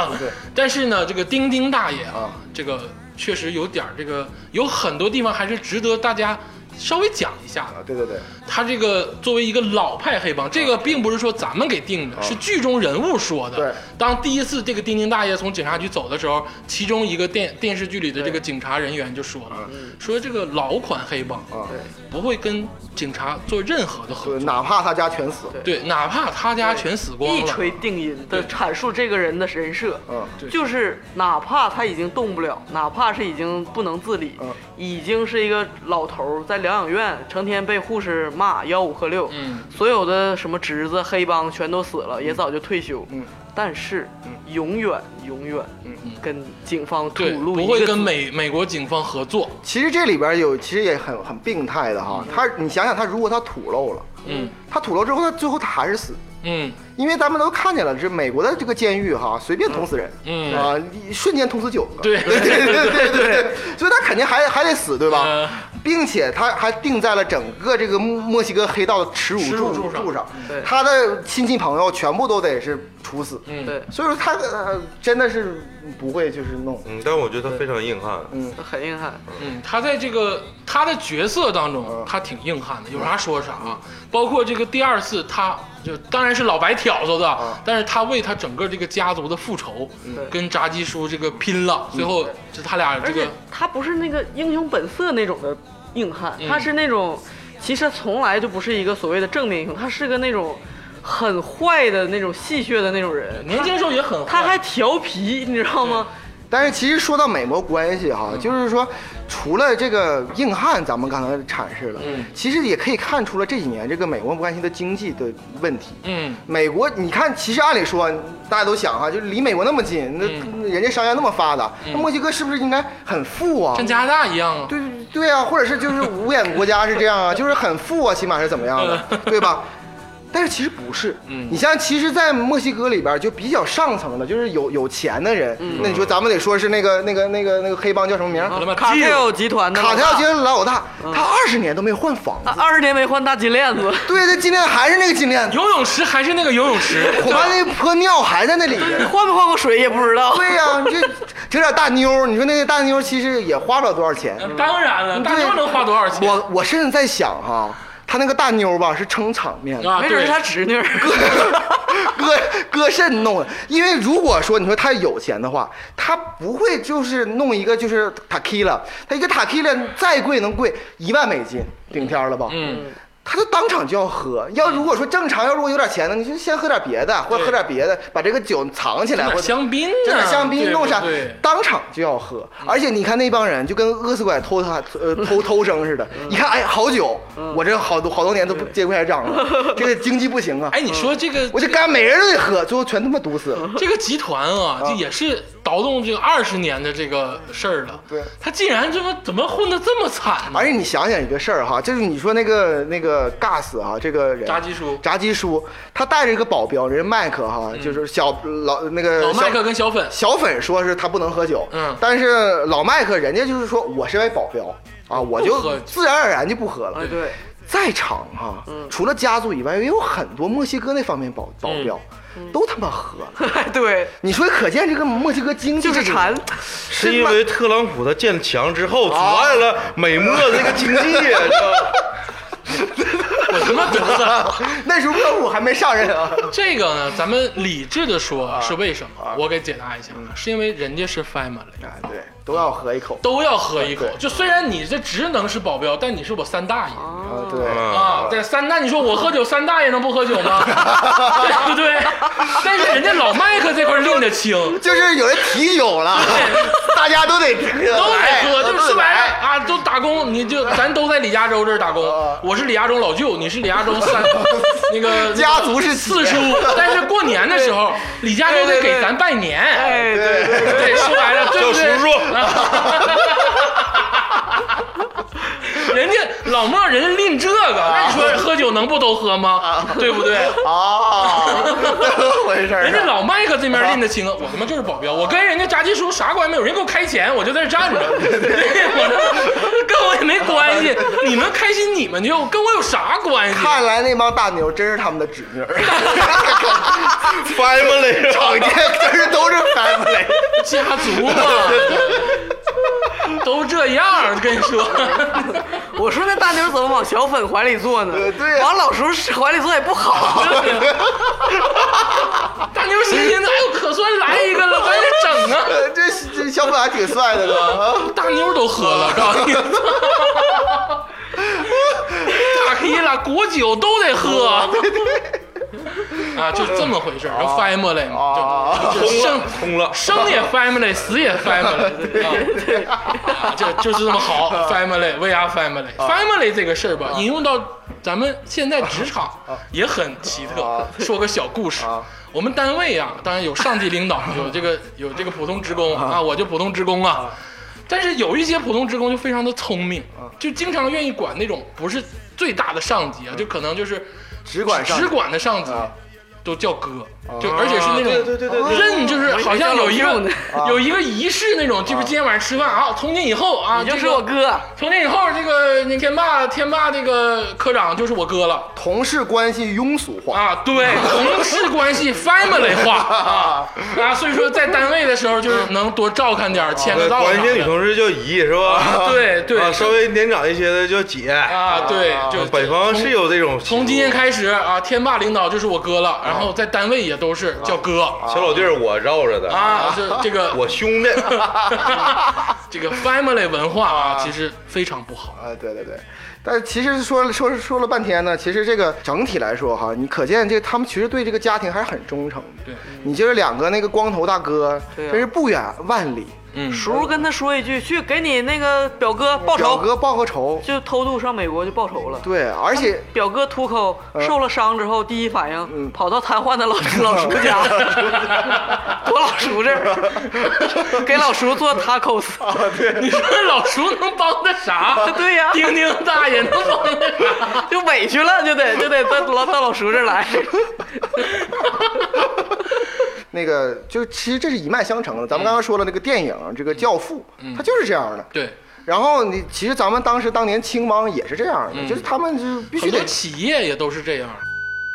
Speaker 1: 但是呢，这个丁丁大爷啊，这个确实有点儿这个，有很多地方还是值得大家稍微讲一下的。
Speaker 4: 啊对对对，
Speaker 1: 他这个作为一个老派黑帮，这个并不是说咱们给定的，是剧中人物说的。
Speaker 4: 对
Speaker 1: 当第一次这个丁丁大爷从警察局走的时候，其中一个电电视剧里的这个警察人员就说了，说这个老款黑帮
Speaker 4: 啊，
Speaker 1: 不会跟警察做任何的合
Speaker 4: 对，
Speaker 1: 作，
Speaker 4: 哪怕他家全死，
Speaker 1: 对，哪怕他家全死光
Speaker 2: 一
Speaker 1: 了，
Speaker 2: 锤定音的阐述这个人的人设，
Speaker 4: 嗯对
Speaker 2: 就是哪怕他已经动不了，哪怕是已经不能自理，
Speaker 4: 嗯
Speaker 2: 已经是一个老头儿，在疗养院成天被护士骂幺五和六，
Speaker 1: 嗯
Speaker 2: 所有的什么侄子黑帮全都死了，也早就退休，
Speaker 4: 嗯
Speaker 2: 但是、永远永远，跟警方吐
Speaker 1: 对，
Speaker 2: 露
Speaker 1: 不
Speaker 2: 一
Speaker 1: 会
Speaker 2: 个
Speaker 1: 跟
Speaker 2: 字
Speaker 1: 美美国警方合作。
Speaker 4: 其实这里边有，其实也很很病态的哈。他，你想想，他如果他吐露了，
Speaker 1: 嗯
Speaker 4: 他吐露之后，他最后他还是死，
Speaker 1: 嗯
Speaker 4: 因为咱们都看见了，这美国的这个监狱哈，随便捅死人，
Speaker 1: 嗯
Speaker 4: 啊，瞬间捅死九个，
Speaker 1: 对
Speaker 4: 对对对对对对，所以他肯定还还得死，对吧
Speaker 1: 嗯？
Speaker 4: 并且他还定在了整个这个墨墨西哥黑道的耻辱
Speaker 1: 耻辱柱
Speaker 4: 柱
Speaker 1: 上
Speaker 4: 上
Speaker 2: 对，
Speaker 4: 他的亲戚朋友全部都得是处死，
Speaker 1: 嗯，
Speaker 2: 对，
Speaker 4: 所以说他呃真的是不会就是弄，
Speaker 3: 嗯，但我觉得他非常硬汉，
Speaker 2: 很硬汉，
Speaker 1: 嗯，他在这个他的角色当
Speaker 4: 嗯
Speaker 1: 中，他挺硬汉的，有啥说啥啊。包括这个第二次，他就当然是老白挑唆
Speaker 4: 嗯
Speaker 1: 的，但是他为他整个这个家族的复仇，跟炸鸡叔这个拼了，最后
Speaker 4: 嗯
Speaker 1: 就他俩
Speaker 2: 而
Speaker 1: 这
Speaker 2: 且
Speaker 1: 个
Speaker 2: 他不是那个英雄本色那种的硬汉，
Speaker 1: 嗯
Speaker 2: 他是那种其实从来就不是一个所谓的正面英雄，他是个那种很坏的那种戏谑的那种人。
Speaker 1: 年轻的时候也很
Speaker 2: 他
Speaker 1: 坏
Speaker 2: 还调皮，你知道吗？
Speaker 4: 但是其实说到美国关系
Speaker 1: 嗯
Speaker 4: 哈，就是说，除了这个硬汉，咱们刚才阐释了，
Speaker 1: 嗯
Speaker 4: 其实也可以看出了这几年这个美国关系的经济的问题。
Speaker 1: 嗯
Speaker 4: 美国，你看，其实按理说大家都想哈，就是离美国那么近，那、
Speaker 1: 嗯
Speaker 4: 人家商业那么发达，那墨西哥是不是应该很富啊？
Speaker 1: 跟加拿大一样啊。
Speaker 4: 对对啊，或者是就是五眼国家是这 样啊，就是很富啊，起码是怎么样的，对吧？但是其实不是，
Speaker 1: 嗯
Speaker 4: 你像其实，在墨西哥里边就比较上层的，就是有有钱的人，那你说咱们得说是那个那个那个那个黑帮叫什么名儿？
Speaker 1: 嗯
Speaker 2: 卡特尔集团的
Speaker 4: 卡特尔集
Speaker 2: 老
Speaker 4: 团老大，他二十年都没换房子，
Speaker 2: 大，二十年没换大金链子，
Speaker 4: 对，他今天还是那个金链子，
Speaker 1: 游泳池还是那个游泳 池，
Speaker 4: 恐怕那泼尿还在那里边。
Speaker 2: 换没换过水也不知道。
Speaker 4: 对呀、你这整点大妞儿，你说那个大妞儿其实也花不了多少钱，
Speaker 1: 嗯当然了，大
Speaker 4: 对
Speaker 1: 妞能花多少钱
Speaker 4: 我我甚至在想哈、他那个大妞儿吧是撑场面 的，
Speaker 1: 啊？
Speaker 2: 没准
Speaker 1: 对
Speaker 2: 是，他侄女儿。
Speaker 4: 割割肾弄的。因为如果说你说他有钱的话，他不会就是弄一个就是塔 q 了，他一个塔 q 了再贵能贵一万美金顶天儿了吧？
Speaker 1: 嗯。
Speaker 4: 他就当场就要喝，要如果说正常，要如果有点钱呢，你就先喝点别的，或者喝点别的，把这个酒藏起来，
Speaker 1: 整
Speaker 4: 或
Speaker 1: 点
Speaker 4: 者
Speaker 1: 香槟呢，
Speaker 4: 整点香槟
Speaker 1: 对
Speaker 4: 弄啥
Speaker 1: 不对，嗯
Speaker 4: 当场就要喝。而且你看那帮人就跟饿死鬼偷 他呃偷偷生似的，
Speaker 1: 嗯
Speaker 4: 一看哎好酒，我这好多好多年都不接不下来 账了，这个经济不行啊。
Speaker 1: 哎，嗯你说这个
Speaker 4: 我这干每人都得喝，最后全他妈毒死了。
Speaker 1: 这个集团啊，这也是倒动这个二十年的这个事儿了。
Speaker 4: 对
Speaker 1: 他竟然这么怎么混的这么惨呢
Speaker 4: 而？且你想想一个事儿哈，就是你说那个那个 Gas 哈，这个人
Speaker 1: 炸鸡叔嗯
Speaker 4: 炸鸡叔，他带着一个保镖，人家麦克哈，就是小老那个
Speaker 1: 老
Speaker 4: 小
Speaker 1: 哦麦克跟小 粉，
Speaker 4: 小粉说是他不能喝酒，
Speaker 1: 嗯
Speaker 4: 但是老麦克人家就是说我身为保镖啊，我
Speaker 1: 不喝
Speaker 4: 就
Speaker 1: 酒
Speaker 4: 自然而然就不喝了
Speaker 2: 哎，。对，
Speaker 4: 在场哈、
Speaker 1: 嗯
Speaker 4: 除了家族以外，也有很多墨西哥那方面保保镖，
Speaker 1: 嗯
Speaker 4: 都他妈喝了。
Speaker 2: 哎 对，
Speaker 4: 你说，可见这个墨西哥经济
Speaker 2: 就是
Speaker 4: 这个
Speaker 2: 馋，
Speaker 3: 是因为特朗普他建墙之后阻碍了美墨这个经济，啊是
Speaker 1: 啊
Speaker 3: 吧？
Speaker 1: 我他妈得 瑟。
Speaker 4: 那时候特朗普还没上任 啊。
Speaker 1: 这个呢，咱们理智的说啊是为什么？我给解答一下，啊是因为人家是 family。
Speaker 4: 嗯哎，对，都要喝一口。
Speaker 1: 都要喝一口
Speaker 4: 对，
Speaker 1: 就虽然你这职能是保镖，但你是我三大爷
Speaker 4: 啊，对，
Speaker 1: 啊！对三大，你说我喝酒，三大爷能不喝酒 吗？对 不对？但是人家老麦克这块儿拎得清，
Speaker 4: 就是有人提酒了，大家都得
Speaker 1: 都得喝，
Speaker 4: 哎
Speaker 1: 就是
Speaker 4: 都
Speaker 1: 说
Speaker 4: 得
Speaker 1: 白了
Speaker 4: 来
Speaker 1: 啊，都打工，你就咱都在李家洲这儿打工
Speaker 4: 啊。
Speaker 1: 我是李家洲老舅，你是李家洲 三那个
Speaker 4: 家族是
Speaker 1: 四叔，但是过年的时候，李家洲得给咱拜年。
Speaker 2: 哎，对，
Speaker 4: 对对
Speaker 1: 对，说白了，对
Speaker 3: 叫
Speaker 1: 不
Speaker 3: 叔
Speaker 1: 对
Speaker 3: 叔，
Speaker 1: 人家老莫，人家拎这个，那你说喝酒能不都喝吗？对不对？
Speaker 4: 啊， 这么回事儿啊
Speaker 1: 人家老麦克这面拎得清，我他妈就是保镖，我跟人家炸鸡叔啥关系没有，人家给我开钱，我就在这站着，对， 我这跟我也没关系，你们开心你们就跟我有啥关系？
Speaker 4: 看来那帮大牛真是他们的侄女儿，
Speaker 3: family，
Speaker 4: 整天真是都是 family。
Speaker 1: 家族嘛，都这样，跟你说，
Speaker 2: 我说那大妞怎么往小粉怀里坐呢？
Speaker 4: 呃对呀
Speaker 2: 往老叔怀里坐也不好。
Speaker 1: 大牛心寻思，哎呦，可算来一个了，咱也整啊。
Speaker 4: 呃这这小伙还挺帅的呢啊！
Speaker 1: 大妞都喝了， 告诉你，大黑了，果酒都得喝。 啊，就这么回事儿，就 family 嘛，
Speaker 4: 啊
Speaker 1: 就就生
Speaker 3: 通了，
Speaker 1: 生也 family，死 也 family，啊，啊就就是这么 好，family，we
Speaker 4: 啊
Speaker 1: are family，family 这个事儿吧，引用到咱们现在职场也很奇特
Speaker 4: 啊。
Speaker 1: 说个小故事
Speaker 4: 啊，
Speaker 1: 我们单位啊，当然有上级领导，有这个有这个普通职工啊，我就普通职工啊。但是有一些普通职工就非常的聪明，
Speaker 4: 啊
Speaker 1: 就经常愿意管那种不是最大的上级啊，就可能就是
Speaker 4: 只管上级
Speaker 1: 只管的上级
Speaker 4: 啊，
Speaker 1: 都叫哥，就而且是那种
Speaker 3: 对对对对对
Speaker 1: 哦认就是好像有一
Speaker 2: 我以为叫老
Speaker 1: 个
Speaker 2: 舅呢
Speaker 1: 有一个仪式那种，就是今天晚上吃饭啊，从今以后啊，
Speaker 2: 你就
Speaker 1: 这
Speaker 2: 是
Speaker 1: 个
Speaker 2: 我。哥，
Speaker 1: 从今以后，这个那天霸天霸这个科长就是我哥了
Speaker 4: 同事关系庸俗化，
Speaker 1: 啊，对，同事关系 family 化 啊啊，所以说在单位的时候就是能多照看点儿，牵个道啥
Speaker 3: 管一些女
Speaker 1: 的。
Speaker 3: 同事叫姨是吧？
Speaker 1: 对对
Speaker 3: 啊，稍微年长一些的叫姐。
Speaker 1: 啊，对，就
Speaker 3: 北方是有这种习俗，
Speaker 1: 从今天开始啊，天霸领导就是我哥了，然后在单位也都是
Speaker 3: 啊
Speaker 1: 叫哥
Speaker 3: 小老弟儿我绕着的，
Speaker 1: 啊，这这个
Speaker 3: 我兄弟，
Speaker 1: 这个 family 文化啊，其实非常不好。
Speaker 4: 啊，对对对，但其实说说说了半天呢，其实这个整体来说哈，你可见这他们其实对这个家庭还是很忠诚的。
Speaker 1: 对，
Speaker 4: 你就是两个那个光头大哥，
Speaker 2: 对啊
Speaker 4: 真是不远万里，
Speaker 1: 嗯，
Speaker 2: 叔跟他说一句，去给你那个表哥报
Speaker 4: 表
Speaker 2: 仇，
Speaker 4: 哥报个仇，
Speaker 2: 就偷渡上美国就报仇了。
Speaker 4: 对，而且
Speaker 2: 表哥秃抠
Speaker 1: 嗯
Speaker 2: 受了伤之后，第一反应跑到瘫痪 的老老叔家，躲老叔这儿，给老叔做 tacos。？
Speaker 1: 你说老叔能帮他啥
Speaker 2: 对呀
Speaker 1: 丁丁大爷能帮他啥？
Speaker 2: 就委屈了，就得就得到老到老叔这儿 来。
Speaker 4: 那个就其实这是一脉相承的。咱们刚刚说了那个电影，这个《教父》，它就是这样的。
Speaker 1: 对，
Speaker 4: 然后你其实咱们当时当年青帮也是这样的，就是他们就是必须
Speaker 1: 很多
Speaker 4: 得，
Speaker 1: 企业也都是这样。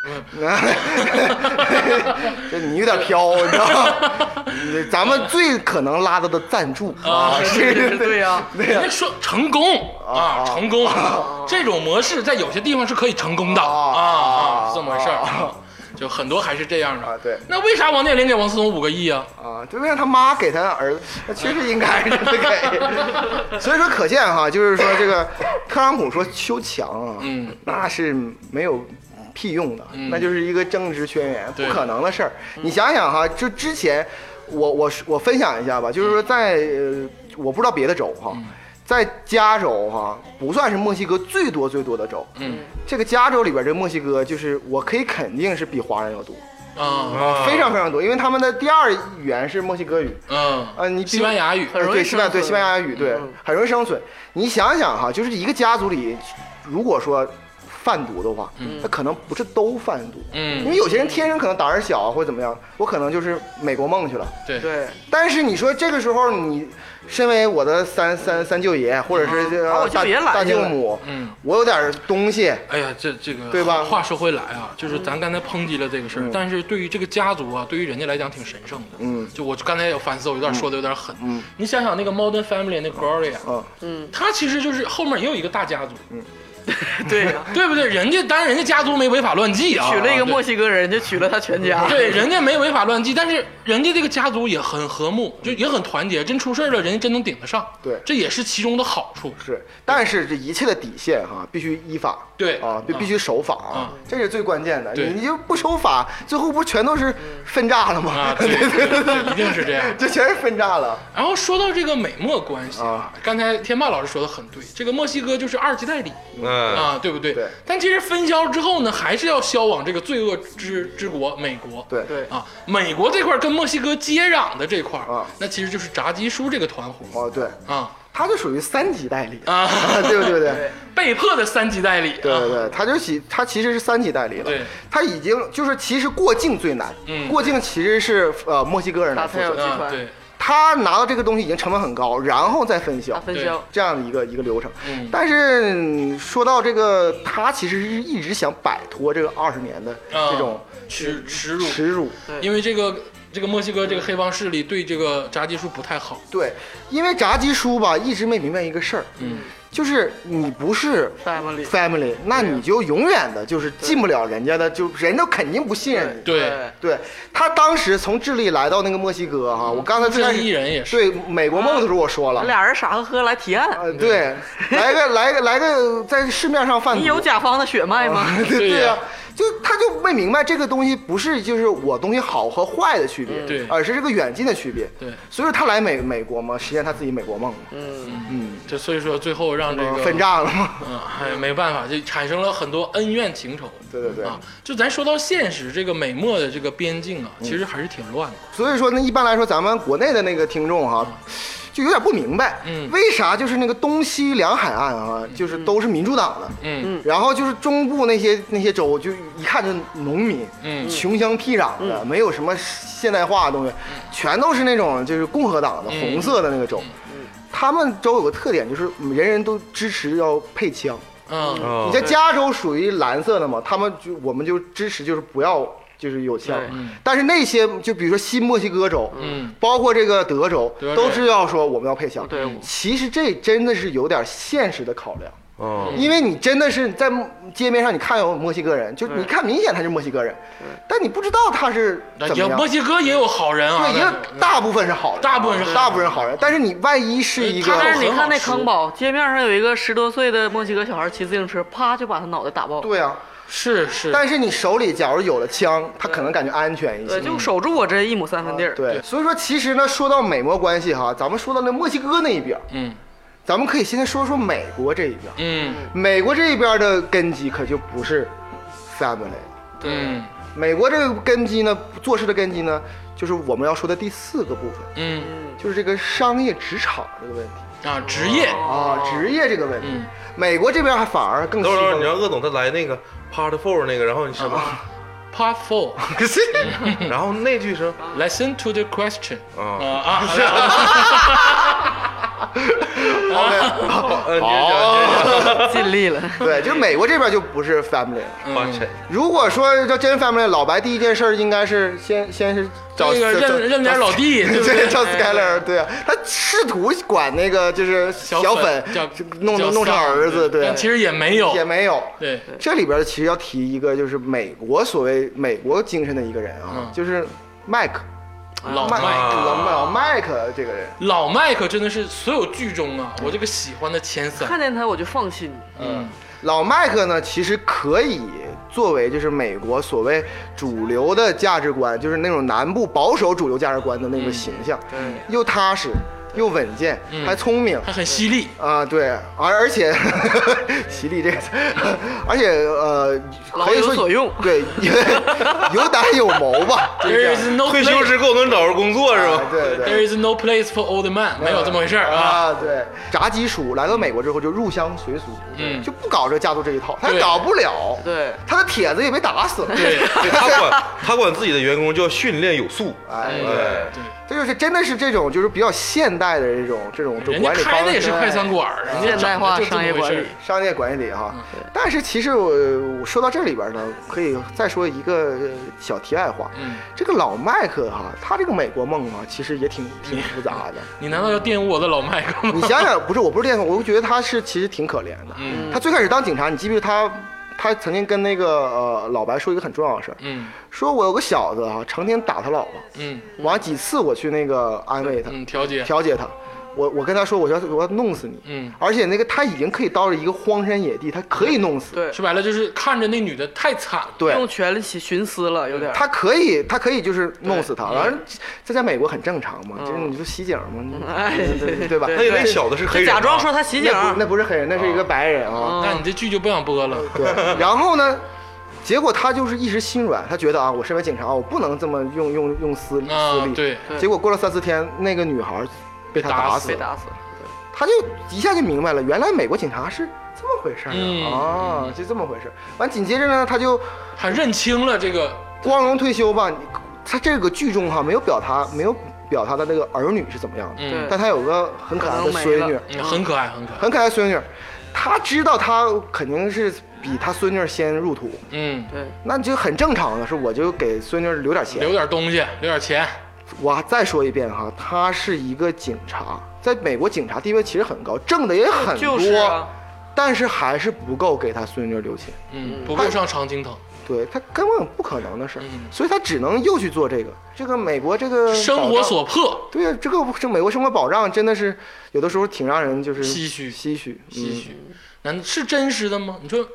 Speaker 4: 就你有点飘，你知道吗？你咱们最可能拉到的赞助
Speaker 1: 啊
Speaker 4: 是是
Speaker 2: 对呀、
Speaker 1: 人家说成功啊，成功这种模式在有些地方是可以成功的
Speaker 4: 啊
Speaker 1: 啊，
Speaker 4: 啊
Speaker 1: 这么回事儿。啊就很多还是这样的
Speaker 4: 啊对
Speaker 1: 那为啥王健林给王思聪五个亿啊？
Speaker 4: 啊，就为啥他妈给他儿子，那确实应该是给。 所以说，可见哈，就是说这个特朗普说修墙啊，
Speaker 1: 嗯，
Speaker 4: 那是没有屁用的，那就是一个政治宣言，不
Speaker 1: 对嗯
Speaker 4: 可能的事儿。你想想哈，就之前我我我分享一下吧，
Speaker 1: 嗯
Speaker 4: 就是说在、呃我不知道别的州哈。在加州哈，不算是墨西哥最多最多的州。
Speaker 1: 嗯，
Speaker 4: 这个加州里边，这个墨西哥就是我可以肯定是比华人要多，
Speaker 1: 啊
Speaker 3: 啊
Speaker 4: 非常非常多，因为他们的第二语言是墨西哥语。
Speaker 1: 嗯
Speaker 4: 啊你比
Speaker 1: 西班牙语
Speaker 2: 很容易
Speaker 4: 对西班
Speaker 2: 生存
Speaker 4: 牙
Speaker 2: 嗯
Speaker 4: 对西班牙语对、很容易生存。你想想哈，就是一个家族里，如果说贩毒的话，
Speaker 2: 嗯
Speaker 4: 那可能不是都贩毒，
Speaker 1: 嗯
Speaker 4: 因为有些人天生可能胆儿小啊或者怎么样，我可能就是美国梦去了。
Speaker 1: 对
Speaker 2: 对，
Speaker 4: 但是你说这个时候你，身为我的三三三舅爷或者是这
Speaker 2: 啊我
Speaker 4: 个
Speaker 2: 舅
Speaker 4: 大、
Speaker 2: 爷来
Speaker 4: 大
Speaker 2: 就
Speaker 4: 舅
Speaker 2: 来
Speaker 4: 母，
Speaker 1: 嗯，
Speaker 4: 我有点东西，
Speaker 1: 哎呀，这这个
Speaker 4: 对吧
Speaker 1: 话说回来啊，就是咱刚才抨击了这个事儿，但是对于这个家族啊，对于人家来讲挺神圣的。
Speaker 4: 嗯，
Speaker 1: 就我刚才有反思，我有点说的有点狠。嗯，你想想那个 Modern Family 那 Gloria，
Speaker 4: 嗯
Speaker 1: 嗯，他其实就是后面也有一个大家族。嗯，
Speaker 2: 对呀、
Speaker 1: 对不对？人家当然人家家族没违法乱纪啊，
Speaker 2: 娶了一个
Speaker 1: 对
Speaker 2: 墨西哥人，就娶了他全家。
Speaker 1: 对，人家没违法乱纪，但是人家这个家族也很和睦，就也很团结。真出事儿了，人家真能顶得上。
Speaker 4: 嗯对
Speaker 1: 这也是其中的好处。
Speaker 4: 是，但是这一切的底线哈、必须依法，
Speaker 1: 对
Speaker 4: 啊，必必须守法啊
Speaker 1: 嗯，
Speaker 4: 这是最关键的。
Speaker 1: 对
Speaker 4: 你你就不守法，最后不全都是分炸了吗
Speaker 1: 啊？对
Speaker 4: 对对
Speaker 1: 一定是这样
Speaker 4: 就全是分炸了。
Speaker 1: 然后说到这个美墨关系
Speaker 4: 啊，
Speaker 1: 刚才天霸老师说的很对，这个墨西哥就是二级代理
Speaker 3: 嗯，
Speaker 1: 啊，对不对？
Speaker 4: 对
Speaker 1: 但其实分销之后呢，还是要销往这个罪恶之之国美国。
Speaker 4: 对
Speaker 2: 对
Speaker 1: 啊，美国这块儿跟墨西哥接壤的这块儿
Speaker 4: 啊
Speaker 1: 那其实就是炸鸡叔这个团伙
Speaker 4: 哦对，
Speaker 1: 啊
Speaker 4: 他就属于三级代理，
Speaker 1: 啊，
Speaker 4: 对不对？对不对
Speaker 1: 被迫的三级代理。
Speaker 4: 对对
Speaker 1: 啊
Speaker 4: 对，他就其他其实是三级代理了，
Speaker 1: 对，
Speaker 4: 他已经就是其实过境最难，
Speaker 1: 嗯
Speaker 4: 过境其实是呃墨西哥人来
Speaker 2: 打
Speaker 4: 负
Speaker 2: 菜有
Speaker 4: 责
Speaker 2: 集，
Speaker 1: 啊，
Speaker 2: 团，
Speaker 1: 对，
Speaker 4: 他拿到这个东西已经成本很高，然后再分
Speaker 2: 打
Speaker 4: 销，
Speaker 2: 分销，
Speaker 4: 这样的一个一个流程。
Speaker 1: 嗯
Speaker 4: 但是嗯说到这个，他其实是一直想摆脱这个二十年的
Speaker 1: 啊
Speaker 4: 这种
Speaker 1: 耻耻辱，
Speaker 4: 耻辱。
Speaker 2: 对
Speaker 1: 因为这个这个墨西哥这个黑帮势力对这个炸鸡叔不太好。
Speaker 4: 对，因为炸鸡叔吧，一直没明白一个事儿，
Speaker 1: 嗯，
Speaker 4: 就是你不是
Speaker 2: family，
Speaker 4: family，那你就永远的就是进不了人家的，就人家肯定不信任你。
Speaker 1: 对
Speaker 4: 对他当时从智利来到那个墨西哥
Speaker 1: 嗯
Speaker 4: 哈，我刚才最开
Speaker 1: 智利
Speaker 4: 始
Speaker 1: 人也是
Speaker 4: 对美国梦的时候我说了，
Speaker 2: 俩人傻呵呵来提案，
Speaker 4: 呃对，来个来个来个在市面上贩毒，
Speaker 2: 你有甲方的血脉吗？
Speaker 4: 啊 对
Speaker 1: 对
Speaker 4: 对
Speaker 1: 呀
Speaker 4: 呀、就他就没明白这个东西不是就是我东西好和坏的区别，
Speaker 1: 嗯对
Speaker 4: 而是这个远近的区别。
Speaker 1: 对
Speaker 4: 所以说他来美美国嘛，实现他自己美国梦嘛，
Speaker 1: 就所以说最后让这个
Speaker 4: 呃分，账了 嘛。
Speaker 1: 嗯，哎，没办法，就产生了很多恩怨情仇。
Speaker 4: 对对对，
Speaker 1: 啊，就咱说到现实，这个美墨的这个边境啊，
Speaker 4: 嗯
Speaker 1: 其实还是挺乱的。
Speaker 4: 所以说呢，一般来说咱们国内的那个听众哈、就有点不明白，
Speaker 1: 嗯
Speaker 4: 为啥就是那个东西两海岸啊，就是都是民主党的，
Speaker 1: 嗯
Speaker 4: 然后就是中部那些那些州，就一看就是农民，
Speaker 1: 嗯
Speaker 4: 穷乡僻壤的，没有什么现代化的东西，
Speaker 1: 嗯
Speaker 4: 全都是那种就是共和党的、红色的那个州。
Speaker 1: 嗯
Speaker 4: 他们州有个特点，就是人人都支持要配枪。
Speaker 1: 嗯
Speaker 3: 哦
Speaker 4: 你在加州属于蓝色的嘛，他们就我们就支持就是不要就是有枪
Speaker 2: 对
Speaker 1: 嗯，
Speaker 4: 但是那些就比如说新墨西哥州，
Speaker 1: 嗯，
Speaker 4: 包括这个德州
Speaker 1: 德，州
Speaker 4: 都是要说我们要配枪。
Speaker 2: 对我
Speaker 4: 其实这真的是有点现实的考量。
Speaker 3: 哦
Speaker 4: 因为你真的是在街面上，你看有墨西哥人，就是你看明显他是墨西哥人，但你不知道他是
Speaker 1: 那
Speaker 4: 怎么
Speaker 1: 也
Speaker 4: 样
Speaker 1: 墨。西哥也有好人啊，
Speaker 4: 对，也
Speaker 1: 但
Speaker 4: 有
Speaker 1: 是
Speaker 4: 大部分是好人，啊
Speaker 1: 大部分是好人
Speaker 4: 大部分是好人，但是你万一是一个
Speaker 1: 他
Speaker 2: 但是
Speaker 1: 很
Speaker 2: 你
Speaker 1: 好
Speaker 2: 看那
Speaker 1: 说
Speaker 2: 康宝，街面上有一个十多岁的墨西哥小孩骑自行车，啪就把他脑袋打爆。
Speaker 4: 对啊，
Speaker 1: 是是，
Speaker 4: 但是你手里假如有了枪，他可能感觉安全一
Speaker 2: 对，。
Speaker 4: 些
Speaker 2: 就守住我这一亩三分地儿。
Speaker 4: 对，所以说其实呢，说到美墨关系哈，咱们说到那墨西哥那一边，
Speaker 1: 嗯
Speaker 4: 咱们可以先说说美国这一边。
Speaker 1: 嗯
Speaker 4: 美国这一边的根基可就不是 family，
Speaker 1: 嗯
Speaker 4: 美国这个根基呢，做事的根基呢，就是我们要说的第四个部分，
Speaker 1: 嗯
Speaker 4: 就是这个商业职场这个问题
Speaker 1: 啊，职业
Speaker 4: 啊，职业这个问题。
Speaker 1: 嗯
Speaker 4: 美国这边还反而更
Speaker 3: 等
Speaker 4: 西
Speaker 3: 会儿等会儿，你让
Speaker 4: 方，
Speaker 3: 鄂总他来那个 Part Four 那个，然后你什么？
Speaker 1: 啊，Part Four。
Speaker 3: 然后那句是
Speaker 1: Listen to the question
Speaker 4: 哦
Speaker 1: 啊
Speaker 3: 啊，
Speaker 1: 啊！好了啊
Speaker 3: 嗯，你
Speaker 1: 哦
Speaker 3: 接着
Speaker 2: 尽力了。
Speaker 4: 对，就美国这边就不是 family 了。
Speaker 1: 嗯
Speaker 3: 接着发财
Speaker 4: 如果说要真 family，老白第一件事儿应该是先先是找
Speaker 1: 这个
Speaker 4: 找
Speaker 1: 认认点老弟，对不
Speaker 4: 对，
Speaker 1: 对？哎
Speaker 4: 叫 Skyler，对啊，他试图管那个就是小粉
Speaker 1: 叫
Speaker 4: 弄
Speaker 1: 叫
Speaker 4: 弄弄成
Speaker 1: 丧
Speaker 4: 儿子，对
Speaker 1: 但，其实也没有，
Speaker 4: 也没有，
Speaker 1: 对，
Speaker 4: 这里边儿其实要提一个，就是美国所谓美国精神的一个人啊，
Speaker 1: 嗯
Speaker 4: 就是麦克，
Speaker 1: 老
Speaker 4: 麦
Speaker 1: 麦
Speaker 3: 啊
Speaker 4: 老麦老麦克这个人，
Speaker 1: 老麦克真的是所有剧中啊，我这个喜欢的前
Speaker 2: 看
Speaker 1: 三。
Speaker 2: 见他我就放心。
Speaker 1: 嗯
Speaker 4: 老麦克呢，其实可以作为就是美国所谓主流的价值观，就是那种南部保守主流价值观的那个形象，
Speaker 2: 嗯
Speaker 4: 又踏实又稳健，
Speaker 1: 嗯
Speaker 4: 还 聪明。
Speaker 1: 他很犀利，
Speaker 4: 啊，对，而而且， 犀利这个词， 而且呃，
Speaker 2: 老
Speaker 4: 可以
Speaker 2: 有
Speaker 4: 说
Speaker 2: 所用
Speaker 4: 对， 有胆有 谋吧，就是
Speaker 1: There
Speaker 4: 这样
Speaker 1: is no
Speaker 3: 退休
Speaker 1: place,
Speaker 3: 时给我能找着工作是
Speaker 4: 啊
Speaker 3: 吧？
Speaker 4: 对对，
Speaker 1: there is no place for old man，没有这么回事儿啊。
Speaker 4: 啊！对，炸鸡叔来到美国之后就入乡随俗，
Speaker 1: 嗯
Speaker 4: 就不搞这家族这一套，他
Speaker 1: 对哎
Speaker 4: 搞不了，
Speaker 2: 对，
Speaker 4: 他的帖子也 被打死了，
Speaker 1: 对，
Speaker 3: 对他管他管自己的员工叫训练有素，
Speaker 4: 哎，
Speaker 1: 嗯
Speaker 3: 对
Speaker 1: 对，
Speaker 4: 这就是真的是这种就是比较现代的这种这种这
Speaker 1: 人
Speaker 4: 种
Speaker 1: 家
Speaker 4: 管理方式。哎
Speaker 1: 开的也是快餐馆儿，嗯人家
Speaker 2: 现代化商业管理
Speaker 4: 商业管理哈。但是其实我我说到这里边呢，可以再说一个呃小题外话。
Speaker 1: 嗯
Speaker 4: 这个老麦克哈，他这个美国梦啊，其实也挺挺复杂的。
Speaker 1: 你难道要玷污我的老麦克
Speaker 4: 你
Speaker 1: 吗？
Speaker 4: 想想，不是我不是电我我觉得他是其实挺可怜的。
Speaker 1: 嗯
Speaker 4: 他最开始当警察，你记不记得他？他曾经跟那个呃老白说一个很重要的事儿，
Speaker 1: 嗯
Speaker 4: 说我有个小子啊，成天打他老婆，
Speaker 1: 嗯
Speaker 4: 完几次我去那个安慰他，
Speaker 1: 嗯，调节，
Speaker 4: 调解他，我我跟他说我要我要弄死你，
Speaker 1: 嗯，
Speaker 4: 而且那个他已经可以到了一个荒山野地，他可以弄死，
Speaker 2: 对，
Speaker 1: 说白了就是看着那女的太惨了，
Speaker 4: 对
Speaker 2: 用权力起徇私了，有点儿。
Speaker 4: 他可以他可以就是弄死他，
Speaker 1: 嗯
Speaker 4: 然后这在美国很正常嘛，
Speaker 2: 嗯
Speaker 4: 就是你说袭警嘛，你
Speaker 2: 哎
Speaker 4: 对对对吧？
Speaker 3: 那那小子是
Speaker 2: 就
Speaker 3: 黑人吗，
Speaker 2: 假装说他袭警，啊
Speaker 4: 那不那不是黑人，那是一个白人啊，
Speaker 1: 那你这剧就不想播了。
Speaker 4: 对，然后呢，结果他就是一时心软，他觉得啊，我身为警察，我不能这么用用用私私
Speaker 1: 啊
Speaker 4: 利。，
Speaker 1: 对，
Speaker 2: 对
Speaker 4: 结果过了三四天，那个女孩被他
Speaker 1: 被打
Speaker 4: 打
Speaker 1: 死
Speaker 4: 了
Speaker 2: 被打死了。
Speaker 4: 他就一下就明白了，原来美国警察是这么回事儿啊、
Speaker 1: 嗯
Speaker 4: 啊，就这么回事儿。完，紧接着呢，他就
Speaker 1: 还认清了这个，
Speaker 4: 光荣退休吧。你他这个剧中哈没有表达，没有表达他那个儿女是怎么样的，
Speaker 1: 嗯
Speaker 2: 对
Speaker 4: 但他有个很可爱的孙
Speaker 2: 可能没
Speaker 4: 女
Speaker 2: 了，
Speaker 1: 嗯，很可爱，很可爱，
Speaker 4: 很可爱的孙女，他知道他肯定是比他孙女先入土，
Speaker 1: 嗯，
Speaker 2: 对，
Speaker 4: 那就很正常的是，我就给孙女留点钱
Speaker 1: 留。点东西，留点钱，
Speaker 4: 我再说一遍哈，他是一个警察，在美国警察地位其实很高，挣的也很多，
Speaker 2: 就是啊
Speaker 4: 但是还是不够给他孙女留钱。
Speaker 1: 嗯，不够上常青藤，
Speaker 4: 对他根本不可能的事儿，
Speaker 1: 嗯
Speaker 4: 所以他只能又去做这个。这个美国这个
Speaker 1: 生
Speaker 4: 保
Speaker 1: 活
Speaker 4: 障
Speaker 1: 所迫，
Speaker 4: 对呀、这个这美国生活保障真的是有的时候挺让人就是
Speaker 1: 唏嘘
Speaker 4: 唏嘘
Speaker 1: 唏嘘，
Speaker 2: 嗯
Speaker 1: 难是真实的吗？你说，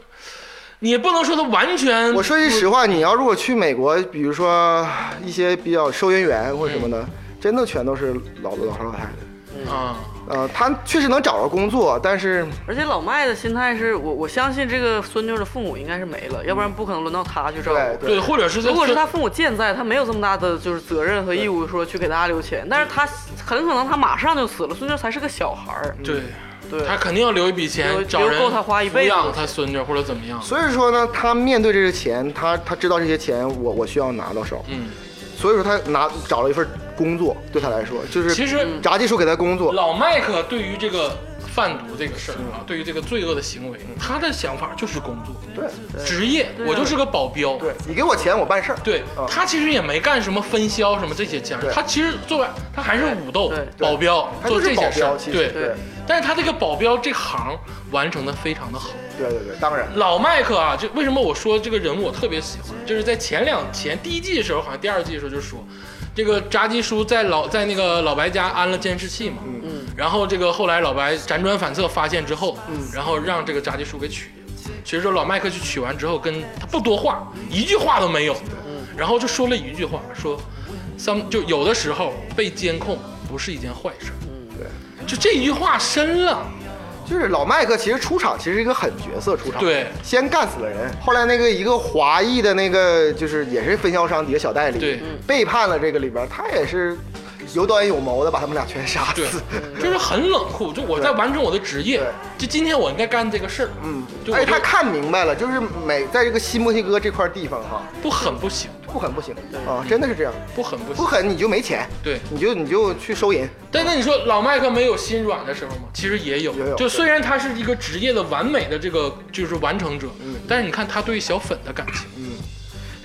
Speaker 1: 你也不能说他完全，
Speaker 4: 嗯我说句实话，你要如果去美国，比如说一些比较收银员或者什么的，
Speaker 1: 嗯
Speaker 4: 真的全都是老老头老太太。
Speaker 1: 啊，
Speaker 4: 呃，他确实能找着工作，但是
Speaker 2: 而且老麦的心态是我，我相信这个孙女的父母应该是没了，要不然不可能轮到他去照
Speaker 4: 对
Speaker 2: 顾。
Speaker 1: 对，或者是在
Speaker 2: 如果是他父母健在，他没有这么大的就是责任和义务说去给大家留钱，但是他很可能他马上就死了，孙女才是个小孩儿，
Speaker 4: 嗯
Speaker 1: 对，
Speaker 2: 对，
Speaker 1: 他肯定要留一笔
Speaker 2: 留
Speaker 1: 钱，找人
Speaker 2: 留够他花一辈子
Speaker 1: 抚养他孙女或者怎么样，
Speaker 4: 所以说呢，他面对这些钱，他他知道这些钱我我需要拿到手，
Speaker 1: 嗯，
Speaker 4: 所以说他拿找了一份工作，对他来说就是
Speaker 1: 其实
Speaker 4: 炸技术给他工作，
Speaker 1: 老麦克对于这个贩毒这个事儿啊，对于这个罪恶的行为，他的想法就是工作、
Speaker 4: 嗯对
Speaker 1: 职业，
Speaker 2: 啊
Speaker 1: 我就是个保镖。
Speaker 4: 对，你给我钱我办事儿，
Speaker 1: 对
Speaker 4: 啊
Speaker 1: 他其实也没干什么分销什么这些家
Speaker 4: 对，
Speaker 1: 他其实作为他还是武斗
Speaker 2: 对
Speaker 4: 对
Speaker 1: 保镖
Speaker 4: 他就
Speaker 1: 做
Speaker 4: 是
Speaker 1: 这些事
Speaker 4: 保镖
Speaker 1: 儿
Speaker 4: 其，实
Speaker 1: 对
Speaker 4: 对
Speaker 1: 但是他这个保镖这行完成的非常的好。
Speaker 4: 对对对，当然
Speaker 1: 老麦克啊，就为什么我说这个人物我特别喜欢，就是在前两前第一季的时候，好像第二季的时候就说，这个炸鸡叔在老在那个老白家安了监视器嘛，嗯，然后这个后来老白辗转反侧发现之后，嗯，然后让这个炸鸡叔给取，其实说老麦克去取完之后跟他不多话，一句话都没有，嗯，然后就说了一句话，说，some 就有的时候被监控不是一件坏事，嗯，对，就这一句话深了，
Speaker 4: 就是老麦克其实出场其实是一个狠角色出场，
Speaker 1: 对
Speaker 4: 先干死了人，后来那个一个华裔的那个就是也是分销商的一个小代理，
Speaker 1: 对，
Speaker 2: 嗯
Speaker 4: 背叛了这个里边，他也是有短有谋的把他们俩全杀
Speaker 1: 对
Speaker 4: 死。，
Speaker 2: 嗯
Speaker 1: 就是很冷酷。就我在完成我的职业
Speaker 4: 对，
Speaker 1: 就今天我应该干这个事儿。
Speaker 4: 嗯，
Speaker 1: 就
Speaker 4: 而
Speaker 1: 我
Speaker 4: 且他
Speaker 1: 就
Speaker 4: 看明白了，就是美在这个新墨西哥这块地方哈，
Speaker 1: 不狠不行，
Speaker 4: 不狠不行啊，真的是这样，
Speaker 1: 不狠不
Speaker 4: 不
Speaker 1: 行。
Speaker 4: 狠你就没钱，
Speaker 1: 对，
Speaker 4: 你就你就去收银，
Speaker 1: 但那你说老麦克没有心软的时候吗？其实也有。
Speaker 4: 也有
Speaker 1: 就虽然他是一个职业的完美的这个就是完成者，
Speaker 4: 嗯
Speaker 1: 但是你看他对小粉的感情，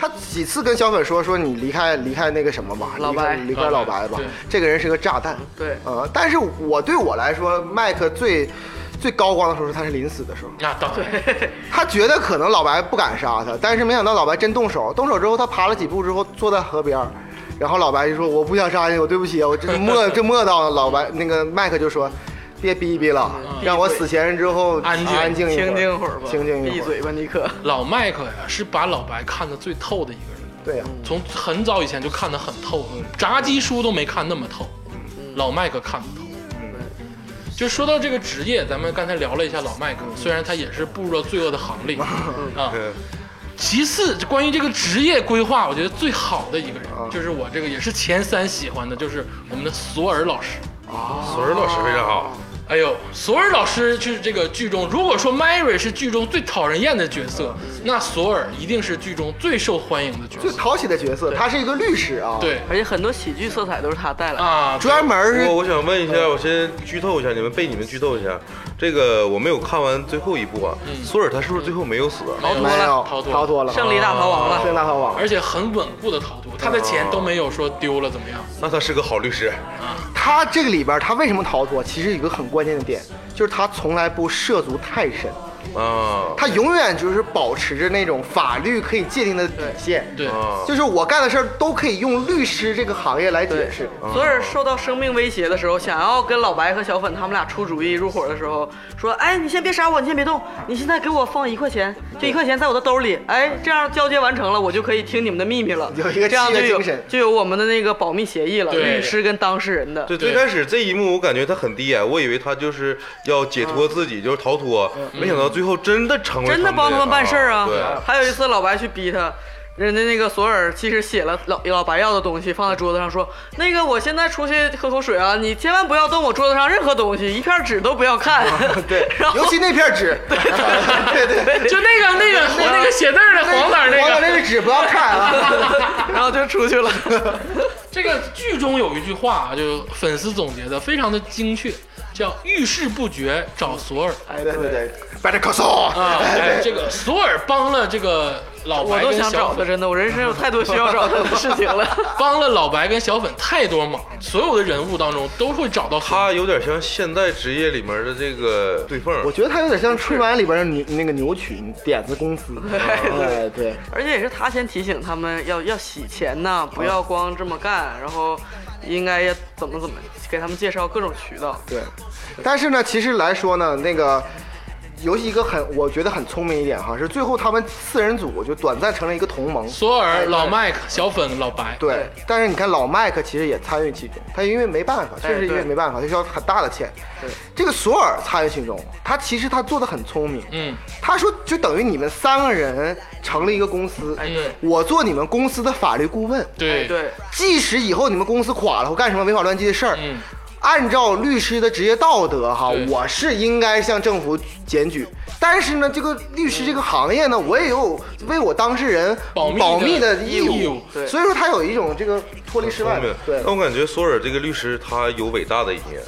Speaker 4: 他几次跟小粉说说你离开离开那个什么吧，
Speaker 2: 老
Speaker 4: 离开
Speaker 2: 白
Speaker 4: 离开老白吧
Speaker 1: 对，
Speaker 4: 这个人是个炸弹。
Speaker 2: 对，
Speaker 4: 呃，但是我对我来说，麦克最最高光的时候是他是临死的时候，
Speaker 1: 那当然。
Speaker 4: 他觉得可能老白不敢杀他，但是没想到老白真动手，动手之后他爬了几步之后坐在河边儿。然后老白就说：“我不想杀你，我对不起，我这磨这磨到了。”老白那个麦克就说：“别逼逼了，让我死前之后
Speaker 1: 安静
Speaker 4: 安 静一会儿，
Speaker 2: 清静会儿吧，
Speaker 4: 清静一
Speaker 2: 闭
Speaker 4: 会儿。
Speaker 2: 嘴吧，尼克。
Speaker 1: 老麦克呀，是把老白看得最透的一个人。”
Speaker 4: 对呀、
Speaker 1: 从很早以前就看得很透，炸鸡叔都没看那么透，老麦克看不透。就说到这个职业，咱们刚才聊了一下老麦克，虽然他也是步入了罪恶的行 列啊。
Speaker 3: 嗯
Speaker 1: 其次，关于这个职业规划，我觉得最好的一个人，
Speaker 4: 啊
Speaker 1: 就是我这个也是前三喜欢的，就是我们的索尔老师。
Speaker 4: 哦
Speaker 3: 索尔老师非常好，
Speaker 1: 哎呦，索尔老师是这个剧中，如果说 Mary 是剧中最讨人厌的角
Speaker 4: 啊
Speaker 1: 色，那索尔一定是剧中最受欢迎的角
Speaker 4: 最
Speaker 1: 色。
Speaker 4: 讨喜的角色，他是一个律师啊，，
Speaker 1: 对
Speaker 2: 而且很多喜剧色彩都是他带来的。
Speaker 1: 啊，
Speaker 4: 专门
Speaker 3: 我
Speaker 4: 是
Speaker 3: 我想问一下，我先剧透一下，你们被你们剧透一下，这个我没有看完最后一部啊。
Speaker 2: 嗯
Speaker 3: 索尔他是不是最后没有死啊？
Speaker 1: 没有
Speaker 4: 没有
Speaker 1: 逃脱
Speaker 4: 逃脱了，
Speaker 2: 胜利大逃亡了，
Speaker 4: 胜利大逃亡，
Speaker 1: 而且很稳固的逃脱，他的钱都没有说丢了怎么样。
Speaker 3: 那他是个好律师。
Speaker 4: 他这个里边他为什么逃脱？其实有一个很关键的点，就是他从来不涉足太深，
Speaker 3: 啊
Speaker 4: 他永远就是保持着那种法律可以界定的底线，
Speaker 1: 对，
Speaker 3: 啊
Speaker 4: 就是我干的事儿都可以用律师这个行业来解释。
Speaker 2: 索尔嗯受到生命威胁的时候，想要跟老白和小粉他们俩出主意入伙的时候，说：“哎，你先别杀我，你先别动，你现在给我放一块钱，就一块钱在我的兜里，哎，这样交接完成了，我就可以听你们的秘密了。
Speaker 4: 有一个
Speaker 2: 这样
Speaker 4: 契约
Speaker 2: 就有
Speaker 4: 精神
Speaker 2: 就有我们的那个保密协议了，
Speaker 1: 对
Speaker 2: 律师跟当事人的。
Speaker 3: 对，
Speaker 1: 对
Speaker 3: 最开始这一幕我感觉他很低矮，我以为他就是要解脱自己，就是逃脱，
Speaker 4: 嗯
Speaker 3: 没想到最后真的成为
Speaker 2: 真的帮他们办事儿啊
Speaker 3: 对，！
Speaker 2: 还有一次老白去逼他，人家那个索尔其实写了老老白要的东西放在桌子上，说：“那个我现在出去喝口水啊，你千万不要动我桌子上任何东西，一片纸都不要看。”
Speaker 4: 对
Speaker 2: 然，后
Speaker 4: 尤其那片纸， 对对对，
Speaker 1: 就那个那个那个写字儿的黄色儿
Speaker 4: 黄
Speaker 1: 那个，
Speaker 4: 色那个纸不要看 啊。
Speaker 2: 然后就出去了。
Speaker 1: 这个剧中有一句话啊，就粉丝总结的非常的精确，叫遇事不决找索尔。
Speaker 4: 哎，对对对，Better Call Saul
Speaker 1: 啊，哎，这个索尔帮了这个老
Speaker 2: 我
Speaker 1: 白
Speaker 2: 都
Speaker 1: 跟
Speaker 2: 想
Speaker 1: 小
Speaker 2: 找他，
Speaker 1: 粉，
Speaker 2: 真的，我人生有太多需要找他的事情了。
Speaker 1: 帮了老白跟小粉太多忙，所有的人物当中都会找到索尔
Speaker 3: 他有点像现代职业里面的这个对缝儿
Speaker 4: 我觉得他有点像春晚里边的牛那个牛群点子公司，哎 对，
Speaker 2: 而且也是他先提醒他们要要洗钱呐，不要光这么干，然后应该要怎么怎么给他们介绍各种渠道。
Speaker 4: 对，但是呢，其实来说呢，那个尤其一个很，我觉得很聪明一点哈，是最后他们四人组就短暂成了一个同盟。
Speaker 1: 索尔、老麦克、小粉、老白。
Speaker 4: 对，但是你看老麦克其实也参与其中，他因为没办法，确实因为
Speaker 2: 对
Speaker 4: 没办法，他需要很大的钱。对，这个索尔参与其中，他其实他做的很聪明。
Speaker 1: 嗯，
Speaker 4: 他说就等于你们三个人成立一个公司，
Speaker 2: 哎
Speaker 1: 嗯，
Speaker 4: 我做你们公司的法律顾问，
Speaker 1: 对
Speaker 2: 哎对，
Speaker 4: 即使以后你们公司垮了或干什么违法乱纪的事儿，
Speaker 1: 嗯
Speaker 4: 按照律师的职业道德哈
Speaker 1: 对，
Speaker 4: 我是应该向政府检举。但是呢，这个律师这个行业呢，我也有为我当事人
Speaker 1: 保密的
Speaker 4: 的
Speaker 1: 义
Speaker 4: 义
Speaker 1: 务
Speaker 4: 务，
Speaker 2: 对
Speaker 4: 所以说他有一种这个脱离
Speaker 3: 很
Speaker 4: 世
Speaker 3: 聪
Speaker 4: 外
Speaker 3: 明
Speaker 4: 的，对
Speaker 3: 但。我感觉索尔这个律师他有伟大的一面，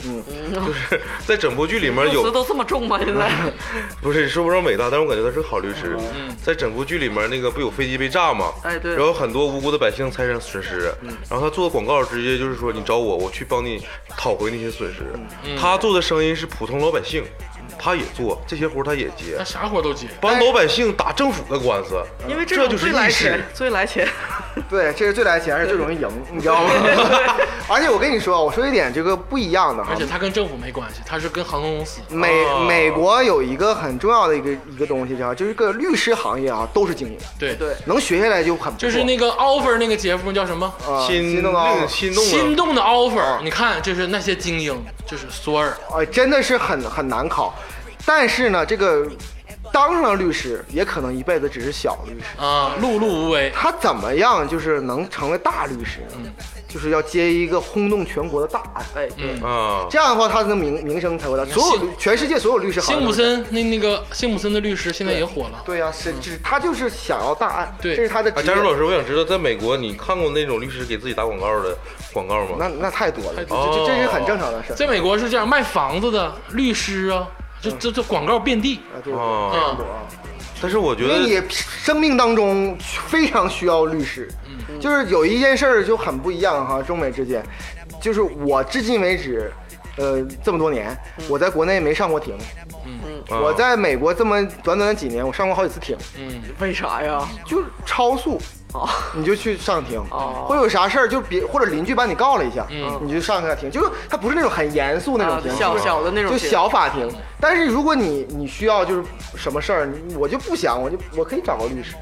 Speaker 4: 嗯
Speaker 3: 就是在整部剧里面
Speaker 2: 用词
Speaker 3: 有
Speaker 2: 都这么重吗？现在
Speaker 3: 不是说不上伟大，但是我感觉他是个好律师。在整部剧里面，那个不有飞机被炸吗？
Speaker 2: 嗯哎对嗯
Speaker 3: 然后很多无辜的百姓财产损失，然后他做广告直接就是说你找我，我去帮你讨回那些损失。
Speaker 2: 嗯
Speaker 3: 他做的生意是普通老百姓，他也做这些活儿他也接
Speaker 2: 哎
Speaker 1: 他，啥活都接。
Speaker 3: 帮老百姓打政府的官司。
Speaker 4: 嗯
Speaker 2: 因为
Speaker 3: 这
Speaker 2: 种
Speaker 3: 就是
Speaker 2: 最来
Speaker 3: 意识
Speaker 2: 钱，最来钱。
Speaker 4: 对，这是最来钱，而且最容易赢，你知道吗？而且我跟你说，我说一点这个不一样的哈
Speaker 1: 而且，他跟政府没关系，他是跟航空公司。
Speaker 4: 美
Speaker 3: 哦
Speaker 4: 美国有一个很重要的一个一个东西，叫就是个律师行业啊，都是精英，
Speaker 1: 对
Speaker 2: 对，
Speaker 4: 能学下来就很不错。
Speaker 1: 就是那个 offer 那个节目叫什么？
Speaker 4: 啊
Speaker 3: 心
Speaker 4: 心动啊
Speaker 3: 令心动
Speaker 1: 心
Speaker 3: 了，
Speaker 1: 动的 offer，你看，就是那些精英，就是索尔，
Speaker 4: 呃，真的是很很难考。但是呢，这个当上了律师，也可能一辈子只是小律师。
Speaker 1: 啊，碌碌无为，
Speaker 4: 他怎么样就是能成为大律师呢？就是要接一个轰动全国的大案，
Speaker 2: 哎，
Speaker 1: 嗯
Speaker 2: 对，
Speaker 3: 啊，
Speaker 4: 这样的话他的名名声才会大。所有全世界所有律师
Speaker 1: 辛
Speaker 4: 行业
Speaker 1: 普
Speaker 4: 都是，
Speaker 1: 森那那个辛普森的律师现在也火了。
Speaker 4: 对呀、啊是是，他就是想要大案，
Speaker 1: 对
Speaker 4: 这是他的
Speaker 3: 啊，
Speaker 4: 职
Speaker 3: 佳茹老
Speaker 4: 业。
Speaker 3: 师，我想知道，在美国你看过那种律师给自己打广告的广告吗？
Speaker 4: 那那太多了，这
Speaker 3: 哦
Speaker 4: 这这是很正常的事儿。
Speaker 1: 哦在美国是这样，卖房子的律师啊，就
Speaker 4: 嗯
Speaker 1: 这这广告遍地。
Speaker 4: 啊，对，
Speaker 3: 啊，
Speaker 2: 嗯
Speaker 1: 啊，
Speaker 3: 但是我觉
Speaker 4: 因为
Speaker 3: 得
Speaker 4: 你生命当中非常需要律师，
Speaker 3: 嗯
Speaker 2: 嗯
Speaker 4: 就是有一件事儿就很不一样哈，中美之间，就是我至今为止，呃，这么多年，
Speaker 2: 嗯
Speaker 4: 我在国内没上过庭，
Speaker 3: 啊
Speaker 4: 我在美国这么短短的几年，我上过好几次庭，
Speaker 1: 嗯，
Speaker 2: 为啥呀？
Speaker 4: 就是超速，
Speaker 2: 哦，
Speaker 4: 你就去上庭，
Speaker 2: 哦
Speaker 4: 会有啥事儿就别或者邻居把你告了一下，
Speaker 1: 嗯
Speaker 4: 你就上一下庭，就是它不是那种很严肃那种
Speaker 2: 啊
Speaker 4: 庭，
Speaker 2: 小
Speaker 4: 就是
Speaker 2: 小的那种
Speaker 4: 就
Speaker 2: 庭
Speaker 4: 小法
Speaker 3: 嗯
Speaker 4: 庭。但是如果你你需要就是什么事儿，你我就不想，我就我可以找个律师。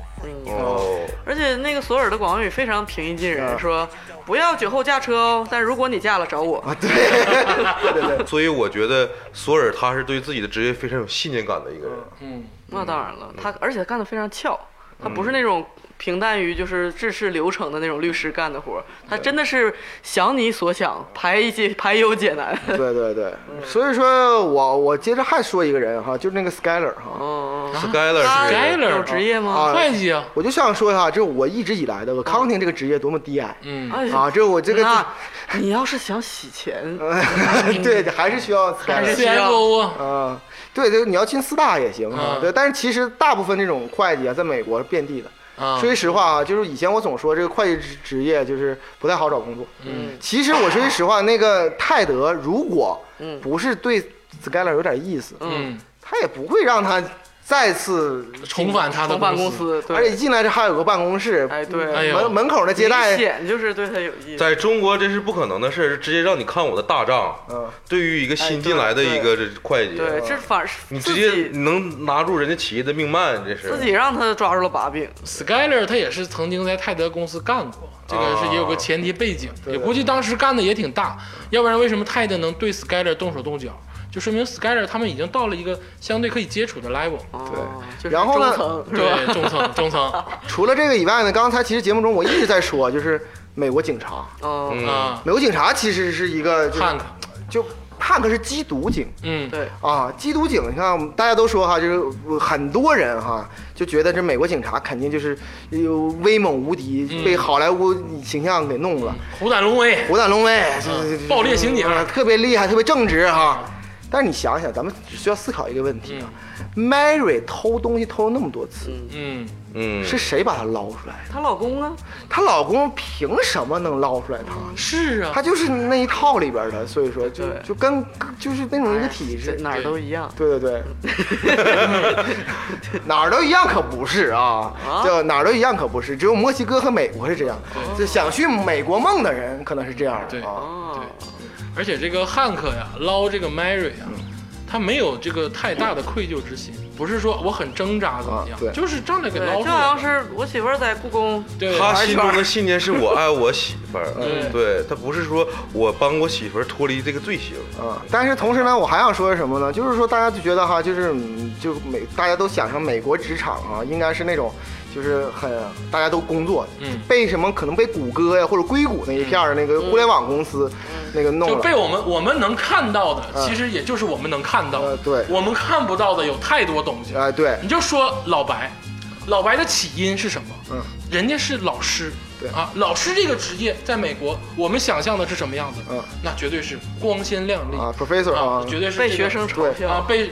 Speaker 3: 哦，
Speaker 2: 而且那个索尔的广告语非常平易近人，
Speaker 4: 嗯
Speaker 2: 说不要酒后驾车哦，但如果你驾了找我。
Speaker 4: 啊，对，对对对，
Speaker 3: 所以我觉得索尔他是对自己的职业非常有信念感的一个人。
Speaker 1: 嗯，
Speaker 2: 那当然了，他而且他干得非常翘，他不
Speaker 4: 嗯
Speaker 2: 是那种平淡于就是制式流程的那种律师干的活儿，他真的是想你所想，排解排忧解 难。
Speaker 4: 对对对，所以说我我接着还说一个人哈，就是那个 Skyler 哈，
Speaker 2: 嗯，嗯
Speaker 3: Skyler
Speaker 2: 他
Speaker 3: 是
Speaker 1: 该 Skyler 了
Speaker 2: 有职业吗？
Speaker 4: 哦啊
Speaker 1: 会计啊，
Speaker 4: 我就想说一下，就是我一直以来的 accounting 这个职业多么低矮
Speaker 1: 嗯，
Speaker 2: 哎
Speaker 4: 啊！这我这呃个
Speaker 2: 那，你要是想洗钱，
Speaker 4: 对，还是需要
Speaker 2: 还
Speaker 4: Skyler
Speaker 2: 是。
Speaker 1: c f 啊，
Speaker 4: 嗯，对对，你要进四大也行
Speaker 1: 啊。
Speaker 4: 啊对，但是其实大部分这种会计啊，在美国是遍地的。
Speaker 1: 啊，
Speaker 4: 说句实话啊，就是以前我总说这个会计职职业就是不太好找工作。
Speaker 1: 嗯，
Speaker 4: 其实我说句实话，那个泰德如果
Speaker 2: 嗯
Speaker 4: 不是对 Skyler 有点意思，
Speaker 1: 嗯，
Speaker 4: 他也不会让他再次
Speaker 1: 重返他的
Speaker 2: 从办公，司，
Speaker 4: 而且
Speaker 2: 对，
Speaker 4: 一进来这还有个办公室，
Speaker 2: 哎对，
Speaker 1: 哎呦
Speaker 4: 门门口那接待
Speaker 2: 明，显就是对他有意思。
Speaker 3: 在中国这是不可能的事儿，直接让你看我的大账。
Speaker 4: 嗯，
Speaker 3: 对于一个新进来的一个这会计，
Speaker 2: 哎对，这反而是
Speaker 3: 你
Speaker 2: 自
Speaker 3: 直接
Speaker 2: 己
Speaker 3: 你能拿住人家企业的命脉，这
Speaker 2: 自
Speaker 3: 是。
Speaker 2: 己让他抓住了把柄。
Speaker 1: Skyler 他也是曾经在泰德公司干过，这个是也有个前提背景，
Speaker 4: 对
Speaker 1: 也估计当时干的也挺大，要不然为什么泰德能对 Skyler 动手动脚，就说明 Skyler 他们已经到了一个相对可以接触的 level，
Speaker 2: 哦，就是
Speaker 4: 然后呢
Speaker 2: 中层是吧？
Speaker 1: 对，中层中层啊
Speaker 4: 除了这个以外呢，刚才其实节目中我一直在说，就是美国警察，
Speaker 2: 哦，
Speaker 3: 嗯，
Speaker 1: 啊，
Speaker 4: 美国警察其实是一个就是
Speaker 1: 看看，
Speaker 4: 就汉克是缉毒警
Speaker 1: 嗯，
Speaker 2: 对，
Speaker 4: 啊，缉毒警，你看大家都说哈，就是呃很多人哈就觉得这美国警察肯定就是呃威猛无敌，
Speaker 1: 嗯
Speaker 4: 被好莱坞形象给弄了，
Speaker 1: 虎胆龙威，
Speaker 4: 虎胆龙威，这
Speaker 1: 嗯爆裂刑警，
Speaker 4: 啊特别厉害，特别正直哈。但是你想想，咱们只需要思考一个问题啊、m a r y 偷东西偷了那么多次，
Speaker 1: 嗯，
Speaker 3: 嗯，
Speaker 4: 是谁把她捞出来的？
Speaker 2: 她老公呢？
Speaker 4: 她老公凭什么能捞出来她？
Speaker 1: 是啊
Speaker 4: 她，就是那一套里边的，所以说就
Speaker 2: 对
Speaker 4: 就跟就是那种一个
Speaker 2: 哎
Speaker 4: 体
Speaker 2: 这
Speaker 4: 制，
Speaker 2: 哪儿都一样。
Speaker 4: 对对对，哪儿都一样可不是啊
Speaker 2: 啊，
Speaker 4: 就哪儿都一样可不是，只有墨西哥和美国是这样，就想去美国梦的人可能是这样
Speaker 1: 对
Speaker 4: 的啊，
Speaker 2: 哦，
Speaker 1: 而且这个汉克呀，捞这个 Mary 啊，他没有这个太大的愧疚之心，不是说我很挣扎怎么
Speaker 4: 啊
Speaker 1: 样，
Speaker 4: 对
Speaker 1: 就是仗着给
Speaker 2: 对
Speaker 1: 捞，出
Speaker 2: 这好像
Speaker 1: 来，
Speaker 2: 是我媳妇儿在故宫，
Speaker 1: 对，
Speaker 3: 他心中的信念是我爱我媳 妇儿，
Speaker 1: 嗯
Speaker 3: 对他不是说我帮我媳妇儿脱离这个罪行，
Speaker 4: 啊，但是同时呢，我还想说什么呢？就是说大家就觉得哈，就是嗯就美，大家都想象美国职场啊，应该是那种就是很大家都工作，
Speaker 1: 嗯
Speaker 4: 被什么可能被谷歌呀或者硅谷那一片儿那个互联网公司那个
Speaker 1: 嗯
Speaker 4: 弄
Speaker 1: 就
Speaker 4: 了，
Speaker 1: 被我们我们能看到的，其实也就是我们能看到的
Speaker 4: 呃，对
Speaker 1: 我们看不到的有太多东西。
Speaker 4: 哎对
Speaker 1: 你就说老白，老白的起因是什么？
Speaker 4: 嗯，
Speaker 1: 人家是老师，
Speaker 4: 对
Speaker 1: 啊，老师这个职业在美国，我们想象的是什么样子？
Speaker 4: 嗯，
Speaker 1: 那绝对是光鲜亮丽
Speaker 4: 啊，professor
Speaker 1: 啊
Speaker 4: 啊，，
Speaker 1: 绝对是
Speaker 2: 被
Speaker 1: 这个
Speaker 2: 学生嘲
Speaker 1: 啊
Speaker 2: 笑。
Speaker 1: 被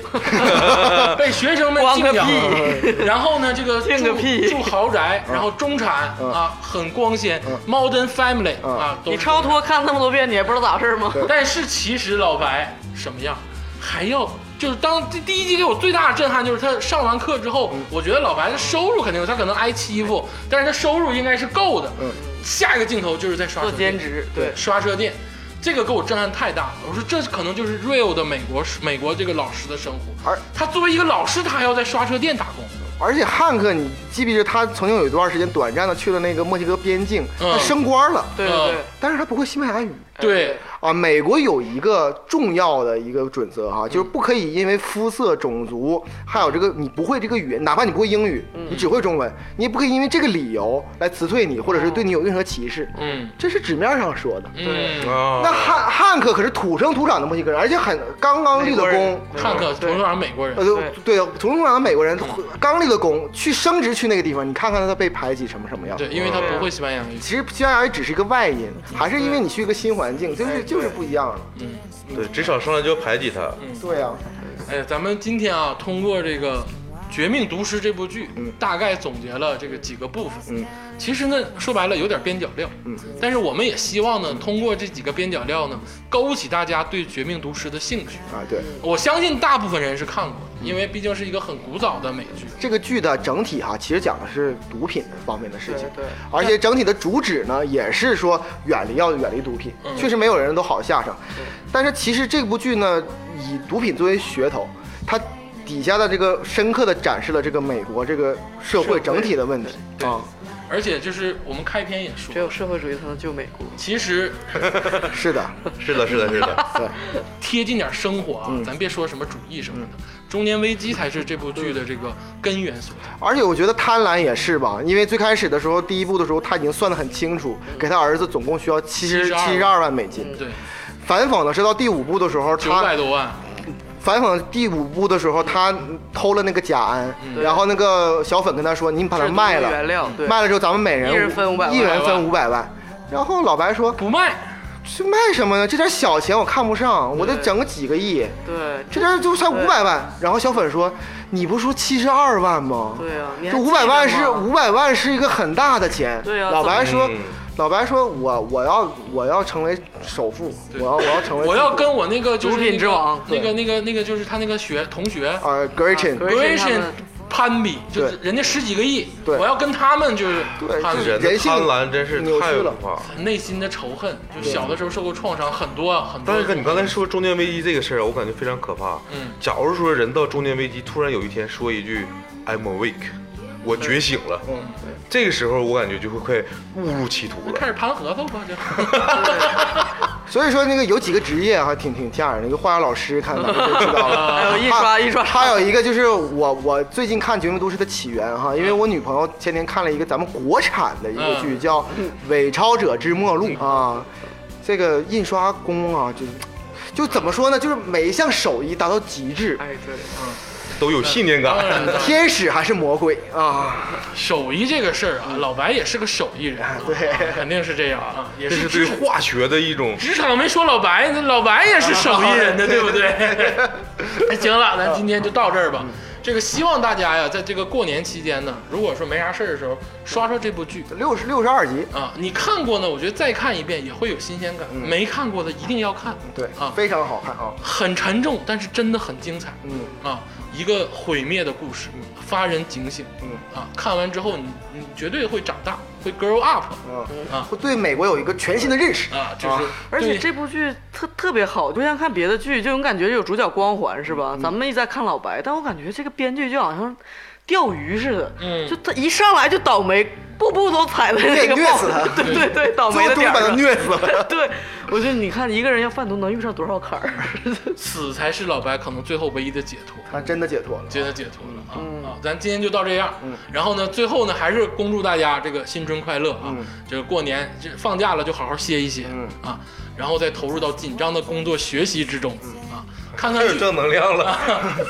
Speaker 1: 被学生们敬仰啊
Speaker 2: 光个。
Speaker 1: 然后呢，这个
Speaker 2: 敬个
Speaker 1: 住
Speaker 2: 屁
Speaker 1: 住豪宅，然后中产
Speaker 4: 嗯
Speaker 1: 啊，很光鲜
Speaker 4: 嗯
Speaker 1: ，modern family
Speaker 4: 嗯
Speaker 1: 啊，都
Speaker 2: 你
Speaker 1: 是
Speaker 2: 超脱看那么多遍，你也不知道咋回事吗？
Speaker 1: 但是其实老白什么样，还要就是当第第一季给我最大的震撼就是他上完课之后，
Speaker 2: 嗯
Speaker 1: 我觉得老白的收入肯定他可能挨欺负，但是他收入应该是够的。
Speaker 4: 嗯
Speaker 1: 下一个镜头就是在刷车
Speaker 2: 做
Speaker 1: 店
Speaker 2: 兼，职，对，
Speaker 1: 刷车店。这个给我震撼太大了，我说这可能就是 real 的美国美国这个老师的生活。
Speaker 4: 而
Speaker 1: 他作为一个老师，他还要在刷车店打工。
Speaker 4: 而且汉克，你记不记得他曾经有一段时间短暂的去了那个墨西哥边境，
Speaker 1: 嗯
Speaker 4: 他升官了，
Speaker 2: 对
Speaker 1: 呃
Speaker 2: 对对。
Speaker 4: 但是他不会西班牙语
Speaker 1: 对，
Speaker 4: 啊。美国有一个重要的一个准则哈、就是不可以因为肤色、种族，还有这个你不会这个语言，哪怕你不会英语，你只会中文，你也不可以因为这个理由来辞退你，或者是对你有任何歧视。
Speaker 1: 嗯
Speaker 4: 这是纸面上说的。
Speaker 1: 嗯，
Speaker 3: 啊，
Speaker 4: 那汉汉克可是土生土长的墨西哥人，而且很刚刚
Speaker 2: 美
Speaker 4: 立了
Speaker 2: 国人
Speaker 4: 功，
Speaker 1: 汉克同样是美国人
Speaker 4: 呃，，
Speaker 2: 对
Speaker 4: 对，土生土长的美国人刚立了功，去升职去那个地方，你看看他被排挤成什么样。
Speaker 1: 对，因为他不会西班牙语。
Speaker 4: 其实西班牙语只是一个外因，还是因为你去一个新环境，就是就是不一样了。
Speaker 3: 对职场上来就要排挤他，
Speaker 1: 嗯
Speaker 4: 对啊呀、
Speaker 1: 哎，咱们今天啊，通过这个《绝命毒师》这部剧，大概总结了这个几个部分。嗯，其实呢，说白了有点边角料。嗯，但是我们也希望呢，通过这几个边角料呢，勾起大家对《绝命毒师》的兴趣。
Speaker 4: 啊，对，
Speaker 1: 我相信大部分人是看过的，因为毕竟是一个很古早的美剧。
Speaker 4: 这个剧的整体哈、其实讲的是毒品方面的事情，
Speaker 2: 对对
Speaker 4: 而且整体的主旨呢，也是说远离要远离毒品，确实没有人都好下场。但是其实这部剧呢，以毒品作为噱头，它底下的这个深刻的展示了这个美国这个社会整体的问题啊。
Speaker 1: 而且就是我们开篇也说
Speaker 2: 只，有社会主义才能救美国。
Speaker 1: 其实
Speaker 4: 是的，
Speaker 3: 是的，是的，是 的，
Speaker 4: 对，
Speaker 1: 贴近点生活啊，咱别说什么主义什么的，中年危机才是这部剧的这个根源所在。
Speaker 4: 而且我觉得贪婪也是吧，因为最开始的时候，第一部的时候他已经算得很清楚，给他儿子总共需要七十七十二万美金。
Speaker 1: 对，
Speaker 4: 反讽的是到第五部的时候，
Speaker 1: 嗯九百
Speaker 4: 他
Speaker 1: 多万，
Speaker 4: 反讽第五部的时候，他偷了那个甲胺，然后那个小粉跟他说：“你把它卖
Speaker 2: 制毒的原
Speaker 4: 了，
Speaker 1: 嗯
Speaker 2: 料，对，
Speaker 4: 卖了之后咱们每人
Speaker 2: 一人分500万
Speaker 4: 一人分五百万。”然后老白说
Speaker 1: 不卖，：“
Speaker 4: 这卖什么呢？这点小钱我看不上，我得整个几个亿。”
Speaker 2: 对，
Speaker 4: 这边就才五百万。然后小粉说：“你不说七十二万吗？”
Speaker 2: 对啊你还
Speaker 4: 这五百万
Speaker 2: 记得
Speaker 4: 是
Speaker 2: 吗
Speaker 4: 五百万是一个很大的钱。
Speaker 2: 对啊
Speaker 4: 老白
Speaker 3: 怎么
Speaker 4: 说
Speaker 3: 嗯：“
Speaker 4: 老白说，我我要我要成为首富，我要我要成为
Speaker 1: 我要跟我那个就是
Speaker 2: 毒品
Speaker 1: 那个
Speaker 2: 之王
Speaker 1: 那个那个那个就是他那个学同学
Speaker 4: 呃 Gretchen
Speaker 2: 啊 Grayson 他
Speaker 1: Grayson
Speaker 2: 们
Speaker 1: 攀比，就是
Speaker 4: 对
Speaker 1: 人家十几个亿，
Speaker 4: 对
Speaker 1: 我要跟他们就是
Speaker 4: 对
Speaker 1: 攀
Speaker 4: 就
Speaker 1: 比
Speaker 4: 是
Speaker 3: 人的
Speaker 4: 人性
Speaker 3: 贪婪真是
Speaker 4: 扭曲
Speaker 3: 太
Speaker 4: 了
Speaker 3: 可怕了。
Speaker 1: 内心的仇恨，就小的时候受过创伤，很多很多。
Speaker 3: 但是哥，你刚才说中年危机这个事儿啊，我感觉非常可怕。
Speaker 1: 嗯
Speaker 3: 假如说人到中年危机，突然有一天说一句 “I'm awake”，我觉醒了，嗯，这个时候我感觉就会快误入歧途
Speaker 1: 开
Speaker 3: 了。
Speaker 1: 始盘核桃吧，就
Speaker 4: 所以说那个有几个职业哈、挺挺吓人的，一个化学老师看咱们就知道了。 啊
Speaker 2: 还有印刷印刷
Speaker 4: 还有一个就是我我最近看《绝命都市》的起源哈，因为我女朋友前天看了一个咱们国产的一个剧，
Speaker 1: 嗯
Speaker 4: 叫《伪钞者之末路》
Speaker 2: 嗯
Speaker 4: 啊。这个印刷工啊，就就怎么说呢？就是每一项手艺达到极致，
Speaker 2: 哎对，
Speaker 3: 都有信念
Speaker 1: 当
Speaker 3: 感
Speaker 1: 然，了
Speaker 4: 天使还是魔鬼啊？
Speaker 1: 手艺这个事儿啊，老白也是个手艺人，啊
Speaker 4: 对
Speaker 1: 肯定是这样啊，也
Speaker 3: 这是
Speaker 1: 是
Speaker 3: 对
Speaker 1: 职
Speaker 3: 化学的 一种
Speaker 1: 职场没说老白，那老白也是手艺人的， 对不对？那 行了，咱今天就到这儿吧。这个希望大家呀，在这个过年期间呢，如果说没啥事儿的时候，刷刷这部剧
Speaker 4: 六十六十二集，
Speaker 1: 啊，你看过呢，我觉得再看一遍也会有新鲜感；没看过的一定要看，
Speaker 4: 对
Speaker 1: 啊，
Speaker 4: 非常好看啊。
Speaker 1: 很沉重，但是真的很精彩。
Speaker 4: 嗯，
Speaker 1: 啊，一个毁灭的故事，发人警醒。嗯啊，看完之后你你绝对会长大，会 grow up
Speaker 4: 嗯
Speaker 1: 啊，
Speaker 4: 我对美国有一个全新的认识
Speaker 1: 啊，就是
Speaker 4: 啊
Speaker 2: 而且
Speaker 1: 对
Speaker 2: 这部剧特特别好，就像看别的剧，就总感觉有主角光环是
Speaker 1: 嗯
Speaker 2: 吧？咱们一直在看老白，但我感觉这个编剧就好像钓鱼似的，
Speaker 1: 嗯
Speaker 2: 就他一上来就倒霉，步步都踩在那
Speaker 4: 对
Speaker 2: 个
Speaker 4: 虐
Speaker 2: 爆
Speaker 4: 死他
Speaker 2: 对对对，倒霉的
Speaker 4: 最后终于
Speaker 2: 点
Speaker 4: 把
Speaker 2: 儿
Speaker 4: 他
Speaker 2: 上。
Speaker 4: 虐死了。
Speaker 2: 对，我觉得你看一个人要贩毒能遇上多少坎儿？
Speaker 1: 死才是老白可能最后唯一的解脱。
Speaker 4: 他真的解脱了。
Speaker 1: 真的解脱了啊、
Speaker 4: 嗯
Speaker 1: 啊！咱今天就到这样，然后呢，最后呢，还是恭祝大家这个新春快乐啊！
Speaker 4: 嗯
Speaker 1: 这个过年这放假了就好好歇一歇、啊，然后再投入到紧张的工作学习之中、
Speaker 4: 嗯
Speaker 1: 啊，看看
Speaker 3: 太有
Speaker 1: 剧，
Speaker 3: 正能量了。
Speaker 1: 啊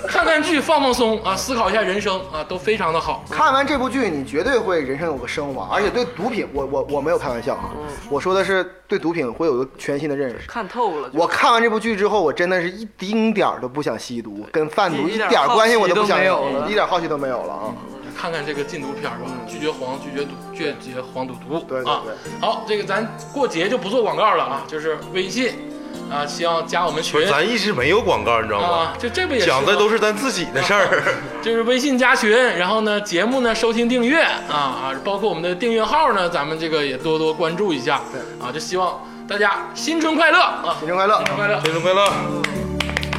Speaker 1: 看看剧，放放松啊，思考一下人生啊，都非常的好。
Speaker 4: 看完这部剧，你绝对会人生有个升华，而且对毒品，我我我没有开玩笑啊，
Speaker 2: 嗯
Speaker 4: 我说的是对毒品会有一个全新的认识。
Speaker 2: 看透了就，
Speaker 4: 我看完这部剧之后，我真的是一丁点儿都不想吸毒，跟贩毒
Speaker 2: 一
Speaker 4: 一
Speaker 2: 点
Speaker 4: 点儿关系我不
Speaker 2: 好奇都
Speaker 4: 想
Speaker 2: 没有了
Speaker 4: 一点好奇都没有了啊！
Speaker 1: 看看这个禁毒片儿吧，拒绝黄，拒绝赌，拒绝黄赌毒。
Speaker 4: 嗯对对
Speaker 1: 啊
Speaker 4: 对，
Speaker 1: 好，这个咱过节就不做广告了啊，就是微信啊，希望加我们
Speaker 3: 不
Speaker 1: 群
Speaker 3: 是，咱一直没有广告，你知道
Speaker 1: 啊
Speaker 3: 吗，？
Speaker 1: 就这不也
Speaker 3: 讲的
Speaker 1: 吗
Speaker 3: 都是咱自己的事儿。
Speaker 1: 就是微信加群，然后呢，节目呢收听订阅啊啊，包括我们的订阅号呢，咱们这个也多多关注一下。
Speaker 4: 对
Speaker 1: 啊，就希望大家新春快乐啊，
Speaker 4: 新春快乐！
Speaker 2: 嗯
Speaker 1: 新春快乐。
Speaker 3: 新春快乐！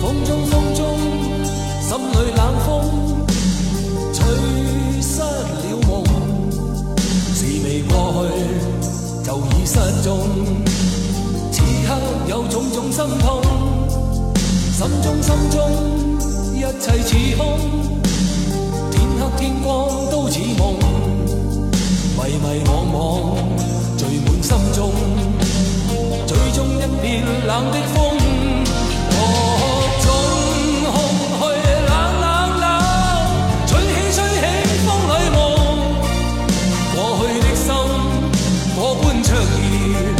Speaker 6: 风中风中，心里冷风，吹失了夢。是未過去，就已失蹤。此刻有種種心痛，心中心中，一切似空。天黑天光都似夢，迷迷惘惘，聚滿心中。最終一片冷的風，各種空虛冷冷冷，吹起吹起風裏霧，過去的心我般灼熱，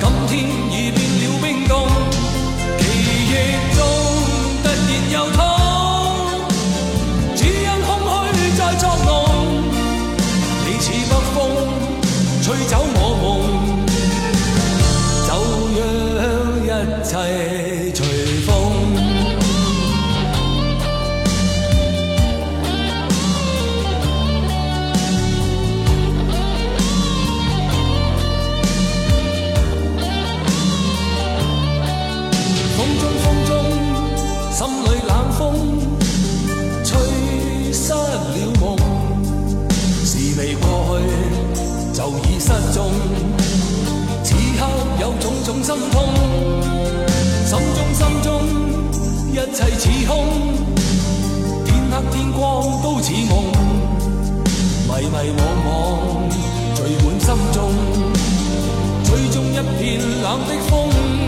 Speaker 6: 今天已變了冰凍，記憶中突然又痛，只因空虛在作弄，你似北風吹走我夢。走樣一心痛，心中心中一切似空，天黑天光都似夢，迷迷惘惘聚滿心中，追蹤一片冷的風。